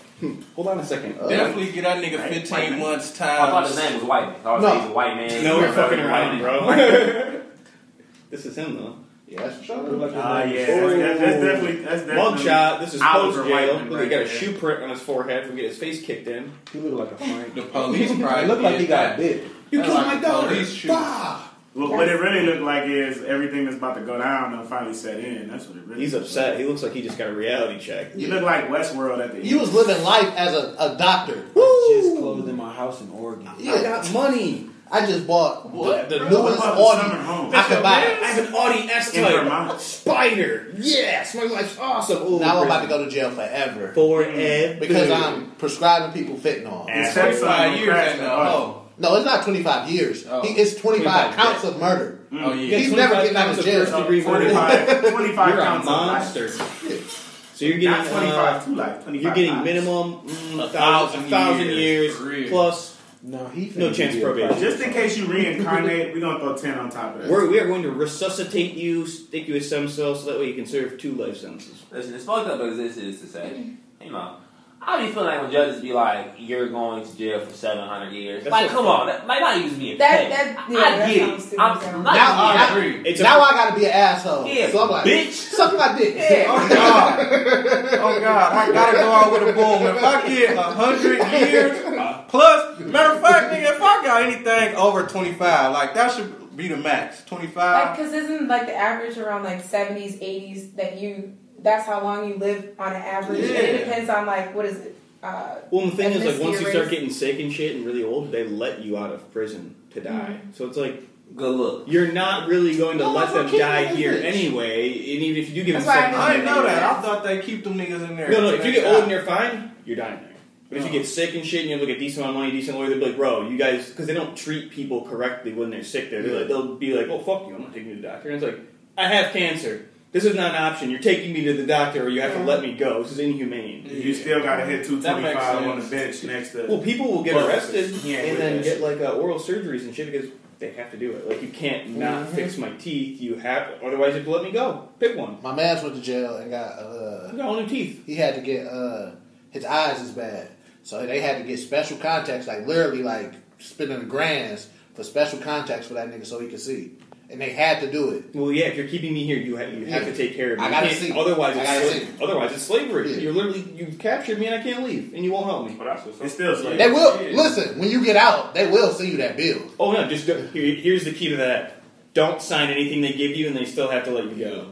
I: Hold on a second.
H: Definitely get that nigga
G: Right?
H: 15
G: White man.
H: months
G: I
H: time.
G: thought his name was White. I was
F: No.
G: no. he's a white man.
I: No, we're
G: White
I: fucking
G: man.
I: around, bro. this is him though.
F: Yeah, that's true.
M: Ah, yeah. That's, that's definitely.
I: Mug
M: That's definitely.
I: shot. This is
M: Oliver
I: post jail.
M: Whiteman
I: Look,
M: right
I: he got a
M: there.
I: shoe print on his forehead. We get his face kicked in.
S: He look like a Frank.
H: The police
S: He
H: probably
S: look like
H: did
S: he got
H: that.
S: bit.
H: You killed my daughter.
M: Look, what it really looked like is everything that's about to go down and finally set in. That's what it really.
I: He's upset. He looks like he just got a reality check.
M: You look like Westworld at the end.
F: You was living life as a, a doctor.
S: Just closed in my house in Oregon.
I: I got money.
F: I just bought
I: What?
F: the
I: Bro,
M: What
F: newest
M: about the
F: Audi.
M: summer home?
F: I could buy it.
I: I have an Audi S
M: In
I: type.
M: Vermont.
I: Spider. Yes, my life's awesome. Ooh,
F: Now I'm about to go to jail forever
I: forever
F: because um, I'm prescribing people fentanyl.
M: His
I: Ass.
M: stepson
H: Five
M: was
H: years
M: crashing
H: in the
M: the Audi.
H: hole.
F: No, it's not 25 years.
H: Oh.
F: He, it's 25,
I: 25,
F: counts of murder.
H: Oh yeah.
F: He's never getting out of jail.
I: First degree murder.
M: 25, 25
I: You're a
M: counts of life.
I: monster. So you're getting
M: Not 25
I: uh,
M: to life. 25
I: You're getting
M: lives.
I: minimum mm,
H: thousand
I: a thousand, a thousand
H: years,
I: years,
H: for real.
I: plus.
S: No, he
I: No chance probation.
M: Just in case you reincarnate, we're going to throw 10 on top of that.
I: We're, we are going to resuscitate you, stick you with stem cells, so that way you can serve two life sentences.
G: Listen, as fucked up as this is to say, you know, I be feeling like when judges be like, "You're going to jail for 700 years."
I: That's
G: like,
I: what-
G: come on, that, like not even being
K: That-
G: petty.
K: that- yeah,
G: I
K: that
G: get
K: sounds
G: it.
K: stupid.
G: I'm not.
F: Now-
G: being-
H: I
F: Yeah.
H: agree.
I: It's
F: now
I: a,
F: I gotta be an asshole.
G: Yeah,
F: so I'm like,
G: bitch.
F: suck my dick.
H: Oh God! Oh God! I gotta go out with a boom. If I get a hundred years plus, matter of fact, nigga, if I got anything over twenty five, like that should be the max. Twenty
K: Like,
F: uh,
H: five.
K: cause isn't like the average around like seventies, eighties that you that's how long you live on an average. And
H: Yeah.
K: it depends on like what is it? Uh,
I: well, the thing is, like,
K: ethnicity
I: once you
K: or
I: start
K: race.
I: getting sick and shit and really old, they let you out of prison to die. So it's like
G: Good look.
I: you're not really going to
F: Well,
I: let
F: that's
I: them
F: okay,
I: die
F: isn't
I: here
F: it?
I: anyway. And even if you do give them
K: That's why I
I: seven,
H: I didn't know that. I thought they keep them niggas in there.
I: No, no. If you get
H: They
I: old
H: got-
I: and you're fine, you're dying there. But
M: Oh.
I: if you get sick and shit, and you have like a decent amount of money, decent lawyer, they'll be like, "Bro, you guys," because they don't treat people correctly when they're sick. They're, they're like, they'll be like, "Oh fuck you, I'm not taking you to the doctor." And it's like, "I have cancer. This is not an option. You're taking me to the doctor, or you have to let me go. This is inhumane."
M: You still got to hit
H: That makes
M: 225 on the bench
H: sense.
M: next to.
I: Well, people will get
M: Well,
I: arrested
M: yeah,
I: and
M: with
I: then
M: that
I: get
M: shit.
I: like uh, oral surgeries and shit because they have to do it. Like you can't not
H: Mm-hmm.
I: fix my teeth. You have otherwise you have to let me go. Pick one.
F: My man's went to jail and got
I: I
F: uh
I: got all new teeth.
F: he had to get uh his eyes is bad. So they had to get special contacts, like literally like spending the grands for special contacts for that nigga so he could see. And they had to do it.
I: Well, yeah. If you're keeping me here, you have you have
F: Yeah.
I: to take care of me.
F: I
I: You
F: gotta
I: can't-
F: see.
I: Otherwise,
F: I
I: it's
F: gotta
I: sla-
F: see.
I: otherwise it's slavery.
F: Yeah.
I: You're literally you captured me and I can't leave, and you won't help me.
M: Well, that's what's up. It's still slavery.
F: They will
H: Yeah.
F: listen, when you get out, they will send you that bill.
I: Oh no! Just go, here, here's the key to that. Don't sign anything they give you, and they still have to let you go.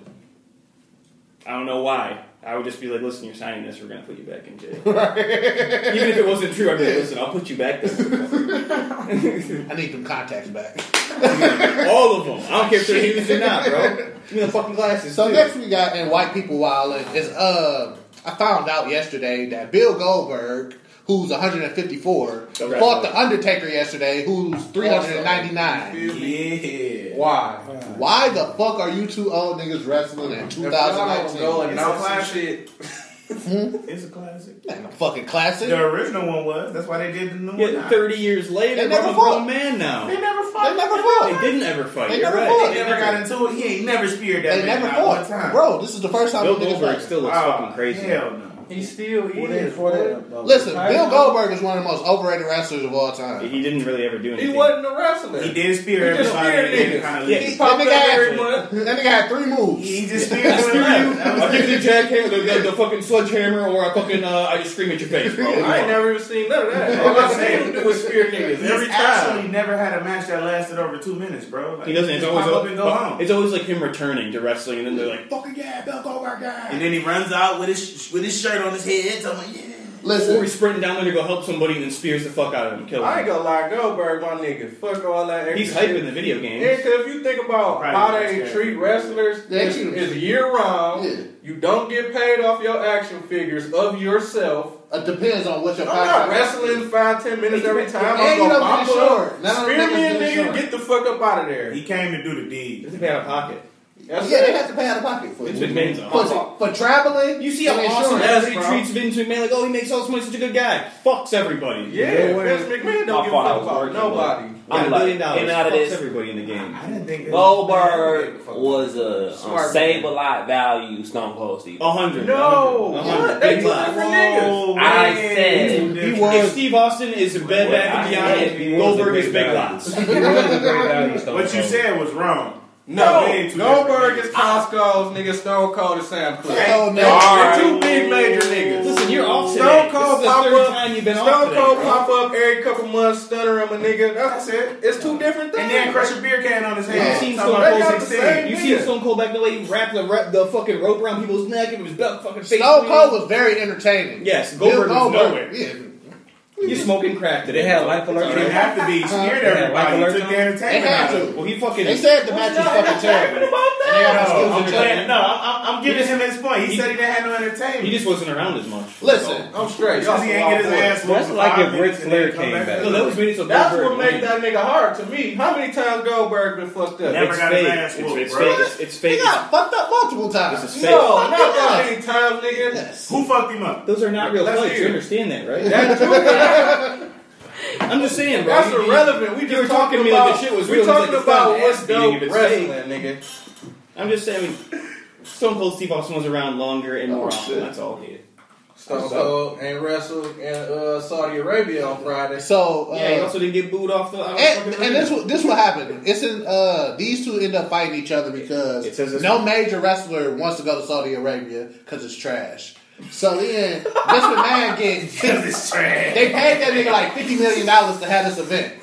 I: I don't know why. I would just be like, listen, you're signing this. We're gonna put you back in jail. Even if it wasn't true, I'd be like, listen, I'll put you back there.
F: I need them contacts back.
I: All of them. I don't care if they're used or not, bro. Give me the fucking glasses.
F: So
I: too.
F: next we got in white people wildin' is uh I found out yesterday that Bill Goldberg, who's 154,
I: Don't
F: fought
I: wrestle.
F: the Undertaker yesterday, who's 399.
H: Feel me?
M: Yeah.
H: Why?
F: Why the fuck are you two old niggas wrestling in
H: If y'all don't go and
M: It's a
F: 2019?
H: announce some
M: classic.
H: shit,
M: It's a classic.
F: That ain't no fucking classic.
M: The original one was. That's why they did the new one.
I: Yeah,
M: now.
I: thirty years later,
F: They
I: bro,
F: never
I: I'm a
F: fought.
I: grown man now.
M: They never fought.
F: they never
I: They
F: fought.
I: didn't ever fight.
F: They
I: You're
F: never
I: right.
F: fought.
M: They never got into it. He ain't never speared that
F: They
M: man
F: never
M: not one time.
F: fought. Bro, this is the first time
I: Bill
F: them niggas
I: Goldberg still
F: wrestled.
I: looks
M: Oh,
I: fucking crazy.
M: Hell no.
H: He still
F: What
H: is.
F: is-
H: boy.
F: Listen,
H: Like,
F: Bill Goldberg is one of the most overrated wrestlers of all time.
I: He didn't really ever do
H: He wasn't a wrestler.
F: He
M: did spear
F: He just
M: everybody.
F: speared
M: and
F: niggas.
M: kinda
F: Yeah,
M: leave.
F: he popped up every
M: month.
F: That nigga had three moves.
M: He just
I: I'll give you the jackhammer, the, the, the fucking sledgehammer, or I fucking uh, I just scream at your face, bro.
H: I ain't never even seen none of that. All I seen him do was spear niggas
M: He's
H: every time.
M: actually never had a match that lasted over two minutes, bro. Like,
I: He doesn't. It's
M: just pop
I: always
M: up and go
I: but
M: home.
I: It's always like him returning to wrestling, and then they're like, "Fucking yeah, Bill Goldberg, yeah."
M: And then he runs out with his with his shirt on his head. So I'm like, yeah.
I: Listen, or he's sprinting down there to go help somebody, and then spears the fuck out of him, kills
H: I
I: him.
H: ain't gonna lie, Goldberg, my nigga. Fuck all that. extra
I: He's hype
H: shit.
I: in the video games.
H: Yeah, because if you think about
I: Right,
H: how they
I: yeah.
H: treat wrestlers,
I: They
H: it's,
I: treat them
H: it's
I: shit.
H: year round. You don't get paid off your action figures of yourself.
F: It depends on what your
H: I'm not
F: contract
H: wrestling five, ten minutes every time.
F: And
H: I'm
F: you
H: gonna
F: don't get
H: pop up,
F: insured. None of
H: spear
F: them
H: me
F: niggas
H: a
F: get
H: nigga,
F: insured.
H: get the fuck up out of there. He
M: came to do the deed.
I: It's a out of pocket.
H: That's
F: yeah,
H: it.
F: they have to pay out of pocket for it.
I: Vince McMahon's a
F: For,
I: hot
F: for traveling,
I: You see how
F: and
I: awesome
F: insurance.
I: everybody treats Vince McMahon? Like, oh, he makes all this money, such a good guy. Fucks everybody.
H: Yeah, Vince McMahon don't give a fuck about nobody.
I: Got a
G: like,
I: billion dollars.
G: in and out of
I: fucks
G: this-
I: everybody in the game.
M: I didn't think
G: Goldberg was a
M: Smart
G: on save a lot value Stone Cold Steve.
I: A hundred.
H: No,
G: A
H: what?
G: hundred.
H: They
G: Big
H: two
G: bucks.
H: different
M: Oh,
H: niggas.
G: I said
I: He was- if Steve Austin is in Bed Bath and Beyond, Goldberg is Big Lots.
M: What you said was wrong.
H: No,
M: Way too
H: Goldberg is Costco's nigga. Stone Cold is Sam Cooke.
M: Hell no.
H: They're
M: Alright.
H: two big major niggas.
I: Oh, Listen, you're off
H: Stone
I: today.
H: Cold
I: This is the
H: pop
I: third
H: up.
I: time you've been off
H: Stone
I: today,
H: Cold
I: bro.
H: pop up every couple months, stunner him a nigga. That's it. It's two different things.
M: And then crush a beer can on his
I: You
M: head.
I: seen
M: Talking
I: Stone
M: about
I: Cold
M: they got the
I: 16.
M: same
I: You seen
M: nigga.
I: Stone Cold back the way he wrapped the, wrap, the fucking rope around people's neck and his belt fucking face.
F: Stone Cold was very entertaining.
I: Yes,
F: Bill
I: Goldberg,
F: Goldberg,
I: was nowhere. You smoking crack today?
G: They had life alert.
I: You didn't have to be scared
G: They had life
I: everybody. You
G: alert
I: took
G: on.
I: the entertainment
F: They
I: out
F: had
I: of
F: to.
I: it. Well, he fucking.
F: They said the match was fucking terrible.
M: No, I'm
I: He
M: glad- no, I'm, I'm, I'm giving
I: just-
M: him his point. He,
I: he-
M: said he didn't have no entertainment.
I: He just wasn't around as much.
F: Listen,
H: I'm straight.
M: Because he ain't get his ass whooped
G: That's
M: for
G: like
M: five
G: if Ric
M: minutes and
G: Flair
M: then come
G: came
M: back.
G: back.
I: No, that was made so
H: That's
I: Goldberg
H: what made
I: won.
H: that nigga hard to me. How many times Goldberg been fucked up?
M: Never
I: It's
M: got his
I: fake.
M: ass
I: It's-
M: whooped,
I: it's
M: bro.
I: fake. It's- It's fake.
F: He got fucked up multiple times.
I: This is fake.
H: No, not
F: Fuck
H: that
F: yeah.
H: many times, nigga.
M: Who fucked him up?
I: Those are not real
H: Let's
I: fights.
H: hear
I: You
H: it.
I: understand that, right?
H: That's true.
I: I'm just saying, bro.
H: That's
I: You- you-
H: irrelevant. We
I: you
H: just
I: were talking to me
H: about,
I: like the shit was
H: we
I: real. It was
H: talking
I: like the
H: about
I: fucking
H: what's
I: ass beating
H: dope
I: if it's
H: wrestling,
I: fake.
H: nigga.
I: I'm just saying, Stone Cold Steve Austin was around longer and more often. That's all.
H: Stone Cold and wrestled in uh, Saudi Arabia on Friday.
F: So uh,
I: Yeah, he also didn't get booed off the. I don't
F: and,
I: fucking
F: and this
I: know.
F: what this what happened. It's in uh, these two end up fighting each other because
I: It says this-
F: no major wrestler wants to go to Saudi Arabia because it's trash. So then this man getting
M: it's trash.
F: They paid that nigga like fifty million dollars to have this event.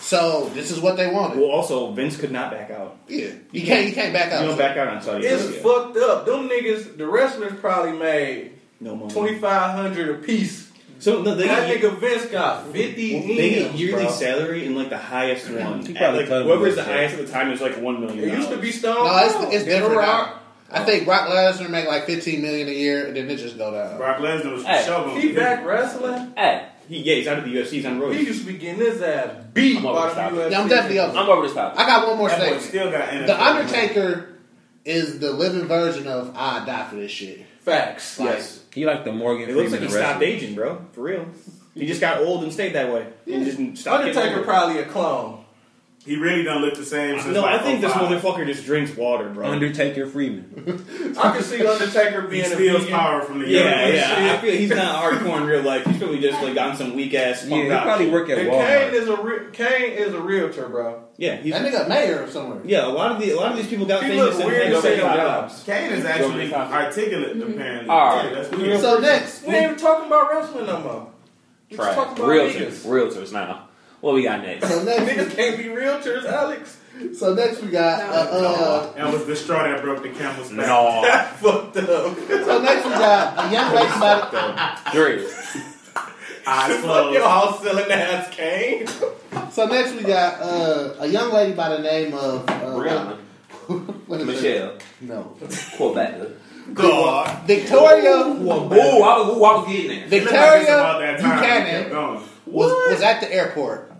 F: So this is what they wanted.
I: Well, also Vince could not back out.
F: Yeah, you can't you can't back out.
I: You don't back out on Saudi
H: It's
I: Arabia.
H: fucked up. Them niggas, the wrestlers probably made
I: No money.
H: twenty five hundred apiece.
I: So no, they
H: that
I: get-
H: nigga Vince got fifty.
I: Well, they get
H: M's,
I: yearly
H: bro.
I: salary and like the highest one.
G: He
I: At,
G: probably
I: like,
G: cut him
I: whoever is
G: a
I: the
G: little
I: highest at the time is like one million.
H: It used to be Stone.
F: No,
H: Cold.
F: it's, it's
H: In
F: different
H: the rock.
F: now. I think Brock Lesnar make like fifteen million a year, and then it just go down.
M: Brock Lesnar was
I: Hey,
M: shoveling.
H: He back wrestling.
G: Hey,
I: He, yeah, he's out of the UFC. He's on road.
H: He used to be getting his ass beat
G: I'm
H: by
G: over this
H: the UFC.
G: topic.
F: Yeah, I'm definitely up.
G: I'm over this topic.
F: I got one more
M: That boy
F: statement.
M: still got NFL.
F: the Undertaker is the living version of I die for this shit.
H: Facts.
F: Like,
G: Yes. He like the Morgan
I: It looks like
G: Freeman
I: he
G: of
I: stopped
G: wrestling.
I: aging, bro. For real. He just got old and stayed that way. He just stopped getting
H: Undertaker
I: older.
H: probably a clone.
M: He really don't look the same since oh
I: No,
M: like
I: I think
H: oh,
I: this
M: 05.
I: motherfucker just drinks water, bro.
G: Undertaker Freeman.
H: I can see Undertaker
M: He
H: being a
M: steals
H: vegan.
M: power from the
I: yeah,
M: young
I: yeah. I feel he's not hardcore in real life. He's probably just like on some weak ass.
G: Yeah, he probably work at
H: And
G: Walmart.
H: Kane is a re- Kane is a realtor, bro.
I: Yeah, he's,
F: that nigga mayor of somewhere.
I: yeah. A lot of the a lot of these people got
H: He
I: famous
H: look
I: and
H: weird
I: had
H: as
I: second
H: hell.
I: jobs.
M: Kane is actually articulate, apparently.
G: All right.
M: Yeah, that's weird.
F: So next,
H: We ain't even talking about wrestling no more. We just
G: Trash.
H: talking about
G: Realtors.
H: niggas.
G: Realtors now. What we got next?
F: so next,
H: Niggas can't be realtors, Alex.
F: so next we got uh,
M: That was the straw that broke the camel's back.
G: No.
H: Fucked up.
F: uh so next we got a young lady by the,
G: Three.
M: Eyes
H: Fuck
M: closed.
H: your house selling ass, Kane.
F: so next we got uh, a young lady by the name of uh,
G: Brianna.
F: what is it?
G: Michelle.
F: No,
G: Quebec.
M: God.
F: Victoria
G: Ooh, I was, ooh, I was getting there.
M: It looked like it's about
F: Victoria
M: that time. He kept
F: Buchanan
M: going.
F: was, was at the airport.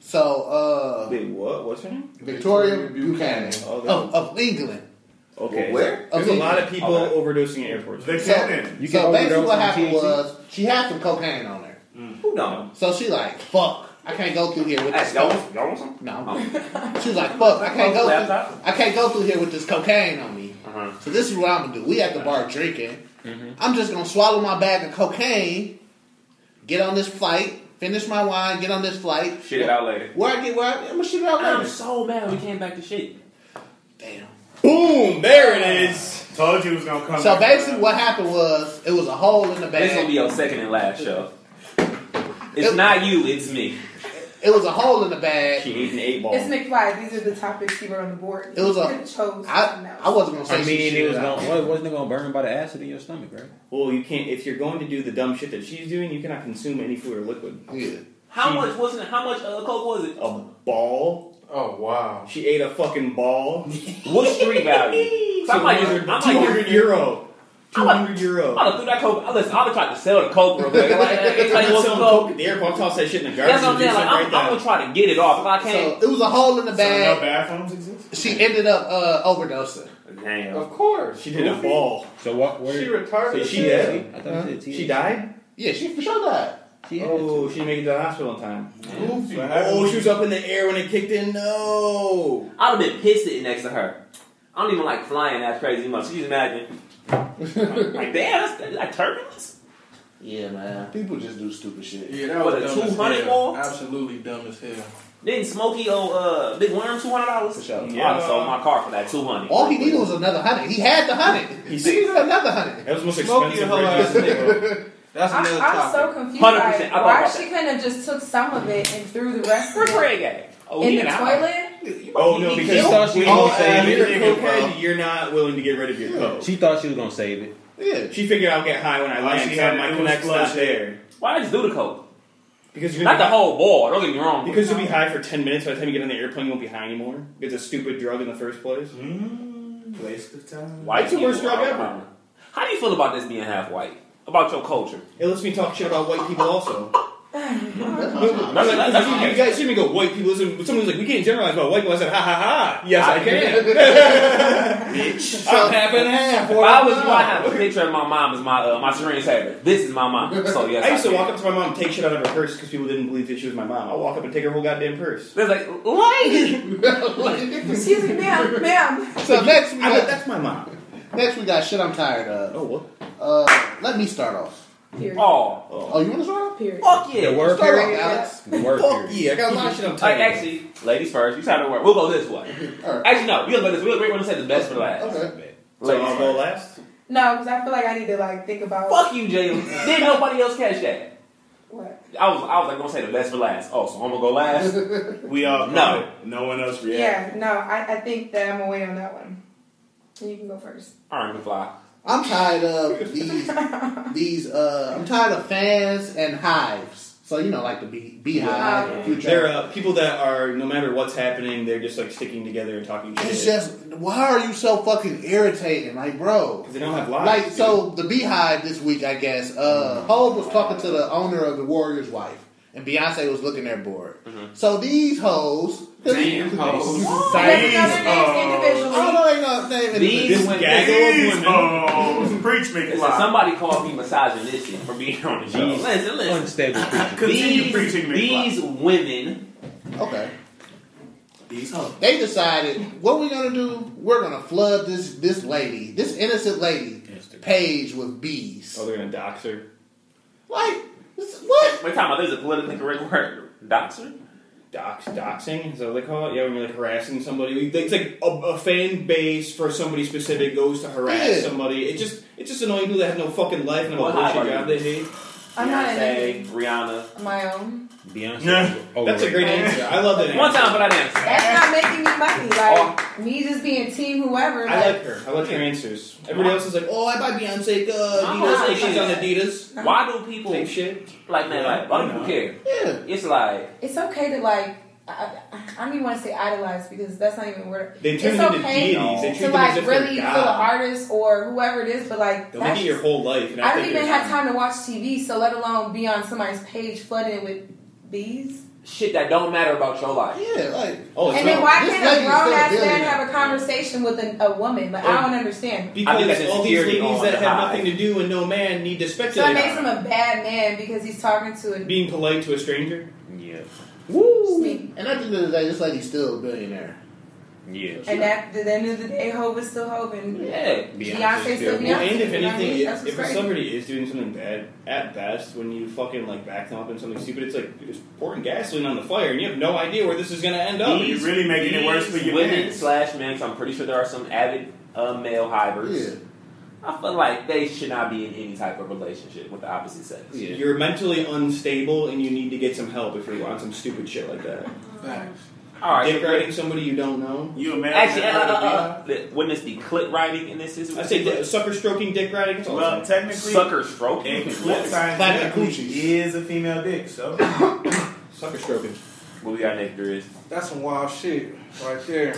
F: So uh,
I: Wait, what? What's her name?
F: Victoria Buchanan
I: Oh, that-
F: of, of England.
I: Okay.
G: where?
I: There's a lot of
F: Okay.
I: people overdosing at airports.
M: Buchanan.
F: You
G: You
F: so
G: can
F: basically,
G: overdose
F: what
G: on
F: happened
G: THC?
F: was she had some cocaine on her.
G: Who knows?
F: So she like, fuck, I can't go through here with
G: Hey,
F: this.
G: y'all
F: coke-
G: want, y'all want some? Oh,
F: No, I'm- she was like, fuck, I can't go through.
G: Laptop?
F: I can't go through here with this cocaine on me.
G: Uh-huh. Mm-hmm.
F: So this is what I'm gonna do. We at the bar drinking. I'm just gonna swallow my bag of cocaine, get on this flight, finish my wine, get on this flight.
G: Shit it out later.
F: Where I get where I, I'm gonna shit it out later.
G: I'm so mad we came back to shit.
I: Boom! There it is.
M: Told you it was gonna come.
F: So basically, what happened was it was a hole in the
G: This gonna be
F: bag.
G: your second and last show. It's not you, it's me.
F: It was a hole in the bag.
I: She ate an eight ball.
K: It's McFly. These are the topics he wrote on the board.
F: It was a-
K: You could've chose. something else.
F: I wasn't gonna say.
N: I
F: some
N: mean,
F: shit
N: it was
F: out.
N: going. What wasn't it going to burn by the acid in your stomach, right?
I: Well, you can't if you're going to do the dumb shit that she's doing. You cannot consume any food or liquid.
F: Yeah.
G: How
I: She-
G: much wasn't it? How much uh, coke was it?
I: A ball.
H: Oh wow.
I: She ate a fucking ball.
G: What street value? So I might just, I
I: Two
G: might
I: hundred
G: just,
I: euro. Two
G: I'm a-
I: hundred
G: I
I: euro.
G: done threw that coke. I listen, I done tried to sell the coke real quick. Like, hey,
I: I'm
G: tell you
I: not
G: what's
I: selling
G: coke.
I: coke at the airport. I'm tossing that shit in the garbage.
G: That's what I'm
I: and do
G: saying. Like, I'm,
I: something
G: I'm
I: right
G: gonna try to get it off. If I
F: So
G: can't,
F: it was a hole in the
M: no
F: bag.
M: bathrooms exist.
F: She ended up uh, overdosing.
G: damn.
H: Of course.
I: there. She did a ball.
N: So what? Where,
H: She retarded.
N: so
H: as
N: she
H: hell.
N: had- I thought you said
I: She died.
F: Yeah, she for sure died.
N: She had it.
I: Oh, she didn't make it to the hospital in time.
H: Goofy.
I: Oh, she was up in the air when it kicked in. No.
G: I'd have been pissed sitting next to her. I don't even like flying that crazy much. Can you imagine? like, damn, that's, that's like turbulence. Yeah, man.
F: People just do stupid shit.
H: Yeah, that
G: What,
H: was
G: a
H: dumb as
G: 200
H: hell.
G: ball?
H: Absolutely dumb as hell.
G: Then Smokey owe uh, Big Worm two hundred dollars.
F: For sure.
G: I done sold my car for that two hundred.
F: All he needed was another hundred. He had the hundred. He needed another hundred.
I: That was the most
H: Smokey
I: expensive.
H: a hoe
I: radio
H: ass
I: station.
H: That's
K: I,
H: another
K: I'm so
H: topic.
K: confused.
G: 100%.
K: Like,
G: I thought
K: why
G: about
K: she couldn't have just took some of it and threw the rest
G: Where
K: of it
G: Craig at? Oh,
K: in
G: he
K: the
G: in
K: toilet?
I: Oh no, because
N: She thought she was
I: when
N: gonna
I: you
N: save
I: Uh, you're
N: it.
I: a cokehead, you're not willing to get rid of your coke.
N: She thought she was going to save it.
F: Yeah.
I: She figured I'll get high when I
M: Oh,
I: land,
M: she
I: so
M: had
I: my
M: to do a
I: connect's not
M: splunge.
I: there.
G: Why not just do the coke?
I: Because you're
G: Not
I: gonna
G: the whole ball. Don't get me wrong.
I: be, because you'll be high for ten minutes. By the time you get on the airplane, you won't be high anymore. It's a stupid drug in the first place.
M: Mm, waste of time.
G: White
I: It's the
G: people
I: worst drug
G: are
I: ever.
G: common. How do you feel about this being half white? About your culture?
I: It lets me talk shit about white people also.
F: That's
I: No,
F: my time.
I: no, no, no, you, you guys shouldn't go white people. Listen, someone's like, we can't generalize about white people. I said, ha ha ha. Yes, I, can. Bitch, I'm half and half.
G: If I was you, I have a picture of my mom as my uh, my Serene Saber. This is my mom. So yes,
I: I used to
G: can.
I: walk up to my mom and take shit out of her purse because people didn't believe that she was my mom. I'll walk up and take her whole goddamn purse.
G: There's like lady.
K: Excuse me, ma'am, ma'am.
F: So next we
I: I bet
F: got
I: that's my mom.
F: next we got shit I'm tired of.
I: Oh, what?
F: Uh, let me start off.
K: Period.
G: Oh,
F: Oh, you want to start off?
K: Period.
G: fuck yeah.
N: The word
F: Start off,
I: oh.
N: period.
F: Alex.
N: The word
I: Fuck
N: period.
I: yeah, I got a lot of shit I'm
G: Like
I: tired of.
G: actually, ladies first. You try to work. We'll go this way.
F: All right.
G: Actually, no. We'll go this. We'll, we're going to say the best for last.
F: Okay.
I: So
G: Ladies
I: I'll go
G: first.
I: last.
K: No, because I feel like I need to like think about
G: Fuck you, Jalen. Did nobody else catch that?
K: what.
G: I was I was like gonna say the best for last. Oh, so I'm gonna go last.
M: We all
G: No.
M: no. No one else
K: Yeah,
M: reacted.
K: no, I, I think that I'm away on that one. You can go first.
G: All right, fly.
F: I'm tired of these these. Uh, I'm tired of fans and hives. So you know, like the bee, beehive,
K: Yeah.
F: future.
I: There
H: uh,
I: are people that are, no matter what's happening, they're just like sticking together and talking shit.
F: It's just why are you so fucking irritating, like bro?
I: 'Cause they don't have lives.
F: Like
I: dude.
F: so, the Beehive this week, I guess. Uh,
H: Mm-hmm.
F: Hove was talking to the owner of the Warriors' wife, and Beyonce was looking there bored. So these hoes,
H: Mm-hmm. Damn hoes.
K: There's another names
I: Oh.
K: individually.
F: I don't know their name.
G: These
I: This
G: women-
I: gaggle of
M: These
I: women.
M: hoes. Preach
G: Listen,
M: McFly.
G: somebody called me misogynistic for being on the show.
N: Jeez.
G: Listen, listen.
N: Unstable creature.
M: Continue
G: These,
M: preaching, McFly.
G: these women
F: Okay,
M: These hoes.
F: they decided what we gonna do. We're gonna flood this this lady, this innocent lady, page with bees.
I: Oh, they're gonna dox her.
F: Like this- what?
G: Wait, time out. There's a politically correct word. Doxer?
I: Dox, doxing, is that what they call it? Yeah, when you're like harassing somebody. It's like a, a fan base for somebody specific goes to harass
F: Yeah.
I: somebody. It just it's just annoying people that have no fucking life and have
G: What
I: a bullshit
G: hive are
I: job
G: you?
I: they hate.
K: I'm not in
G: Beyonce,
K: it.
G: Rihanna.
K: My own.
N: Beyonce.
M: Yeah.
I: That's a great answer. I love that answer.
G: One time for that answer.
K: That's not making me money. Like me just being team whoever.
I: Oh. I like her. I like her answers. Everybody else is like, oh, I buy Beyonce. Uh, Adidas.
G: I'm not
I: Like, she's on
G: saying
I: Adidas.
G: Why do people
I: Same shit.
G: like man? Like why do people care?
F: Yeah.
G: It's like
K: It's okay to like. I, I, I don't even want to say idolize because that's not even a word.
I: They turn
K: it's
I: them into
K: okay
I: deities. They treat
K: to
I: them as
K: like
I: if they're
K: really feel an
I: God.
K: artist or whoever it is, but like
I: They'll make
K: that's
I: it your whole life. And
K: I
I: I,
K: don't
I: think
K: even
I: there's-
K: have time to watch TV, so let alone be on somebody's page flooded with bees.
G: shit that don't matter about your life.
F: Yeah, like
I: Oh, it's
K: and then
I: not-
K: why
F: this
K: can't
F: lady
K: a
F: is
K: grown ass
F: still
K: man
F: doing
K: have a conversation with an, a woman? Like I don't understand.
G: I think that's
I: Because all these
G: insecurity
I: ladies
G: on
I: that
G: the
I: have
G: high.
I: nothing to do and no man need to
K: So
I: speculate
K: it makes
I: on
K: him a bad man because he's talking to a
I: being polite to a stranger.
N: Yeah.
F: woo.
K: Sweet.
F: And at the end of the day, this lady's still a billionaire.
D: Yeah.
K: And that at the end of the day, Hov is still Hov, and
I: Yeah,
K: Beyonce still Beyonce.
I: Well, and if
K: you know what I
I: anything,
K: mean? That's
I: if,
K: what's
I: if a
K: crazy.
I: celebrity is doing something bad, at best, when you fucking like back them up in something stupid, it's like you're just pouring gasoline on the fire, and you have no idea where this is gonna end up.
G: These- these women slash men. 'cause I'm pretty sure there are some avid uh, male hivers. I feel like they should not be in any type of relationship with the opposite sex.
I: You're mentally unstable, and you need to get some help if you're on some stupid shit like that.
O: Facts.
G: All right,
I: Dick
G: so-
I: riding somebody you don't know.
M: You
G: Actually, uh, uh, uh, uh, wouldn't this be clit riding in this situation?
I: I say dick- sucker stroking, dick riding. it's all
M: Well,
I: the same.
M: technically,
G: sucker stroking.
M: And clit
I: Clapping
M: scientifically is a female dick, so
I: sucker stroking.
G: What we got next, Driz?
O: That's some wild shit right there.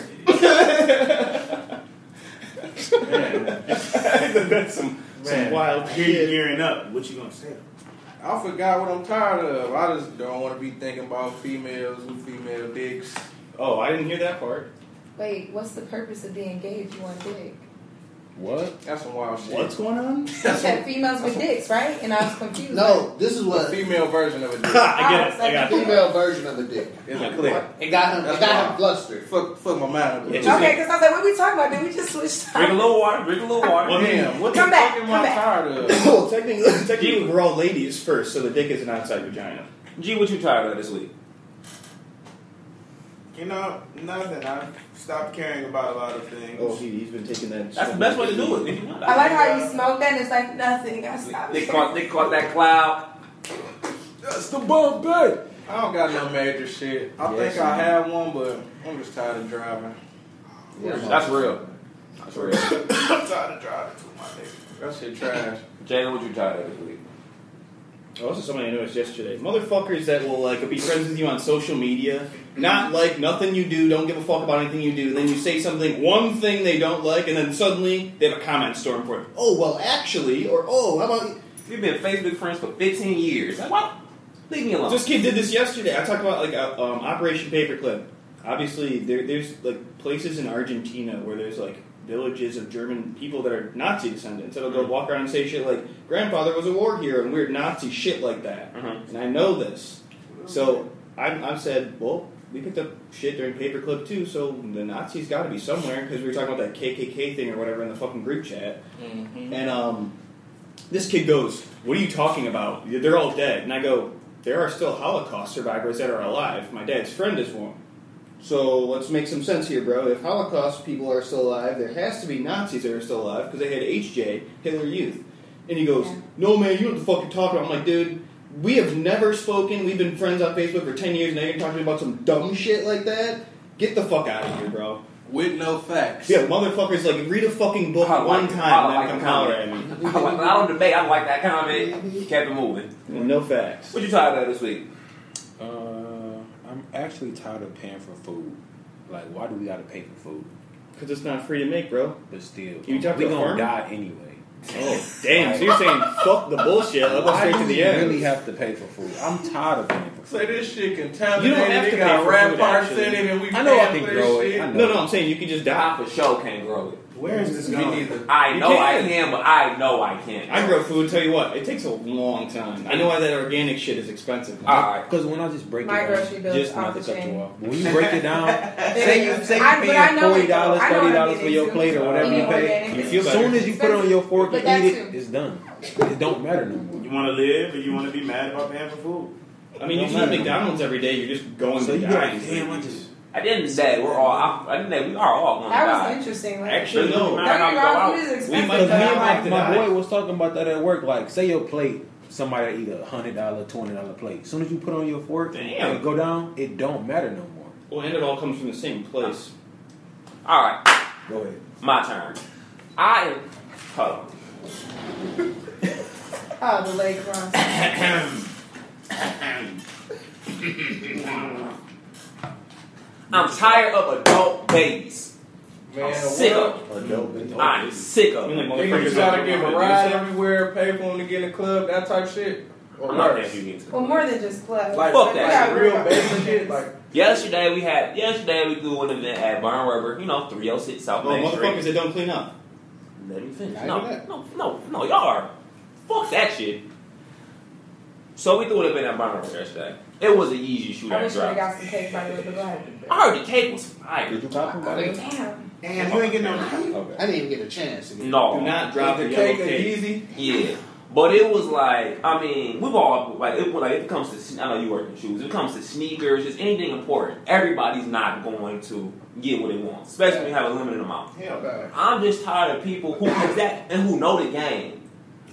I: That's some,
M: Man,
O: wild
M: here you gearing up. What you gonna say?
O: I forgot what I'm tired of. I just don't want to be thinking about females and female dicks.
I: Oh, I didn't hear that part.
K: Wait, what's the purpose of being gay if you want dick?
I: What?
O: That's some wild shit.
F: What's
I: going on?
K: You said females with dicks, right? And I was confused.
T: No, this is what
O: The female version of a dick.
T: I
O: get it. I got it.
T: female version of a dick.
O: It's a clip.
T: It got him. It
O: That's
T: got
O: wild.
T: him flustered.
O: Fuck, fuck my mind. up.
K: Okay, because I was like, what are we talking about? Did we just switch
G: Drink a
K: topics?
G: little water. Drink a little water.
I: Well, damn, what the
K: Come back,
I: fuck am
K: come
I: I
K: back.
I: tired of? well, technically, technically we're all ladies first, so the dick is an outside vagina.
G: G, what you tired of this week?
M: You know, nothing. I stopped caring about a lot of things.
I: Oh, he, he's been taking that.
G: That's the best way to do it.
K: I like how you smoke that and it's like nothing. I stopped.
G: They caught, they caught that cloud.
O: That's the Bombay. I don't got no major shit. I
G: Yes,
O: think I
G: you do.
O: have one, but I'm just tired of driving.
G: That's real. That's real.
O: I'm tired of driving too, my nigga. That shit trash.
G: Jalen, what you tired of this week?
I: Also, somebody I noticed yesterday. Motherfuckers that will like be friends with you on social media, not like nothing you do, don't give a fuck about anything you do. Then you say something, one thing they don't like, and then suddenly they have a comment storm for it. Oh well, actually, or oh, how about
G: You've been Facebook friends for 15 years. Like, what? Leave me alone.
I: This kid did this yesterday. I talked about like uh, um, Operation Paperclip. Obviously, there, there's like places in Argentina where there's like villages of German people that are Nazi descendants that'll go walk around and say shit like "grandfather was a war hero" and weird Nazi shit like that. And I know this, so I'm, I've said, well, we picked up shit during Paperclip too, so the Nazis got to be somewhere because we were talking about that KKK thing or whatever in the fucking group chat. And um, this kid goes, What are you talking about? They're all dead. And I go, There are still Holocaust survivors that are alive. My dad's friend is one. So let's make some sense here, bro. If Holocaust people are still alive, there has to be Nazis that are still alive because they had HJ, Hitler Youth. And he goes, No, man, you don't fucking talk about. I'm like, Dude, we have never spoken. We've been friends on Facebook for 10 years. Now you're talking about some dumb shit like that? Get the fuck out of here, bro.
O: With no facts.
I: Yeah, motherfuckers, like, read a fucking book one time and
G: I like
I: then
G: the
I: come holler at
G: comment.
I: me.
G: I, like, I don't debate. I like that comment. Kept it moving.
I: No facts.
G: What you tired of this week?
N: Uh, I'm actually tired of paying for food. Like, why do we gotta pay for food?
I: Because it's not free to make, bro.
N: But still,
I: You talk
N: we
I: to a
N: gonna
I: farm?
N: die anyway.
I: Oh, damn. So you're saying fuck the bullshit. I'll go
N: Why
I: straight
N: do
I: to the
N: we
I: end.
N: really have to pay for food? I'm tired of paying for
O: Say this shit
I: You don't have
O: contaminated.
I: to
O: It
I: pay
O: got
I: for food,
O: ramparts
I: actually.
O: in it, and we
I: I know I
O: paying
I: can
O: for
I: grow
O: this
I: it.
O: shit.
I: I know. No, no, I'm saying you can just die.
G: I for sure can't grow it.
M: Where is this
I: Me
M: going?
I: neither.
G: I
I: You
G: know I
I: can.
G: can, but I know I can't.
I: I grow food. Tell you what, it takes a long time. I know why that organic shit is expensive.
G: All right.
N: Because when I just break
K: My
N: it
K: grocery
N: down,
K: bills
N: just not
K: off
N: to
K: the
N: cut
K: chain.
N: you off. When you break it down, say you say you
K: I- but I
N: paying
K: know
N: forty
K: it though.
N: dollars,
K: I know
N: thirty dollars
K: it
N: for
K: is.
N: your plate or whatever
K: Eating
N: you pay.
K: organic
N: You
K: is
N: feel better. Soon as you put it on your fork
K: But
N: and
K: that
N: eat
K: too.
N: it, it's done. It don't matter no more.
M: You want to live, or you want to be mad about paying for food?
I: I mean, you
N: Don't
I: just eat
N: matter.
I: McDonald's every day. You're just going
N: So
I: to
N: you
I: die.
N: be like, damn, I just
G: At the end of the day, we're all. I, at the end of the day, we are all going to
K: That was
G: die.
K: interesting. Like,
I: Actually, no.
K: Don't get me wrong, food is
N: We
K: expensive.
N: might
K: but I'm
N: my,
K: like,
N: my boy was talking about that at work. Like, say your plate, somebody eat a hundred dollar, twenty dollar plate. Soon as you put on your fork
I: Damn.
N: and go down, it don't matter no more.
I: Well, and it all comes from the same place.
G: All right,
N: Go ahead.
G: my turn. I am. Hold on.
K: Oh, the leg cross.
G: I'm tired of adult babies.
O: Man,
G: I'm sick
O: what?
G: of. them. I'm sick of. them.
O: Niggas just gotta give a ride everywhere, pay for them to get in the club, that type shit. Or
G: I'm not
O: worse.
G: happy against
K: Well, more than just club.
O: Like,
G: Fuck
O: like
G: that.
O: real basic shit. Like,
G: Yesterday we had yesterday we do an event at Barn Rubber, you know, 306 South
I: Well,
G: Main
I: motherfuckers
G: Street.
I: that don't clean up.
G: Let me finish.
I: I
G: No,
I: hear that.
G: no, no, no, y'all are. Fuck that shit. So we threw it up in that bomber room yesterday. It was an easy shoot
K: I
G: that
K: wish we
G: dropped.
K: got some cake by the way, but go ahead.
G: I heard the cake was fire. Did
N: you pop him?
K: Damn.
F: Damn, you ain't getting no cake. I didn't even get a chance.
G: No,
I: Oh,
F: Do not
I: drop
F: the cake or Yeezy?
G: Yeah, but it was like I mean, we've all like it, like if it comes to sne- I know you work in shoes. If it comes to sneakers, just anything important, everybody's not going to get what they want, especially when you have a limited amount.
F: Hell no.
G: I'm just tired of people who know that and who know the game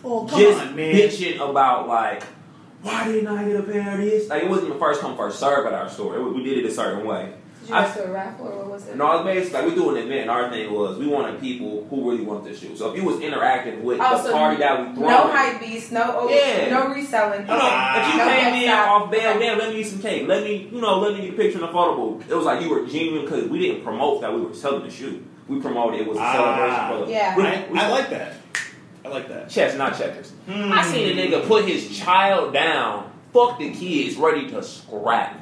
F: Oh,
G: just bitching about like why didn't I get a pair of this? Like it wasn't even first come first serve at our store. It, we did it a certain way.
K: Did you
G: I-
K: go to a raffle or what was it?
G: And all basically like we do an event and our thing was we wanted people who really wanted the shoe. So if you was interacting with
K: Oh,
G: the
K: so
G: party that we throwing,
K: No hype beast, no over,
G: Yeah.
K: no reselling.
G: No, no, if you
K: no
G: came in
K: backside.
G: off bail, damn, let me eat some cake. Let me, you know, let me get a picture in the photo booth. It was like you were genuine because we didn't promote that we were selling the shoe. We promoted it was a
I: Ah.
G: celebration for the.
K: Yeah.
I: I, I like Hmm. that. I like that.
G: Chess, not checkers. I seen a nigga put his child down, fuck the kids, ready to scrap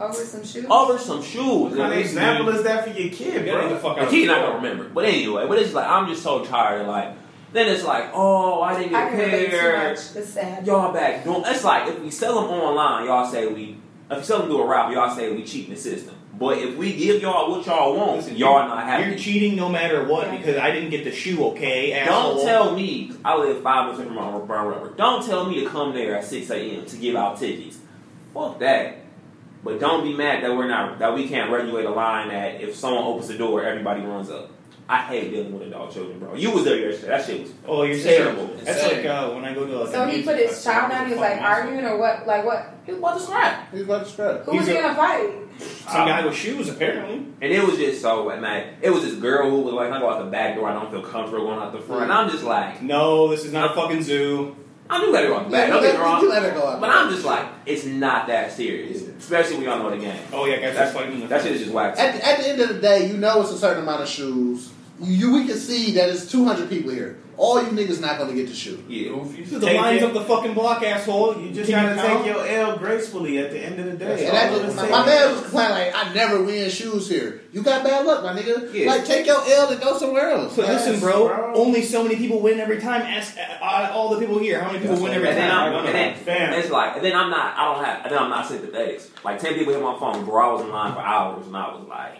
K: over some shoes.
G: over some shoes.
M: What example is that for your kid,
G: Yeah,
M: bro?
G: the fuck out he's not gonna remember. But anyway, but it's like I'm just so tired. Of like then it's like, oh, I didn't
K: I
G: get
K: can relate too
G: paired.
K: much. It's sad.
G: Y'all back doing. It's like if we sell them online, y'all say we. If you sell them through a route, y'all say we cheating the system. But if we give y'all what y'all want, y'all not happy.
I: You're cheating no matter what because I didn't get the shoe. Okay, asshole.
G: Don't tell me I live five minutes from my brown rubber. Don't tell me to come there at six a.m. to give out tickets. Fuck that. But don't be mad that we're not that we can't regulate a line that if someone opens the door, everybody runs up. I hate dealing with adult children, bro. You was there yesterday. That shit was
I: Oh, you're
G: terrible.
I: saying that's like uh, when I go to like
K: So
I: a
K: he
I: music
K: put his
I: festival,
K: child down. He was like arguing or what? Like what? He was about to scrap.
F: He's about to scrap.
K: Who was he gonna fight?
I: Some guy with shoes, apparently.
G: And it was just so man. It was this girl who was like, I go out the back door. I don't feel comfortable going out the
I: Mm.
G: front. And I'm just like,
I: No, this is not a fucking zoo.
G: I do let her go out the back.
I: Yeah,
G: Don't
I: you
G: get me
I: let-
G: wrong.
I: you let her go out
G: But
I: the
G: I'm just like, it's not that serious. Especially when y'all know the game.
I: Oh yeah, guys,
G: That-
I: that's fighting. in the
G: that
I: front.
G: shit is just whack.
F: At the, at the end of the day, you know it's a certain amount of shoes. You, you we can see that it's 200 people here. All you niggas not gonna get the shoe.
G: Yeah.
I: The lines up the fucking block, asshole. Oh, You
M: You
I: just
M: just gotta
I: count.
M: take your L gracefully at the end of the day.
F: And
M: All
F: that
M: I'm
F: was, my,
M: saying
F: my
M: is-
F: man was complaining like, "I never win shoes here. You got bad luck, my nigga.
I: Yeah.
F: Like, take your L and go somewhere else."
I: So listen, bro, Only so many people win every time. Ask uh, all the people here how many people win every
G: and then
I: time.
G: I'm,
I: One of
G: and
I: them.
G: then, it's like, and then I'm not, I don't have, and then I'm not sympathetic. Like ten people hit my phone, bro. I was in line for hours, and I was like,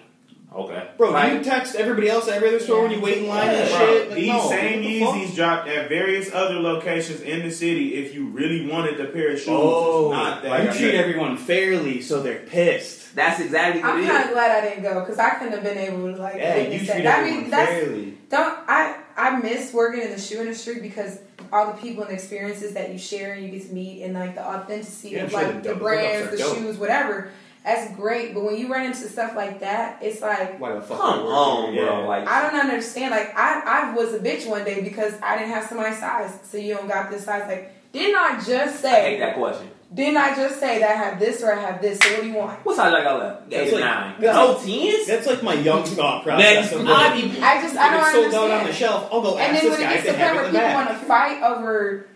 G: okay,
I: Bro, do
G: Like,
I: you text everybody else at every other store when you wait in line and
M: Bro,
I: shit? Like,
M: These
I: no,
M: same
I: what the
M: Yeezys dropped at various other locations in the city. If you really wanted the pair of shoes,
I: Oh,
M: it's not that.
I: you treat everyone fairly, so they're pissed.
G: That's exactly
K: I'm kind of glad I didn't go because I couldn't have been able to like.
I: Yeah, you
K: witness that.
I: treat
K: That
I: everyone
K: mean, that's
I: fairly.
K: don't I? I miss working in the shoe industry because all the people and the experiences that you share and you get to meet and like the authenticity
I: Yeah, I'm
K: of
I: sure
K: like
I: the
K: the
I: double
K: brands, the
I: hookups are dope.
K: shoes, whatever. That's great, but when you run into stuff like that, it's like
I: Why the fuck?
G: Come on, bro.
I: Yeah.
G: Like,
K: I don't understand. Like I, I was a bitch one day because I didn't have somebody's size, so you don't got this size. Like, didn't I just
G: I hate
K: say?
G: that question.
K: Didn't I just say that I have this or I have this? So what do you want?
G: What size I got left?
I: That's
G: Eight,
I: like-
G: nine.
I: that's
G: No
I: like-
G: tens.
I: That's like my young thought process.
G: Next,
I: of like,
G: I be-
K: I just I
I: if
K: don't
I: it's sold out on
K: understand.
I: the shelf. I'll go
K: and
I: ask
K: then
I: this
K: when it
I: guy
K: gets
I: if
K: to
I: they
K: the point
I: have it
K: where
I: in the
K: people
I: back.
K: want to fight over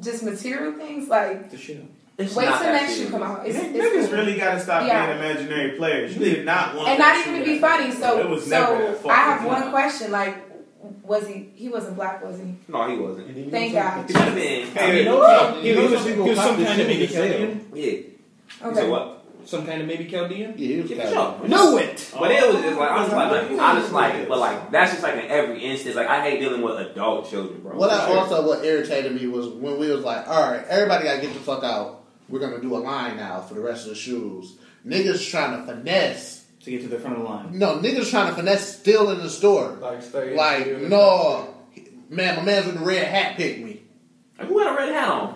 K: just material things, like
I: The shit.
G: It's
K: wait
M: not
K: till
M: that
K: next shoe
M: serious.
K: come out. It's, it's
M: Niggas
K: cool.
M: really gotta stop
K: Yeah.
M: being imaginary players. You did not want
K: and
M: that
K: not even to
M: shit.
K: be funny. So
M: it was never that
K: so
M: fucking
K: I have
M: funny.
K: one question. Like, was he? He wasn't black, was he?
G: No, he wasn't.
K: Thank God.
G: Should have been.
I: Hey,
G: you know
I: yeah,
G: what?
I: yeah,
G: You know
I: it was-
G: what?
I: it was some kind of maybe Chaldean.
G: Yeah.
K: Okay.
G: So what?
I: Some kind of maybe Chaldean.
F: Yeah,
I: Give
G: Yeah,
I: it up.
G: sure.
I: Know it.
M: Oh.
G: But it was just like I'm just like,
I: Oh.
G: like I'm just like, but like that's just like in every instance. Like I hate dealing with adult children, bro.
F: What
G: For
F: I
G: sure.
F: also what irritated me was when we was like, all right, everybody gotta get the fuck out. We're gonna do a line now for the rest of the shoes. Niggas trying to finesse.
I: To get to the front of the line.
F: No, niggas trying to finesse still in the store.
H: Like, stay
F: Like,
H: in the-
F: no, man, my man's with the red hat picked me.
G: Like, who had a red hat on?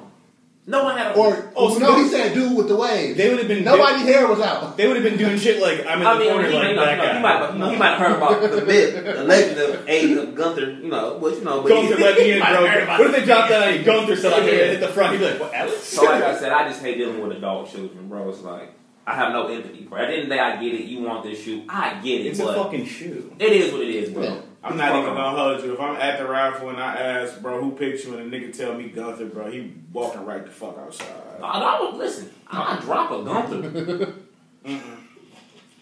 G: No one had a.
F: Or
I: Oh, so
F: no,
I: they-
F: he said dude with the wave.
I: They would have been.
F: Nobody's hair was out.
I: They would have been doing shit like I'm in
G: I
I: the
G: mean,
I: corner
G: he,
I: like
G: may not-
I: that
G: you know,
I: guy.
G: he might, you know, he might have heard about the myth, the legend of Abe of Gunther, you know, but you know, but
I: Gunther
G: he-
I: let me
G: he
I: in,
G: might
I: bro.
G: have heard about
I: What if
G: it.
I: they dropped that on you? Gunther said, I'm
G: Yeah.
I: here at the front. He'd be like, what, Alex?
G: So like I said, I just hate dealing with adult children, bro. It's like I have no empathy for. it. At the end of the day, I get it. You want this shoe, I get it.
I: It's a
G: but
I: fucking shoe.
G: It is what it is, bro.
M: I'm not even gonna hold you. If I'm at the raffle and I ask, bro, who picked you, and a nigga tell me Gunther, bro, he walking right the fuck outside.
G: I, I would listen. I drop a Gunther.
M: It's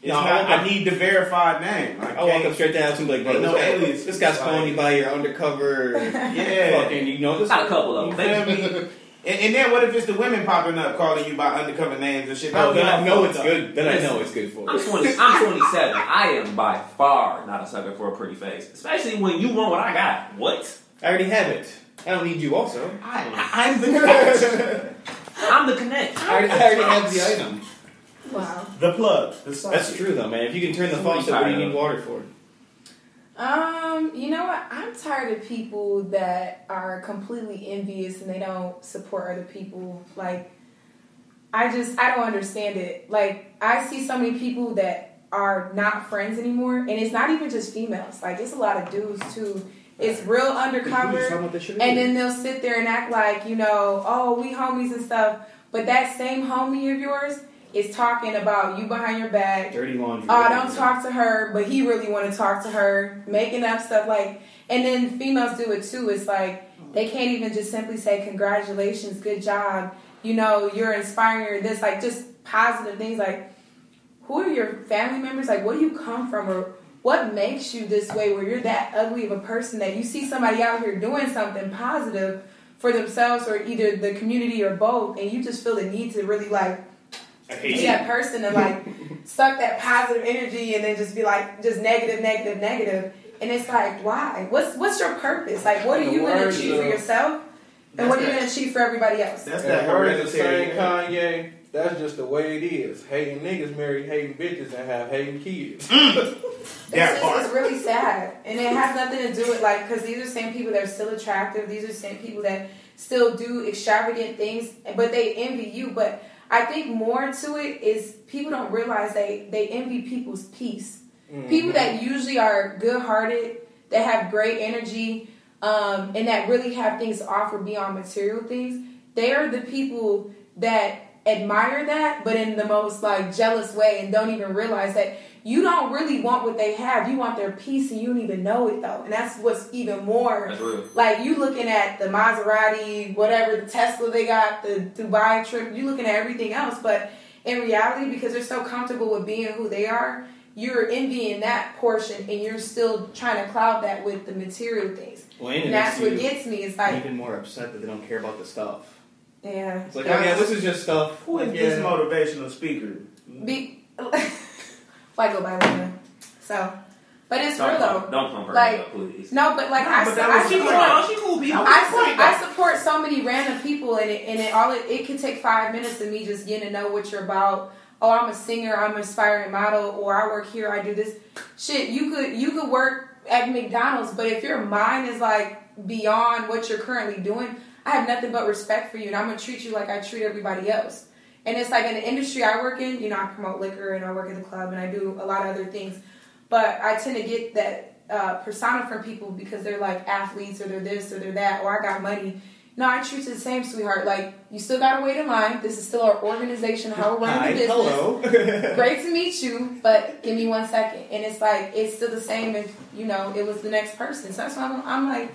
I: No, I
M: not,
I: want
M: I
I: the-
M: need the verified name. I,
I: I walk
M: can't-
I: up straight to Alex and be like, bro,
M: Ain't
I: this,
M: no
I: guy-
M: aliases.
I: this guy's calling you by your undercover.
M: Yeah.
I: Fucking, you know, this
G: Not a couple of
I: You feel
G: them.
I: me?
M: And, and then what if it's the women popping up calling you by undercover names and shit?
I: Oh,
M: That would
I: then
M: be
I: I know
M: fucked
I: it's
M: up.
I: good. Then I know it's good for
G: I'm
I: us.
G: 20, I'm 27. I am by far not a sucker for a pretty face, especially when you want what I got. What?
I: I already have it. I don't need you. Also,
G: I, am the connect. I'm the connect.
I: I already, I already have the item.
K: Wow.
I: The plug. That's true though, man. If you can turn the faucet, what do you need water for?
K: Um, you know what? I'm tired of people that are completely envious and they don't support other people. Like, I just I don't understand it. Like, I see so many people that are not friends anymore, and it's not even just females. Like, it's a lot of dudes too. It's real
N: You just talking
K: undercover,
N: about that shit
K: and
N: anyway.
K: then they'll sit there and act like you know, oh, we homies and stuff. But that same homie of yours is talking about you behind your back,
I: Dirty laundry.
K: Oh, don't talk to her, but he really want to talk to her, making up stuff like. And then females do it too. It's like they can't even just simply say congratulations, good job. You know, you're inspiring. This like just positive things. Like, who are your family members? Like, where do you come from, or what makes you this way? Where you're that ugly of a person that you see somebody out here doing something positive for themselves or either the community or both, and you just feel the need to really like
I: I
K: be that person and like suck that positive energy and then just be like just negative, negative, negative. And it's like, why? What's what's your purpose? Like, what are
H: The
K: you going to
H: words
K: achieve for
H: of-
K: yourself, and what are you going to achieve for everybody else?
H: that word the same Kanye. That's just the way it is. Hating niggas marry hating bitches and have hating kids.
K: It's, just, it's really sad, and it has nothing to do with like because these are same people that are still attractive. These are same people that still do extravagant things, but they envy you. But I think more to it is people don't realize they they envy people's peace.
H: Mm-hmm.
K: People that usually are good hearted, that have great energy, um, and that really have things to offer beyond material things, they are the people that admire that, but in the most like jealous way and don't even realize that you don't really want what they have. You want their peace and you don't even know it though. And that's what's even more
G: That's real.
K: like you looking at the Maserati, whatever the Tesla they got, the Dubai trip. You looking at everything else, but in reality, because they're so comfortable with being who they are, you're envying that portion, and you're still trying to cloud that with the material things.
I: Well, and it
K: And that's
I: makes
K: what
I: you
K: gets me. It's like,
I: even more upset that they don't care about the stuff.
G: Mm-hmm.
K: yeah,
I: It's like, oh yeah, this is just stuff.
M: Who is
I: Like,
M: this
I: yeah.
M: motivational speaker?
K: be like go by Luna. So, but it's
G: Don't
K: real
G: come-
K: though.
G: don't come for her,
K: like,
G: please.
K: No, but like
G: No,
K: I,
G: but
K: su-
G: that
K: I
G: was- she
K: support.
G: cool, she cool, B. That was
K: I,
G: the
K: su-
G: point,
K: I support so many random people, and it, and it all it, it could take five minutes of me just getting to know what you're about. Oh, I'm a singer. I'm an aspiring model, or I work here. I do this shit. You could you could work at McDonald's, but if your mind is like beyond what you're currently doing, I have nothing but respect for you, and I'm gonna treat you like I treat everybody else. And it's like in the industry I work in, you know, I promote liquor and I work at the club and I do a lot of other things. But I tend to get that uh, persona from people because they're like athletes or they're this or they're that or I got money. No, I treat you the same, sweetheart. Like, you still gotta wait in line. This is still our organization, how we're running
I: Hi,
K: the business
I: hello.
K: great to meet you, but give me one second. And it's like it's still the same if you know it was the next person. So that's why I'm, I'm like,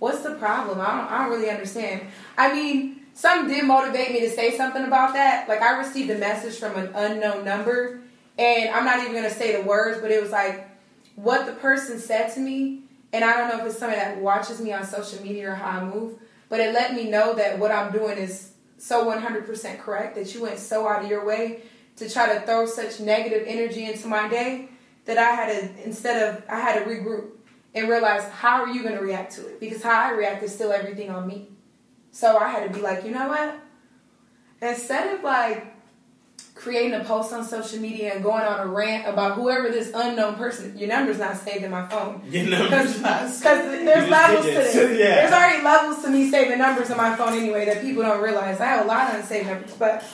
K: what's the problem? I don't, I don't really understand. I mean, some did motivate me to say something about that. Like I received a message from an unknown number, and I'm not even gonna say the words, but it was like what the person said to me. And I don't know if it's somebody that watches me on social media or how I move, but it let me know that what I'm doing is so 100% correct that you went so out of your way to try to throw such negative energy into my day that I had to instead of I had to regroup and realize how are you going to react to it because how I react is still everything on me. So I had to be like, you know what? Instead of like creating a post on social media and going on a rant about whoever this unknown person, your number's not saved in my phone.
M: Your number's not
K: Because there's
M: You just
K: levels to
M: did it.
K: this.
M: Yeah.
K: There's already levels to me saving numbers in my phone anyway that people don't realize. I have a lot of unsaved numbers, but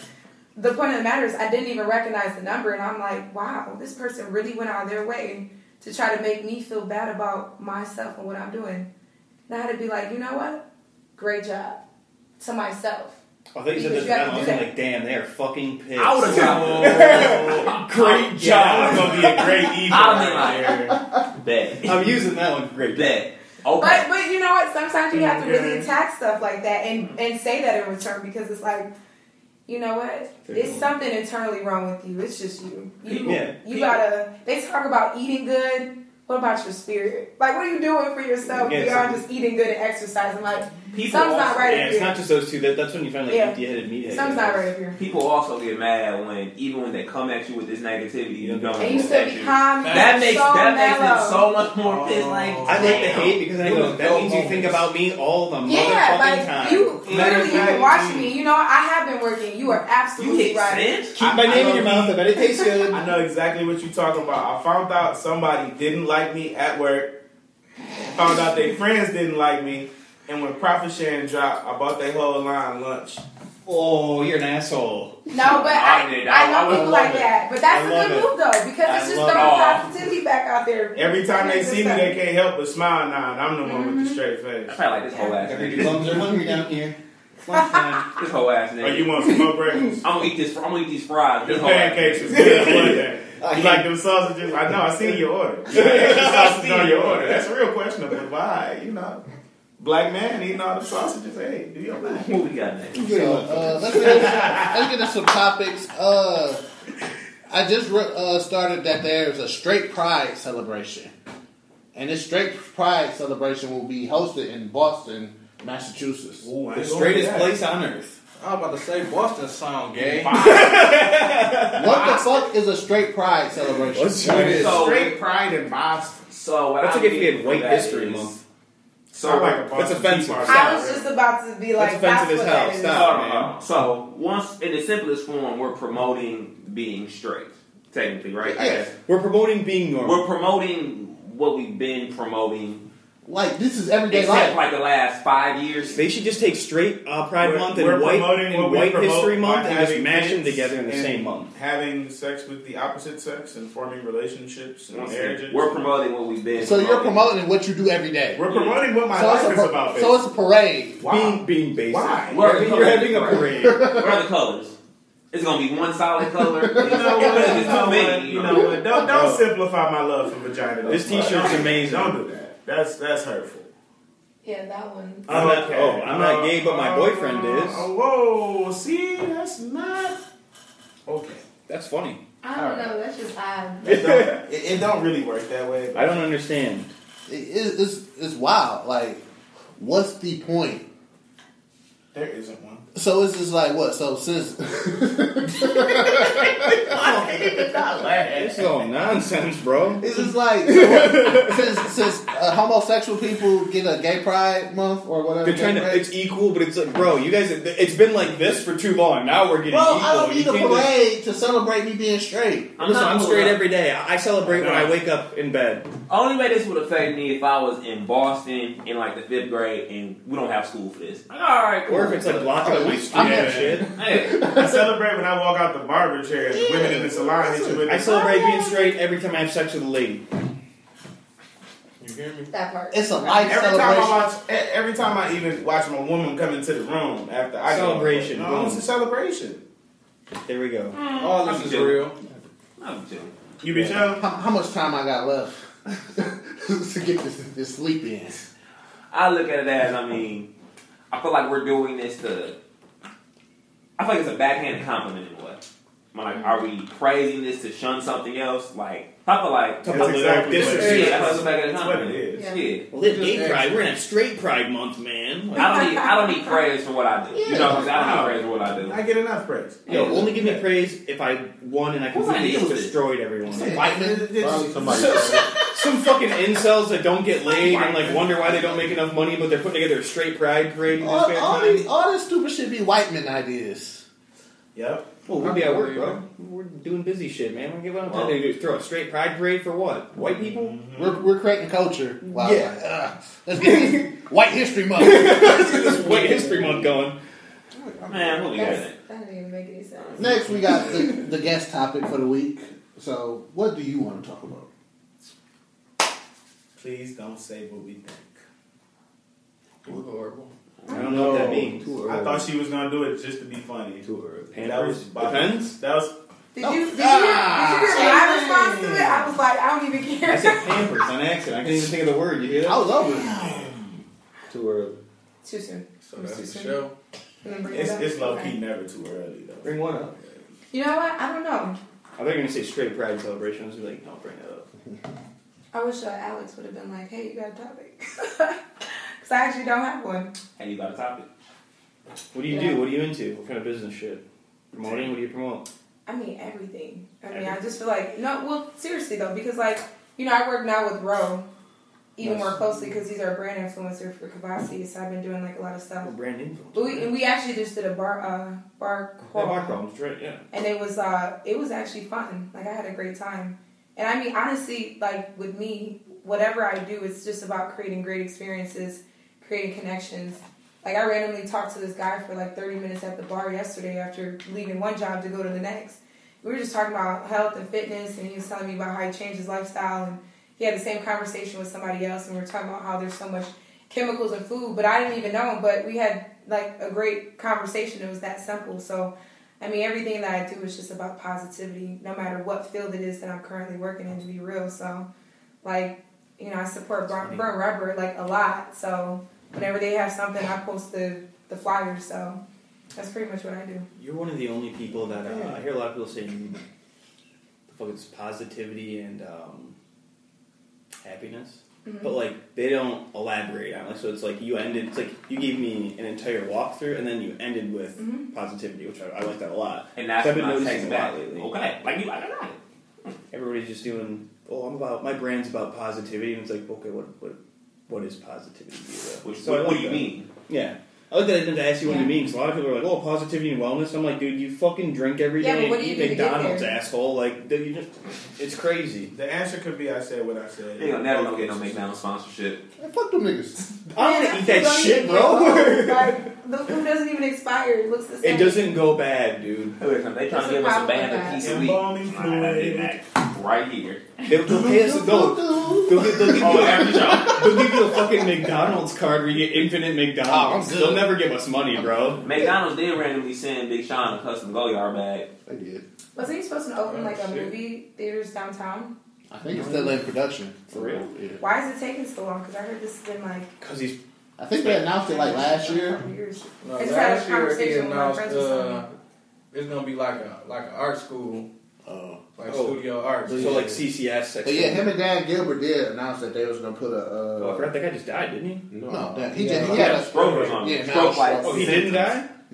K: the point of the matter is I didn't even recognize the number, and I'm like, wow, this person really went out of their way to try to make me feel bad about myself and what I'm doing. And I had to be like, you know what? Great job to myself.
I: I thought you said
K: Because
I: this
K: you have
I: battle. I
K: to
I: was
K: do
I: like, damn, they are fucking pissed.
G: I would've
I: got Great job.
G: Yeah, that was
I: gonna be a great evening.
G: I'd Bet.
I: I'm using that one. Great.
G: Bet.
K: But
G: Okay.
K: but you know what? Sometimes you have to
I: Mm-hmm.
K: really attack stuff like that and and say that in return because it's like, you know what? It's something internally wrong with you. It's just you. You
I: Yeah.
K: you gotta. They talk about eating good. What about your spirit? Like, what are you doing for yourself
I: Yeah,
K: beyond
I: so-
K: just eating good and exercising? Like,
G: People
K: Something's not
G: also-
K: right
I: Yeah,
K: up
I: it's
K: here.
I: not just those two. That, that's when you find like
K: Yeah.
I: empty-headed meathead.
K: Something's not right up here.
G: People also get mad when even when they come at you with this negativity, you don't.
K: And you
G: look
K: still
G: at
K: be
G: you.
K: calm,
G: That
K: you
G: makes
K: so
G: that makes
K: mellow.
G: them so much more
I: Oh.
G: pissed.
I: I
G: Like
I: like the
G: damn.
I: hate because I
G: It
I: go,
G: was
I: that
G: dope
I: means you think
G: moments.
I: about me all the
K: Yeah,
I: motherfucking
K: like
I: time.
K: you
I: Matter
K: clearly
I: of
K: you've been
I: fact,
K: watching me. You know, I have been working. You are absolutely right.
I: Keep my name in your mouth. I bet it tastes good.
M: I know exactly what you're talking about. I found out somebody didn't like me at work. Found out their friends didn't like me. And when profit sharing dropped, I bought their whole line lunch.
I: Oh, you're an asshole.
K: No, but I,
M: did.
K: I know
M: would
K: people
M: love
K: like
M: it.
K: that. But that's
M: I
K: a
M: love
K: good
M: it.
K: move though, because
M: I
K: it's just
M: love
K: throwing
M: it.
K: positivity back out there.
M: Every time they
K: It's
M: see me,
K: just
M: they
K: like-
M: can't help but smile now, and I'm the one with the straight face. I
G: probably like this whole ass.
I: Your lungs are hungry down here.
G: This whole ass nigga.
M: Oh, you want some more breakfast?
G: I'm gonna eat this. I'm gonna eat these fries.
M: Your
G: This whole ass
M: pancakes
G: nigga.
M: was good. wasn't they? You like them sausages? I know. I seen your order. You got extra sausage on your order. That's real questionable. Why? You know, black man eating all the sausages. Hey, do your thing.
G: What we got next?
F: So, uh, let's, get into, let's get into some topics. Uh, I just re- uh, started that there's a straight pride celebration. And this straight pride celebration will be hosted in Boston, Massachusetts.
H: The straightest place
I: on earth.
H: I was about to say Boston sound gay.
F: What the fuck is a straight pride celebration?
M: straight pride and Boston.
G: So what
I: That's
G: I
I: like if
G: mean
I: you had
G: from
I: White
G: that
I: History
G: is-
I: Month.
G: So
I: That's offensive.
K: I was just about to be like, that's what that is.
I: Stop,
G: Hold on,
I: man.
G: hold on. So once in the simplest form, we're promoting being straight, technically, right? I guess.
I: We're promoting being normal.
G: We're promoting what we've been promoting,
F: Like, this is everyday
G: except
F: life.
G: like the last five years.
I: They should just take straight uh, Pride
M: We're-
I: Month
M: we're
I: and White,
M: promoting
I: and
M: what we
I: white
M: promote
I: History
M: by
I: Month and just
M: having
I: mash them
M: kids
I: together in the
M: and
I: same month.
M: Having sex with the opposite sex and forming relationships and
G: Once again,
M: marriages.
G: We're promoting what we've been.
F: So you're promoting what you do every day.
M: We're promoting what my
F: So it's
M: life
F: a
M: is
F: pro-
M: about.
F: So it's a parade.
M: Wow.
I: Being, being basic.
M: Why?
G: We're
I: You're, you're having a parade.
G: Where are the colors? It's gonna be one solid color.
M: You know what?
G: It's
M: You know
G: too
M: what?
G: many.
M: You know what? Don't
I: Bro.
M: don't simplify my love for vagina. though.
I: This t-shirt's
M: Don't-
I: amazing.
M: Don't do that. That's that's hurtful.
K: Yeah, that one.
I: I'm not,
M: Okay.
I: oh, I'm not gay, but my boyfriend
M: Uh,
I: is.
M: oh, whoa! See, that's not okay.
I: That's funny.
K: I
M: don't
K: know. That's just um, odd.
M: It don't, it, it don't really work that way.
I: I don't understand.
F: It, it, it's, it's wild. Like, what's the point?
M: There isn't one.
F: So it's just like, what? So since.
I: This is all nonsense, bro.
F: It's just like since, since uh, homosexual people get a gay pride month or whatever.
I: They're trying
F: gay
I: to.
F: pride-
I: It's equal, but it's like, bro, you guys. It's been like this for too long. Now we're getting
F: Bro,
I: equal.
F: I don't
I: You
F: need a
I: can't just-
F: parade to celebrate me being straight.
G: I'm
I: Listen,
G: not
I: I'm
G: cool
I: straight
G: with
I: every day. I I celebrate when I wake up in bed.
G: Only way this would affect me if I was in Boston in like the fifth grade and we don't have school for this. Like, all right, cool.
I: Or if it's like blocked by my street and shit.
G: hey,
M: I celebrate when I walk out the barber chair and the women in the salon hit you with
I: I
M: it.
I: celebrate being straight every time I have sex with a lady.
M: You hear me?
K: That part.
F: It's a life
M: Every time I
F: celebration.
M: watch, e- every time I even watch my woman come into the room after I go-
I: Celebration,
M: No,
I: boom.
M: it's a celebration.
I: There we go.
H: All this is
G: I'm
H: real.
G: I'm chilling.
M: You be chill.
F: How, how much time I got left to get this, this sleep in?
G: I look at it as, I mean, I feel like we're doing this to. I feel like it's a backhanded compliment in a way. I'm like, are we praising this to shun something else? Like, I feel like.
I: To
M: That's
I: belittle
M: exactly what it
I: disrespect.
M: is.
G: Yeah, I feel like it's a backhanded
M: That's what it
G: compliment.
M: is.
G: Yeah.
I: Well, it's gay pride. We're gonna have straight pride month, man. Like,
G: I don't need. I don't need praise for what I do. You know, what I'm saying? I don't need praise for what I do.
M: I get enough praise.
I: yo, only give me praise if I won and I
G: Who's
I: completely
G: idea
I: just
G: was it?
I: destroyed everyone.
F: White man?
M: Probably
F: somebody.
I: Some fucking incels that don't get laid and like wonder why they don't make enough money, but they're putting together a straight pride parade in this
F: All,
I: bad
F: all,
I: time.
F: these- all this stupid shit be white men ideas.
M: Yep.
I: Well, we'll be at work, bro. We're doing busy shit, man. We're giving up time to do throw a straight pride parade for what? White people?
F: We're, we're creating culture. Wow.
I: Mm-hmm. Yeah.
F: Ugh. let's get this White History Month.
I: This is White History Month going.
G: Man, what we got
K: That's,
G: next?
K: that didn't even make any sense.
F: Next, we got the, the guest topic for the week. So, what do you want to talk about?
M: Please don't say what we think.
I: I don't know what that means.
M: I thought she was gonna do it just to be funny. And that was
I: Pampers? Depends?
M: That was
K: Did you, did you, hear, did you hear my
F: Ah.
K: response to it? I was like, I don't even
I: I
K: care.
I: said Pampers on accident. I couldn't even think of the word. You hear
F: I
I: that?
F: was over it.
I: Too early.
K: Too soon.
H: So
K: It was
H: that's
K: too
H: the
K: soon.
H: show.
K: Can I bring it
M: it's,
K: up?
M: it's low
K: Okay.
M: key never too early though.
I: Bring one up.
K: You know what? I don't know.
I: I thought you were going to say straight pride celebration. I was like, don't bring that up.
K: I wish uh, Alex would have been like, hey, you got a topic. 'Cause Because I actually don't have one.
G: Hey, you got a topic?
I: What do you
K: Yeah.
I: do? What are you into? What kind of business shit? Promoting? What do you promote?
K: I mean everything. I mean I just feel like no. Well, seriously though, because like you know I work now with Ro even
I: Nice.
K: more closely because he's our brand influencer for Kavasi, so I've been doing like a lot of stuff.
I: Brand influence.
K: But we, and we actually just did a bar uh, bar
I: Yeah,
K: crawl.
I: my problems, right? Yeah.
K: and it was uh it was actually fun like i had a great time and i mean honestly like with me whatever i do it's just about creating great experiences creating connections like i randomly talked to this guy for like 30 minutes at the bar yesterday after leaving one job to go to the next we were just talking about health and fitness and he was telling me about how he changed his lifestyle and he had the same conversation with somebody else and we were talking about how there's so much chemicals in food but i didn't even know him but we had like a great conversation it was that simple so I mean, everything that I do is just about positivity, no matter what field it is that I'm currently working in, to be real. So, like, you know, I support Burn, Burn Rubber, like, a lot. So, whenever they have something, I post the, the flyer. So, that's pretty much what I do.
I: You're one of the only people that uh, I hear a lot of people saying the fuck it's positivity and um, happiness,
K: Mm-hmm.
N: Mhm.
I: but like they don't elaborate on it. So it's like you ended, it's like you gave me an entire walkthrough and then you ended with
K: Mhm.
I: positivity, which I, I like that a lot.
G: And that's
I: So I've been
G: my
I: noticing
G: take
I: a lot
G: back.
I: lately.
G: Okay, like you, I don't know.
I: Everybody's just doing. Oh, I'm about my brand's about positivity, and it's like, okay, what what what is positivity? to you, though?
G: Which-
I: I
G: what-
I: like
G: what do you
I: that.
G: mean?
I: Yeah. I like that I didn't ask you what
G: Yeah.
I: it means. A lot of people are like, "Oh, positivity and wellness." I'm like, dude, you fucking drink every day
K: Yeah, but what
I: and
K: do you
I: eat
K: do to get
I: McDonald's,
K: there?
I: asshole. Like, dude, you just, it's crazy.
M: The answer could be I said what I said.
G: They don't never gonna get no McDonald's sponsorship.
M: fuck them niggas.
I: I'm gonna eat that shit, bro.
K: oh, like, the food doesn't even expire. It looks the same.
I: It doesn't go bad, dude.
G: They trying to give us a band a piece of weed. Right here.
I: They'll, they'll pay us. They'll, they'll, give-
G: Oh,
I: they'll give you They'll give you a fucking McDonald's card where you get infinite McDonald's.
G: Oh, good.
I: they'll never give us money, bro.
G: McDonald's did randomly send Big Sean a custom go yard bag. They did.
K: Wasn't he supposed to
I: Oh,
K: open, like, a
G: Shit.
K: movie theaters downtown?
F: I think it's still in production.
I: For real?
K: Why is it taking so long? Because I heard this has been, like,
I: Because he's.
F: I think they announced it like last year.
K: years.
O: No,
K: I just had
O: last
K: a
O: year he
K: conversation with my
O: announced
K: friends or something.
O: uh, it's gonna be like a like an art school, like
F: Oh.
O: studio art.
F: So, like,
I: CCS.
F: But yeah, him and Dan Gilbert did announce that they was gonna put a. Uh,
I: Oh, I forgot that guy just died, didn't he? Oh,
F: No, that- he just he had a Yeah, now it's stroke.
I: die.
F: No,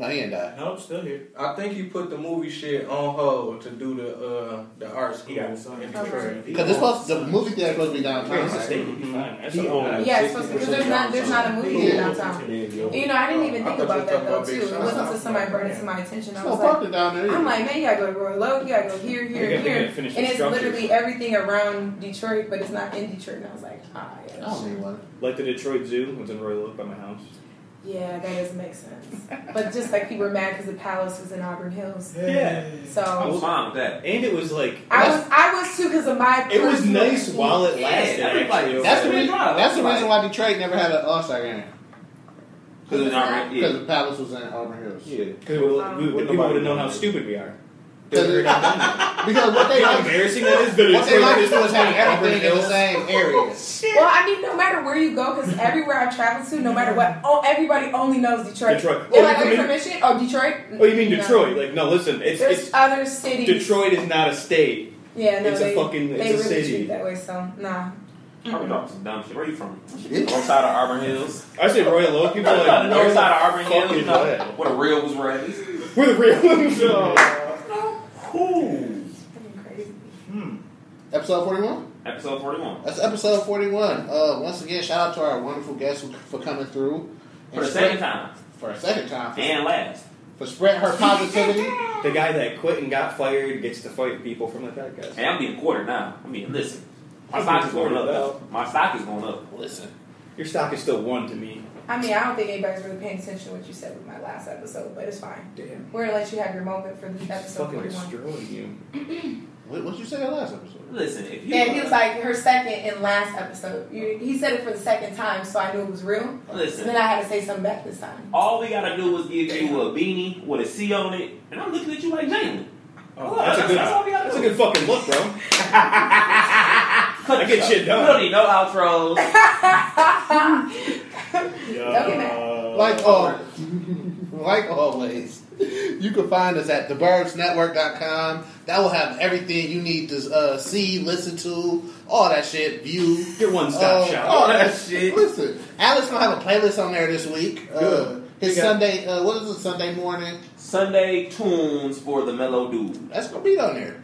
F: he didn't die.
M: Nope, still here.
O: I think he put the movie shit on hold to do the uh, the art school in Detroit.
F: Because it's supposed the movie theater supposed to be downtown.
O: Yeah, it's a
F: right?
O: state.
I: That's
F: He
O: all
F: owned
O: right.
K: Yeah, it's supposed to because there's not there's not a movie
F: Yeah.
K: downtown. And, you know, I didn't even
F: Oh,
K: think
F: I thought
K: about
F: you were
K: that
F: talking
K: though
F: about
K: too.
F: Big
K: It
F: Sean.
K: wasn't until somebody brought it to my attention. I
F: There's no
K: was
F: parking
K: like,
F: down there. either.
K: I'm like, man, you gotta go to Royal Oak, you gotta go here, here,
F: They
K: and here,
F: gotta- they gotta
K: and
F: finish the
K: it's
F: structures.
K: literally everything around Detroit, but it's not in Detroit. And I was like, ah, yeah,
I: Oh.
K: shit.
I: Like the Detroit Zoo was in Royal Oak by my house.
K: yeah, that doesn't make sense. But just like people were mad because the palace was in Auburn Hills.
I: Yeah.
G: I'm
K: So
G: fine with that.
I: And it was like
K: I was I was too because of my.
I: It was
K: personal-
I: nice while it
K: Yeah,
I: lasted.
G: everybody-
I: actually.
F: That's the
I: Okay.
F: reason. That's the reason why Detroit never had an All Star game.
G: Because it was Auburn- yeah.
F: Because the Palace was in Auburn Hills.
I: Yeah. Because we, we, we, people would have known how stupid we are.
F: Because what they
I: You know how
F: like,
I: embarrassing that is? That
F: what
I: it's
F: they
I: like
F: like to
I: this
F: do is
I: was
F: have
I: like Auburn
F: everything in the
I: Hills.
F: same area.
K: Well, I mean, no matter where you go, because everywhere I've traveled to, no matter what, oh, everybody only knows Detroit.
I: Detroit.
K: They're
I: Oh,
K: like,
I: you
K: "Are you
I: mean-
K: from Michigan? Oh, Detroit?
I: Oh, you mean
K: No.
I: Detroit? Like, no, listen, it's,
K: There's
I: it's
K: other cities.
I: Detroit is not a state.
K: Yeah, no,
I: it's
K: they,
I: a fucking
K: they
I: it's a
K: really treat
I: city.
K: it that way. So, nah.
G: I would talk some dumb shit. Where you from? North side of Auburn Hills.
I: I say Royal Oak. People are like
G: the
I: where
G: north
I: the
G: side of Auburn
I: fuck
G: Hills. You
I: is
G: know,
I: that?
G: where the real was raised.
I: Where the real ones are.
G: Cool.
F: Episode forty one.
G: Episode forty-one.
F: That's episode forty one. Uh, once again, shout out to our wonderful guests who- for coming through
G: For the
F: And
G: second
F: spread-
G: time.
F: For a second time.
G: And last.
F: For spread her positivity.
I: The guy that quit and got fired gets to fight people from the podcast.
G: Hey, I'm being quartered now. I mean, listen. My stock is going up. My stock is going up.
F: Listen.
I: Your stock is still one to me.
K: I mean, I don't think anybody's really paying attention to what you said with my last episode, but it's fine.
I: Damn.
K: We're gonna let you have your moment for the episode
I: Fucking
K: 41.
I: destroying you.
F: what what you say that last episode?
G: Listen, if you
K: Yeah, he was like her second and last episode. You, he said it for the second time, so I knew it was real.
G: Listen.
K: So then I had to say something back this time.
G: all we gotta do is give you a beanie with a C on it, and I'm looking at you like Jalen.
I: Oh, that's, a good,
G: all we gotta
I: that's a
G: do.
I: good fucking look, bro. I get shit
G: We
I: done.
G: don't need no outros.
K: Okay,
I: Uh,
G: Uh,
F: Like all, like always, you you can find us at theburbsnetwork.com. That will have everything you need to uh, see, listen to, all that shit, view.
I: Your one stop shop.
F: All that shit. Listen, Alex gonna have a playlist on there this week. Uh,
G: Good.
F: his
G: We got-
F: Sunday, uh, what is it, Sunday morning?
G: Sunday tunes for the mellow dude.
F: That's gonna be on there.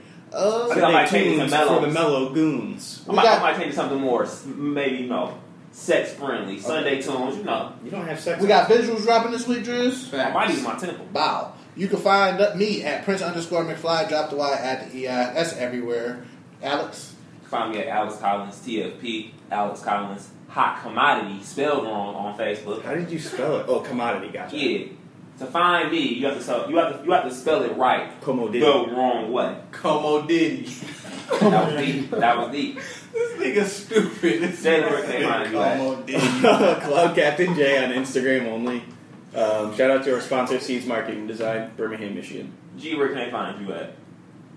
G: I
F: Uh,
G: think I might change it to mellows.
I: goons.
G: I might, I might change it to something more, s- maybe you know, sex friendly. Sunday tunes, you know.
I: You don't have sex.
F: We got visuals dropping this week, Drews.
G: I might use my temple.
F: Bow. You can find me at Prince underscore McFly. Drop the Y at the EI. That's everywhere. Alex.
G: Find me at Alex Collins TFP. Alex Collins Hot Commodity spelled wrong on Facebook.
I: How did you spell it? Oh, commodity. Gotcha.
G: Yeah. To find me, you have to spell, you have to you have to spell it right.
I: Commodity.
G: The wrong way.
H: Commodity.
G: That was deep. That was deep.
H: Nigga stupid.
G: Say the birthday line, you ass.
I: Cloud Captain J on Instagram only. Um, shout out to our sponsor, Seeds Marketing Design, Birmingham, Michigan.
G: G, where can I find you at?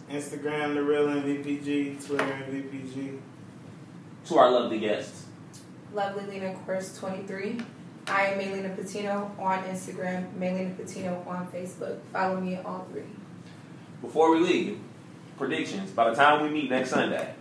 M: Instagram, the real MVPG, Twitter, MVPG.
G: To our lovely guests.
K: Lovely Lena Course 23. I am Melina Patino on Instagram, Melina Patino on Facebook. Follow me on all three.
G: Before we leave, predictions. By the time we meet next Sunday,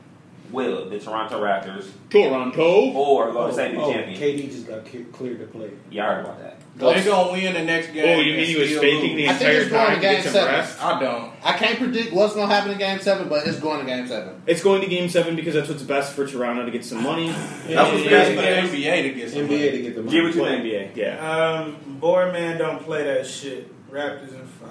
G: will the Toronto Raptors
I: Toronto
G: or Los Angeles
N: oh,
G: champion?
N: KD just got ki- cleared to play.
G: Y'all heard about that.
H: They gonna win the next game.
I: Oh, you mean he was faking the
F: I think
I: entire
F: it's going
I: time
F: to
I: to get
F: game
I: some
F: seven.
I: rest?
H: I don't.
F: I can't predict what's going to happen in game seven, but it's going to game seven.
I: It's going to Game Seven because that's what's best for Toronto to get some money.
H: That's what's best for the NBA to get some
N: NBA to get the money.
I: Give it to the NBA. Yeah.
M: Um, boy, man, don't play that shit. Raptors in five.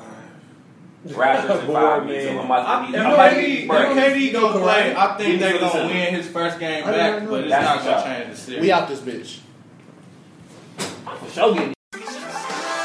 G: Raptors in five
N: Boy,
G: weeks.
N: man.
G: I might
H: If
G: be, I might
H: KD,
G: be
H: if
G: breaking.
H: KD gonna play, I
G: Give
H: think
G: me
H: they're
G: till the
H: gonna
G: seventh.
H: win his first game
N: I
H: back,
N: don't know.
H: but it's
G: That's
H: not
G: what's
H: gonna
G: up.
H: change the series.
F: We out this bitch.
G: Show me.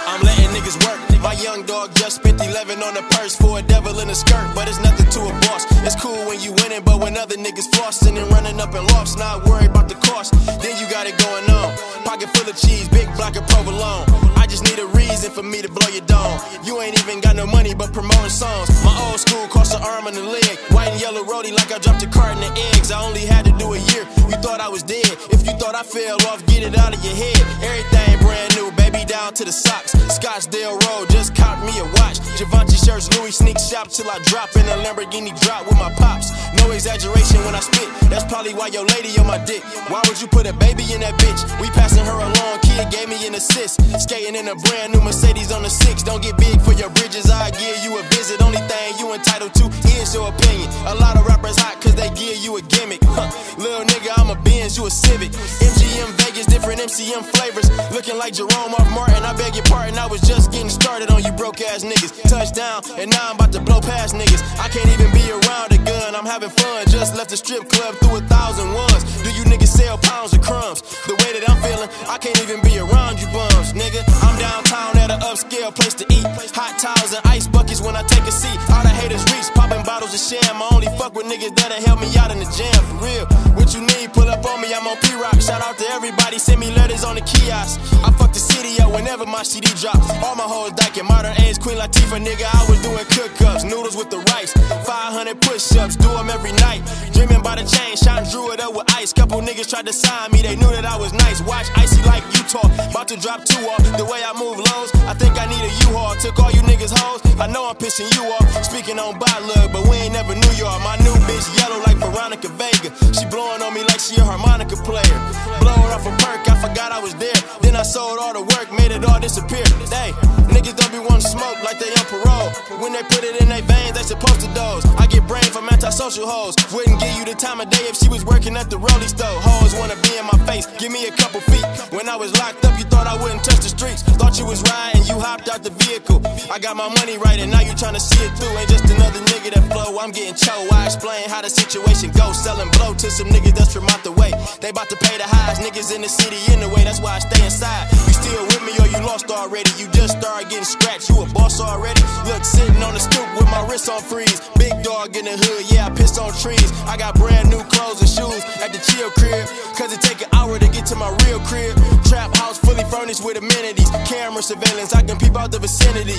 D: I'm letting niggas work. My young dog just spent 11 on a purse for a devil in a skirt, but it's nothing to a boss. It's cool when you winning, but when other niggas flossing and running up and lost, not worried about the cost. Then you got it going on. Pocket full of cheese, big block of provolone. I just need a reason for me to blow your dome. You ain't even got no money, but promoting songs. My old school cost an arm and a leg. White and yellow roadie like I dropped a carton of eggs. I only had to do a year. You thought I was dead. If you thought I fell off, get it out of your head. Everything brand new, baby, down to the socks. Scottsdale Road, just cop me a watch. Givenchy shirts, Louis sneak shop till I drop in a Lamborghini drop with my pops. No exaggeration when I spit. That's probably why your lady on my dick. Why would you put a baby in that bitch? We passing her along, kid gave me an assist. Skating in a brand new Mercedes on the six. Don't get big for your bridges, I give you a visit. Only thing you entitled to is your opinion. A lot of rappers hot cause they give you a gimmick. Huh. Little nigga, I'm a Benz, you a Civic. MGM Vegas, different MCM flavors. Looking like Jerome off Martin, I beg your pardon. I was just getting started on you broke ass niggas. Touchdown, and now I'm about to blow past niggas. I can't even be around a gun, I'm having fun. Just left the strip club through a thousand ones. Do you niggas sell pounds of crumbs? The way that I'm feeling, I can't even be around you bums, nigga. I'm downtown at an upscale place to eat. Hot towels and ice buckets when I take a seat. All the haters reach, popping bottles of sham. I only fuck with niggas that'll help me out in the jam, for real. What you need, pull up on me, I'm on P-Rock. Shout out to everybody, send me letters on the kiosk. I fuck the city up whenever my CD drops. All my hoes dyking, modern age Queen Latifah, nigga. I was doing cook-ups, noodles with the rice. 500 push-ups, do 'em every night. Dreaming by the chain, shot and drew it up with ice. Couple niggas tried to sign me, they knew that I was nice. Watch icy like Utah, about to drop two off. The way I move lows, I think I need a U-Haul. Took all you niggas hoes, I know I'm pissing you off. Speaking on by love, but we ain't never New York. My new bitch yellow like Veronica Vega. She blowing on me like she a harmonica player. Blowing off a perk, I forgot I was there. Then I sold all the work, made it all disappear. Hey, niggas don't be wanting smoke like they on parole. When they put it in their veins, they supposed to dose. I get brain from antisocial hoes. Wouldn't give you the time of day if she was working at the Rolly store. Hoes wanna be in my face, give me a couple feet. When I was locked up, you thought I wouldn't touch the streets. Thought you was riding, you hopped out the vehicle. I got my money right, and now you tryna see it through. Ain't just another nigga that flow. I'm getting cho. I explain how the situation goes. Selling blow to some niggas that's from out the way. They about to pay the highs. Niggas in the city anyway. That's why I stay inside. You still with me or you lost already? You just started getting scratched. You a boss already? Look, sitting on the stoop with my wrist on freeze. Big dog in the hood. Yeah, I piss on trees. I got brand new clothes and shoes at the chill crib. Cause it take an hour to get to my real crib. Trap house fully furnished with amenities. Camera surveillance. I can peep out the vicinity.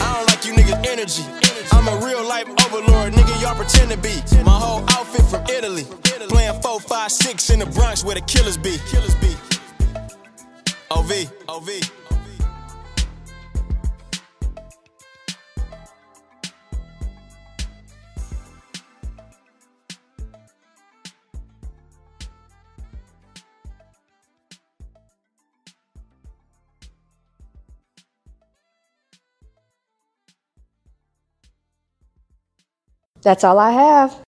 D: I don't like you niggas' energy. I'm a real life overlord, nigga, y'all pretend to be. My whole outfit from Italy. Playing 4, 5, 6 in the Bronx where the killers be. Killers be. OV, OV.
F: That's all I have.